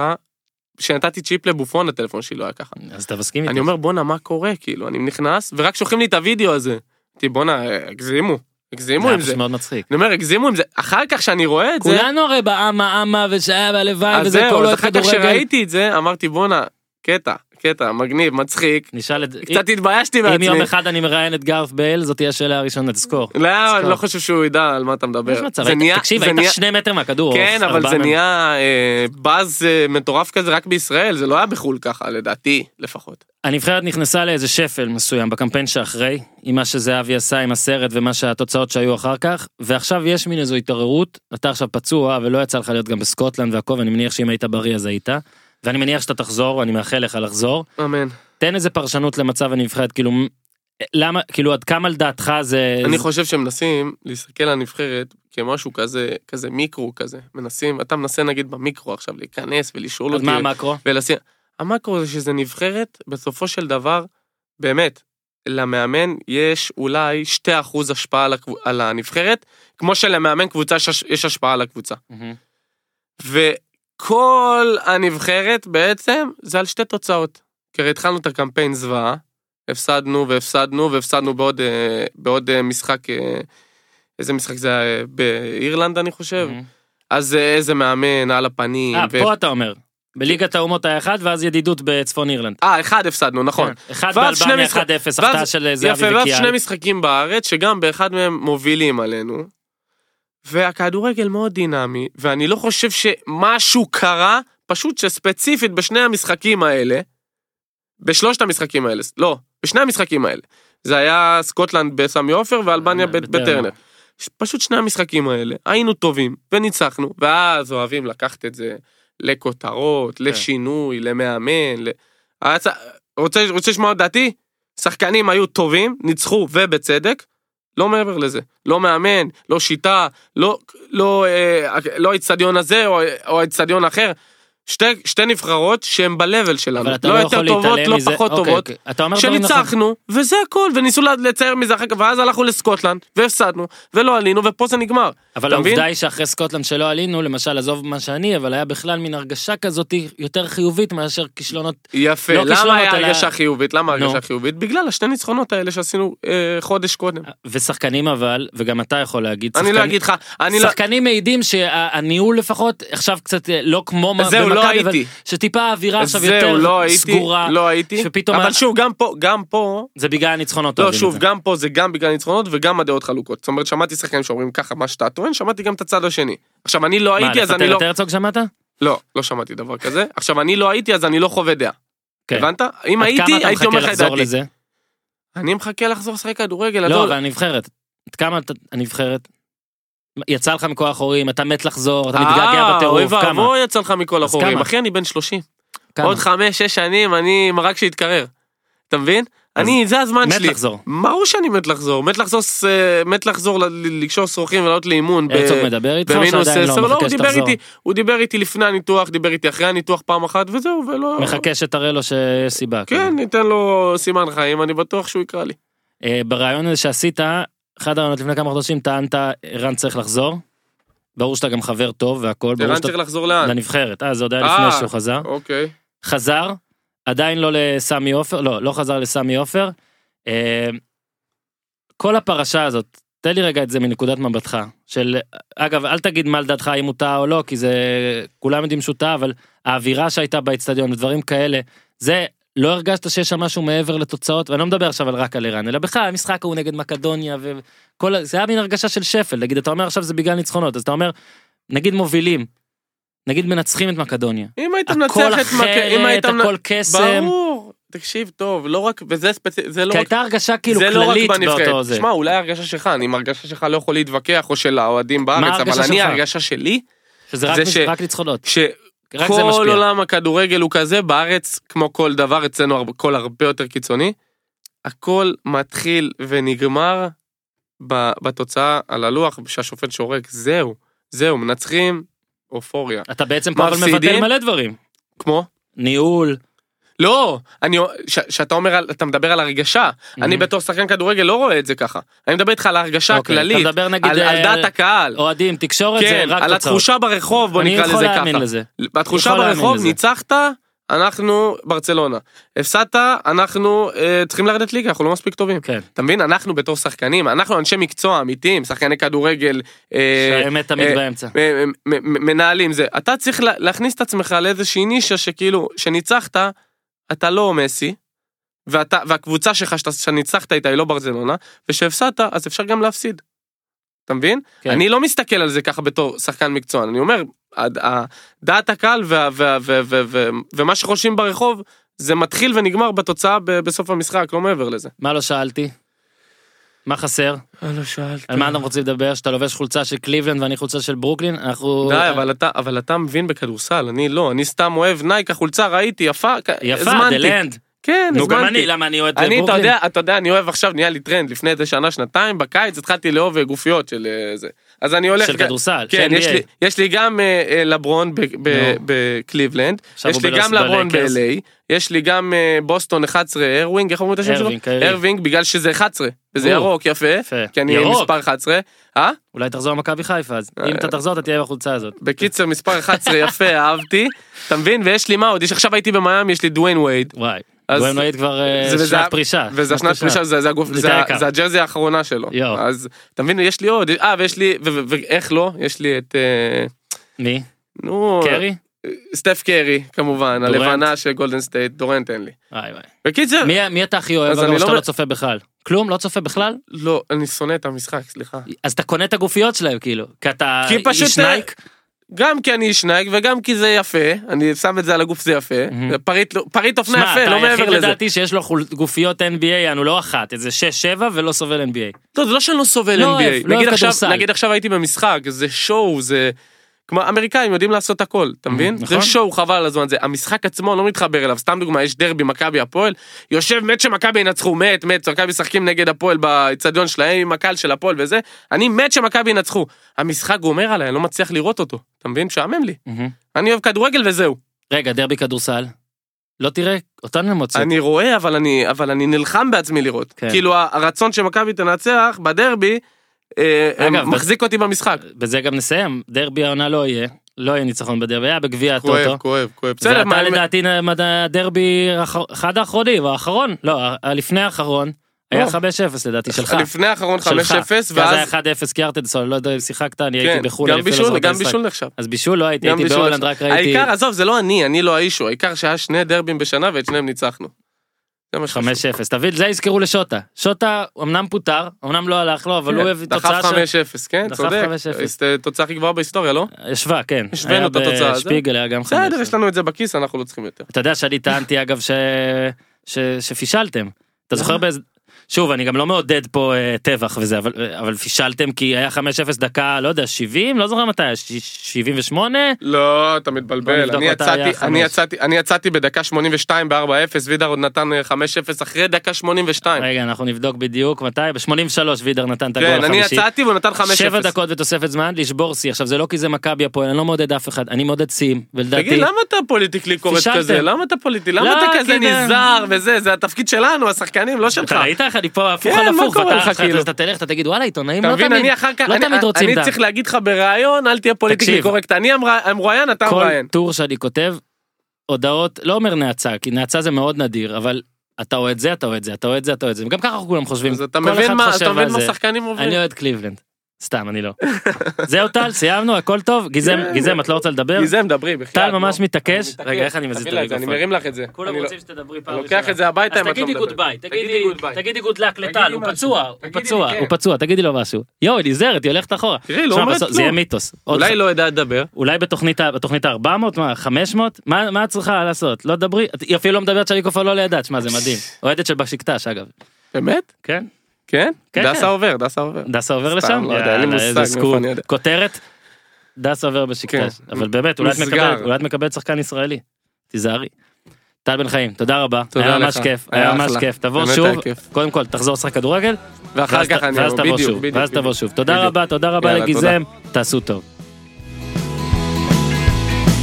כשנתתי צ'יפ לבופון הטלפון שלי לא היה ככה.
אז אתה מסכים איתי?
אני אומר בואנה מה קורה, כאילו, אני נכנס, ורק שולחים לי את הוידאו הזה. אמרתי בואנה, אה, הגזימו, הגזימו עם
זה. היה
זה.
פשוט מאוד מצחיק.
אני אומר, הגזימו עם זה, אחר כך שאני רואה את זה,
כולנו הרי באמה אמה ושהיה והלוואי
אז
וזה
זהו,
כל
אז
אוהד
אחר כך
כדורגל.
שראיתי את זה, אמרתי בואנה, קטע, קטע, מגניב, מצחיק.
נשאל את זה.
קצת התביישתי
אם יום
בעצמי.
אחד אני מראיין את גארף בייל, זאת תהיה השאלה הראשונה, תזכור.
לא, אני
תזכור.
לא חושב שהוא ידע על מה אתה
יש
מדבר.
מצב,
זה
היית-
נהיה-
תקשיב,
זה
היית
נהיה-
שני מטר מהכדור.
כן,
אוף,
אבל זה
ארבעה
נהיה אה, באז אה, מטורף כזה רק בישראל, זה לא היה בחו"ל ככה, לדעתי לפחות.
הנבחרת נכנסה לאיזה שפל מסוים בקמפיין שאחרי, עם מה שזהבי עשה עם הסרט ומה שהתוצאות שהיו אחר כך, ועכשיו יש מין איזו התעוררות, אתה עכשיו פצוע ולא יצא לך להיות גם בסקוטלנד והכל, ואני מניח שאם היית בריא אז היית, ואני מניח שאתה תחזור, אני מאחל לך לחזור.
אמן.
תן איזה פרשנות למצב הנבחרת, כאילו, מ- למה, כאילו עד כמה לדעתך זה...
אני
זה-
חושב שמנסים להסתכל על הנבחרת כמשהו כזה, כזה מיקרו כזה. מנסים, אתה מנסה נגיד במיקרו עכשיו להיכנס ולשאול
אז
אותי.
מה המקרו?
ולשים... המקרו זה שזה נבחרת, בסופו של דבר, באמת, למאמן יש אולי 2% השפעה על, הקב... על הנבחרת, כמו שלמאמן קבוצה יש הש- יש השפעה על הקבוצה. וכל הנבחרת בעצם זה על שתי תוצאות. כי הרי התחלנו את הקמפיין זוועה, הפסדנו והפסדנו והפסדנו בעוד, אה, בעוד אה, משחק, אה, איזה משחק זה היה? אה, באירלנד אני חושב. אז אה, איזה מאמן על הפנים.
Mm-hmm. אה,
ו-
פה אתה אומר. בליגת האומות היה אחד, ואז ידידות בצפון אירלנד.
אה, אחד הפסדנו, נכון.
כן, אחד
ואז שני
באלבניה,
משחק-
אחד אפס,
ואז-
החטאה של אה, זהבי
יפה,
וקיאל.
ואז שני משחקים בארץ, שגם באחד מהם מובילים עלינו. והכדורגל מאוד דינמי, ואני לא חושב שמשהו קרה, פשוט שספציפית בשני המשחקים האלה, בשלושת המשחקים האלה, לא, בשני המשחקים האלה. זה היה סקוטלנד בסמי עופר ואלבניה בט-
אה, בטרנר.
בטרנר. ש- פשוט שני המשחקים האלה, היינו טובים, וניצחנו, ואז אוהבים לקחת את זה לכותרות,
כן.
לשינוי, למאמן, ל... היה צ- רוצה, רוצה לשמוע את דעתי? שחקנים היו טובים, ניצחו ובצדק, לא מעבר לזה. לא מאמן, לא שיטה, לא, לא, אה, לא האיצטדיון הזה או, או האיצטדיון אחר. שתי, שתי נבחרות שהן ב-level שלנו,
אבל אתה
לא
לא
יותר
יכול
טובות,
להתעלם
לא
מזה.
פחות
אוקיי,
טובות,
אוקיי. אתה אומר דברים נכון.
שניצחנו, וזה הכל, וניסו ל- לצייר מזה אחר כך, ואז הלכנו לסקוטלנד, והפסדנו, ולא עלינו, ופה זה נגמר.
אבל
אתה מבין?
העובדה היא שאחרי סקוטלנד שלא עלינו, למשל, עזוב מה שאני, אבל היה בכלל מין הרגשה כזאת יותר חיובית מאשר כישלונות.
יפה,
לא כישלונות,
למה היה
אלא-
הרגשה חיובית? למה
נו.
הרגשה חיובית? בגלל השתי ניצחונות האלה שעשינו אה, חודש קודם.
ושחקנים אבל, וגם אתה יכול להגיד,
אני לא
שחקנים-
אגיד לך, אני לא...
שחקנים מעידים שהניהול לפחות עכשיו קצת אה, לא כמו מה-
זהו, לא
במכבי, אבל
הייתי.
שטיפה האווירה עכשיו
זהו, לא
יותר
הייתי,
סגורה.
לא הייתי,
שפתאום
אבל
ה-
שוב, גם פה, גם פה,
זה בגלל הניצחונות.
לא,
אוהבים
שוב,
את זה.
גם פה זה גם בגלל ניצחונות וגם הדעות חלוקות. זאת אומרת, שמעתי שחקנים שאומרים ככה, מה שאתה טוען, שמעתי גם את הצד השני. עכשיו, אני לא הייתי, אז
מה,
אני
לפטר
לא...
את הרצוג שמעת?
לא, לא שמעתי דבר כזה. עכשיו, אני לא הייתי, אז אני לא חווה דעה.
כן.
הבנת? אם
עד
הייתי,
כמה אתה
הייתי
מחכה
אומר לך את
לחזור
דעתי.
לזה?
אני מחכה לחזור לשחק כדורגל,
לא,
אדון.
אבל הנבחרת. עד כמה אתה- הנבחרת? יצא לך מכל האחורים, אתה מת לחזור, אתה מתגעגע
אה, אוי
בטירוף, כמה?
ואבוי יצא לך מכל החורים.
כמה?
אחי, אני בן 30.
כמה?
עוד חמש, שש שנים, אני רק שיתקרר. אתה מבין?
אז
אני, זה הזמן
מת
שלי.
לחזור.
ברור שאני מת לחזור, מת לחזור, ס- מת לחזור ל- ל- לקשור שרוכים ולעלות לאימון. ב-
הרצוג מדבר איתך או
במינוס
שעדיין
עשר,
לא
לא,
מחכה
הוא דיבר
שתחזור?
איתי, הוא דיבר איתי לפני הניתוח, דיבר איתי אחרי הניתוח פעם אחת, וזהו, ולא...
מחכה שתראה לו שיש סיבה. כאילו.
כן, ניתן לו סימן חיים, אני בטוח שהוא יקרא לי.
אה, ברעיון הזה שעשית, אחד הרעיונות לפני כמה חודשים טענת, ערן צריך לחזור. ברור שאתה גם חבר טוב והכל, ברור
ערן
שאתה...
צריך לחזור לאן?
לנבחרת, אה, זה עוד היה
אה.
לפני שהוא חזר.
אוקיי.
חזר, עדיין לא לסמי עופר, לא, לא חזר לסמי עופר. אה, כל הפרשה הזאת, תן לי רגע את זה מנקודת מבטך, של, אגב, אל תגיד מה לדעתך, אם הוא טעה או לא, כי זה, כולם יודעים שהוא טעה, אבל האווירה שהייתה באצטדיון ודברים כאלה, זה, לא הרגשת שיש שם משהו מעבר לתוצאות, ואני לא מדבר עכשיו על רק על ערן, אלא בכלל, המשחק ההוא נגד מקדוניה, וכל, ה- זה היה מין הרגשה של שפל, נגיד, אתה אומר עכשיו זה בגלל ניצחונות, אז אתה אומר, נגיד מובילים, נגיד מנצחים את מקדוניה.
אם היית מנצח
הכל
את... מכה- אם
אחרת,
היית מנ-
הכל קסם.
ברור. תקשיב טוב, לא רק... וזה ספציפי... זה לא
כי
רק...
הייתה הרגשה כאילו
זה לא רק
כללית באותו
בנבחרת.
זה.
שמע, אולי הרגשה שלך, אני עם הרגשה שלך לא יכול להתווכח, או של האוהדים בארץ,
ההרגשה
אבל אני,
שלך?
ההרגשה שלי,
שזה רק
זה
מש-
ש-
רק ניצחונות. רק זה
שכל
משפיע.
עולם הכדורגל הוא כזה, בארץ, כמו כל דבר, אצלנו הכל הרבה יותר קיצוני, הכל מתחיל ונגמר ב- בתוצאה על הלוח, שהשופט שורק, זהו, זהו, מנצחים, אופוריה.
אתה בעצם פה אבל
מפסידים?
מבטל מלא דברים.
כמו?
ניהול.
לא, אני, ש, שאתה אומר, על- אתה מדבר על הרגשה, אני בתור שחקן כדורגל לא רואה את זה ככה, אני מדבר איתך על ההרגשה
אוקיי,
הכללית,
אתה מדבר נגיד
על, על
אה,
דעת הקהל,
אוהדים, תקשורת, זה
כן,
רק
על
תוצאות.
התחושה ברחוב, בוא
אני
נקרא
יכול
לזה
להאמין
ככה.
לזה.
בתחושה
יכול להאמין
ברחוב,
לזה.
ניצחת, אנחנו ברצלונה. הפסדת, אנחנו אה, צריכים לרדת ליגה, אנחנו לא מספיק טובים.
כן.
אתה מבין? אנחנו בתור שחקנים, אנחנו אנשי מקצוע אמיתיים, שחקני כדורגל, אה,
שהאמת תמיד
אה,
באמצע.
מ- מ- מ- מנהלים זה. אתה צריך לה- להכניס את עצמך לאיזושהי נישה שכאילו, שניצחת, אתה לא מסי, ואתה, והקבוצה שלך שאתה- שניצחת איתה היא לא ברצלונה, ושהפסדת, אז אפשר גם להפסיד. אתה מבין?
כן.
כן. אני לא מסתכל על זה ככה בתור שחקן מקצוען, אני אומר, הד- ה- דעת הקהל וה, וה, וה, וה, וה, ומה שחושבים ברחוב, זה מתחיל ונגמר בתוצאה ב, בסוף המשחק, לא מעבר לזה.
מה לא שאלתי? מה חסר?
לא שאלת.
על מה אנחנו רוצים לדבר? שאתה לובש חולצה של קליבלנד ואני חולצה של ברוקלין? אנחנו...
די, אבל אתה, אבל אתה מבין בכדורסל, אני לא, אני סתם אוהב נייק, החולצה ראיתי, יפה, כ-
יפה,
הזמנתי.
דה לנד.
כן,
נו, גם
הזמנתי.
אני, למה אני אוהד
אני, אתה
ברוקלין?
יודע, אתה יודע, אני אוהב עכשיו, נהיה לי טרנד, לפני איזה שנה, שנתיים, בקיץ התחלתי לאהוב אה, גופיות של אה, זה. אז אני הולך...
של כדורסל,
כן,
של
יש לי,
NBA.
יש לי גם אה, אה, לברון ב- ב-
נו.
בקליבלנד,
עכשיו
יש
הוא
לי
בלוס-
גם לברון
בלייקרס.
ב-LA, יש לי גם אה, בוסטון 11 ארווינג, איך אומרים את השם שלו?
ארווינג, קיירי.
ארווינג, בגלל שזה 11, וזה
או.
ירוק, יפה,
יפה.
כי אני
ירוק.
מספר 11, אה?
אולי תחזור למכבי חיפה אז. אם אתה תחזור אתה תהיה בחולצה הזאת.
בקיצר, מספר 11 יפה, אהבתי, אתה מבין? ויש לי מה עוד, יש עכשיו הייתי במיאמי, יש לי דוויין וייד.
וואי.
אז-
גואן נויד כבר אה,
זה- וזה-
שנת פרישה.
וזה השנת פרישה, זה- זה הגוף-
זה
זה
יותר
ה-
יקר.
זה הג'רזי האחרונה שלו.
יואו.
אז אתה מבין, יש לי עוד, אה, ויש לי, ו- ו- ואיך לא? יש לי את, אה,
מי?
נו,
קרי?
סטף קרי, כמובן,
דורנט.
הלבנה של גולדן סטייט, דורנט אין לי.
וואי וואי.
בקיצר,
מי, מי אתה הכי אוהב
אז
אגב
אני
שאתה
לא
לא
מ-
צופה בכלל? כלום? לא צופה בכלל?
לא, אני שונא את המשחק, סליחה.
אז אתה קונה את הגופיות שלהם כאילו. כי אתה
כי פשוט- אה,
איש נייק?
גם כי אני איש נייק וגם כי זה יפה, אני שם את זה על הגוף, זה יפה. זה פריט לא- פריט אופנה
שמע,
יפה,
אתה
לא מעבר
היחיד
לזה.
לדעתי שיש לו חול- גופיות NBA, אנו לא אחת, איזה 6-7 ולא סובל NBA.
לא, זה לא שאני לא סובל
לא אוהב,
NBA.
לא
נגיד
אוהב
עכשיו-
כדורסל.
נגיד עכשיו הייתי במשחק, זה שואו, זה... כמו האמריקאים יודעים לעשות הכל, אתה מבין?
נכון.
זה שואו חבל על הזמן, זה המשחק עצמו לא מתחבר אליו, סתם דוגמה, יש דרבי מכבי הפועל, יושב מת שמכבי ינצחו, מת, מת, מכבי משחקים נגד הפועל באצטדיון שלהם עם הקהל של הפועל וזה, אני מת שמכבי ינצחו. המשחק גומר עליי, אני לא מצליח לראות אותו, אתה מבין? משעמם לי. אני אוהב כדורגל וזהו.
רגע, דרבי כדורסל. לא תראה, אותנו הם מוצאים.
אני רואה, אבל אני, אבל אני נלחם בעצמי לראות.
כן.
כן. כאילו ה- הרצון שמכבי תנצח בדרבי, אה,
אגב,
מחזיק אותי במשחק.
בזה גם נסיים, דרבי העונה לא יהיה. לא יהיה ניצחון בדרבי, היה בגביע הטוטו.
כואב, כואב, כואב. בסדר,
ואתה
מה-
לדעתי נ- הדרבי האח- אחד האחרונים, האחרון, לא, הלפני האחרון, היה
לא.
5-0 לדעתי, שלך.
לפני האחרון 5-0,
שלך. ואז היה
ואז...
1-0 קיארטנסון, לא יודע אם שיחקת, אני
כן,
הייתי בחו"ל, אני
גם
אפילו לא
בישול,
זוכר את
גם
המשחק.
בישול נחשב.
אז בישול לא הייתי,
גם
הייתי
בישול
בהולנד,
נחשב.
רק ראיתי
העיקר, עזוב, זה לא אני, אני לא האישו, העיקר שהיה שני דרבים בשנה ואת שניהם ניצחנו. זה מה
5-0.
שחשוב.
תבין, זה יזכרו לשוטה. שוטה אמנם פוטר, אמנם לא הלך לו, אבל הוא הביא
כן, דחף
תוצאה של...
5-0, כן,
דחף
צודק.
5-0.
זה התוצאה הכי גבוהה בהיסטוריה, לא?
ישבה, כן.
השווינו
היה
את התוצאה, זה-
בשפיגל היה גם 5-0.
בסדר, יש לנו את זה בכיס, אנחנו לא צריכים יותר.
אתה יודע שאני טענתי אגב ש... ש... שפישלתם. אתה זוכר באיזה... שוב, אני גם לא מעודד פה אה, טבח וזה, אבל, אה, אבל פישלתם כי היה 5-0 דקה, לא יודע, 70? לא זוכר מתי, היה, ש- 78?
לא, אתה
בוא
מתבלבל.
נבדוק
אני
מתי היה
יצאתי- אני
חמש.
יצאתי- אני יצאתי בדקה 82 ב-4-0, וידר עוד נתן אה, 5-0 אחרי דקה 82.
רגע, אנחנו נבדוק בדיוק מתי, ב-83 וידר נתן את אה, הגול
כן,
החמישי.
אני יצאתי והוא נתן 5-0.
שבע דקות ותוספת זמן לשבור שיא עכשיו זה לא כי זה מכבי הפועל אני לא מעודד אף אחד אני מעודד שיאים ולדעתי
תגיד, למה אתה פוליטיקלי קורקט
פישלתם.
כזה? למה אתה פוליטי? למה
לא,
אתה כזה
כי זה-
נזהר וזה? זה התפקיד שלנו, השחקנים, לא שלך.
אתה ראית איך בחייך, אני פה הפוך
כן,
על
מה
הפוך.
קורה
ואתה-
לך, כאילו?
אתה תלך, אתה תגיד, וואלה, עיתונאים
אתה
לא
מבין,
תמיד,
אני אחר כך,
לא
אני- אה,
תמיד רוצים
אני צריך להגיד לך בראיון, אל תהיה פוליטיקלי
תקשיב.
קורקט. אני המרא- המרואיין, אתה
כל
המראיין.
טור שאני כותב, הודעות, לא אומר נאצה, כי נאצה זה מאוד נדיר, אבל אתה אוהד זה, אתה אוהד זה, אתה אוהד זה, אתה אוהד זה. גם ככה אנחנו כולם חושבים.
אז אתה
כל
מבין
אחד
מה-
חושב
אתה מבין
על
מה
זה.
שחקנים
אני
עוברים?
אוהד קליבלנד. סתם, אני לא. זהו טל, סיימנו, הכל טוב? גיזם,
כן.
גיזם, את לא רוצה לדבר?
מזה הם מדברים. בחייאת,
טל
בוא.
ממש מתעקש.
מתעקש.
רגע, איך אני מזיז
תביא
את
לה זה, אני
המיקרופון?
מרים לך את זה.
כולם
אני לא-
רוצים שתדברי פעם
אני
ראשונה.
לוקח את זה הביתה
אז
אם את לא
תגידי
מדברת.
גוד ביי, תגידי
תגידי גוד ביי.
תגידי גוד לק
תגידי
לטל, הוא
משהו.
פצוע, הוא
תגידי,
פצוע,
כן.
הוא פצוע, תגידי לו משהו. יואו, היא נזהרת, היא הולכת אחורה.
תראי, לא
שמע,
אומרת
בסוף- זה
כלום.
יהיה מיתוס. עוד
אולי לא יודעת לדבר.
אולי בתוכנית ה- בתוכנית ה-400, מה, 500? מה מה את צריכה לעשות? לא דברי, את- היא אפילו לא מדברת שהמיקרופון לא לידה, תשמע, זה מדהים. אוהדת של בשקטש, אגב.
באמת?
כן?
כן?
כן, כן.
דסה עובר, דסה עובר.
דסה עובר
סתם,
לשם?
לא יודע, אין לי
יאללה,
מושג
איזה
מאיפה
סקופ.
אני יודע.
כותרת, דסה עובר בשקטש.
כן.
אבל באמת, אולי את
מסגר.
מקבלת- אולי את מקבלת שחקן ישראלי. תיזהרי. טל בן חיים, תודה רבה.
תודה
היה
לך.
ממש כיף,
היה
היה ממש
אחלה.
כיף. תבוא
באמת
שוב,
היה כיף.
קודם כל, תחזור לשחק כדורגל,
ואחר
ואז
כך
ת-
אני...
ואז תבוא
בדיוק,
שוב,
בדיוק,
ואז תבוא
בדיוק.
שוב. תודה
בדיוק.
רבה, תודה רבה
יאללה,
לגיזם, תעשו טוב.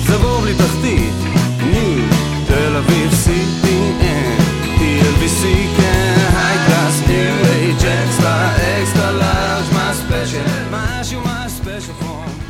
זה בור בלי תחתית, ניו, תל אביב, CPN, TLVC, כן, היי קלאס, ניו אייג' אקסטרה, אקסטרה לארג', מה ספיישל, משהו מה ספיישל פרום.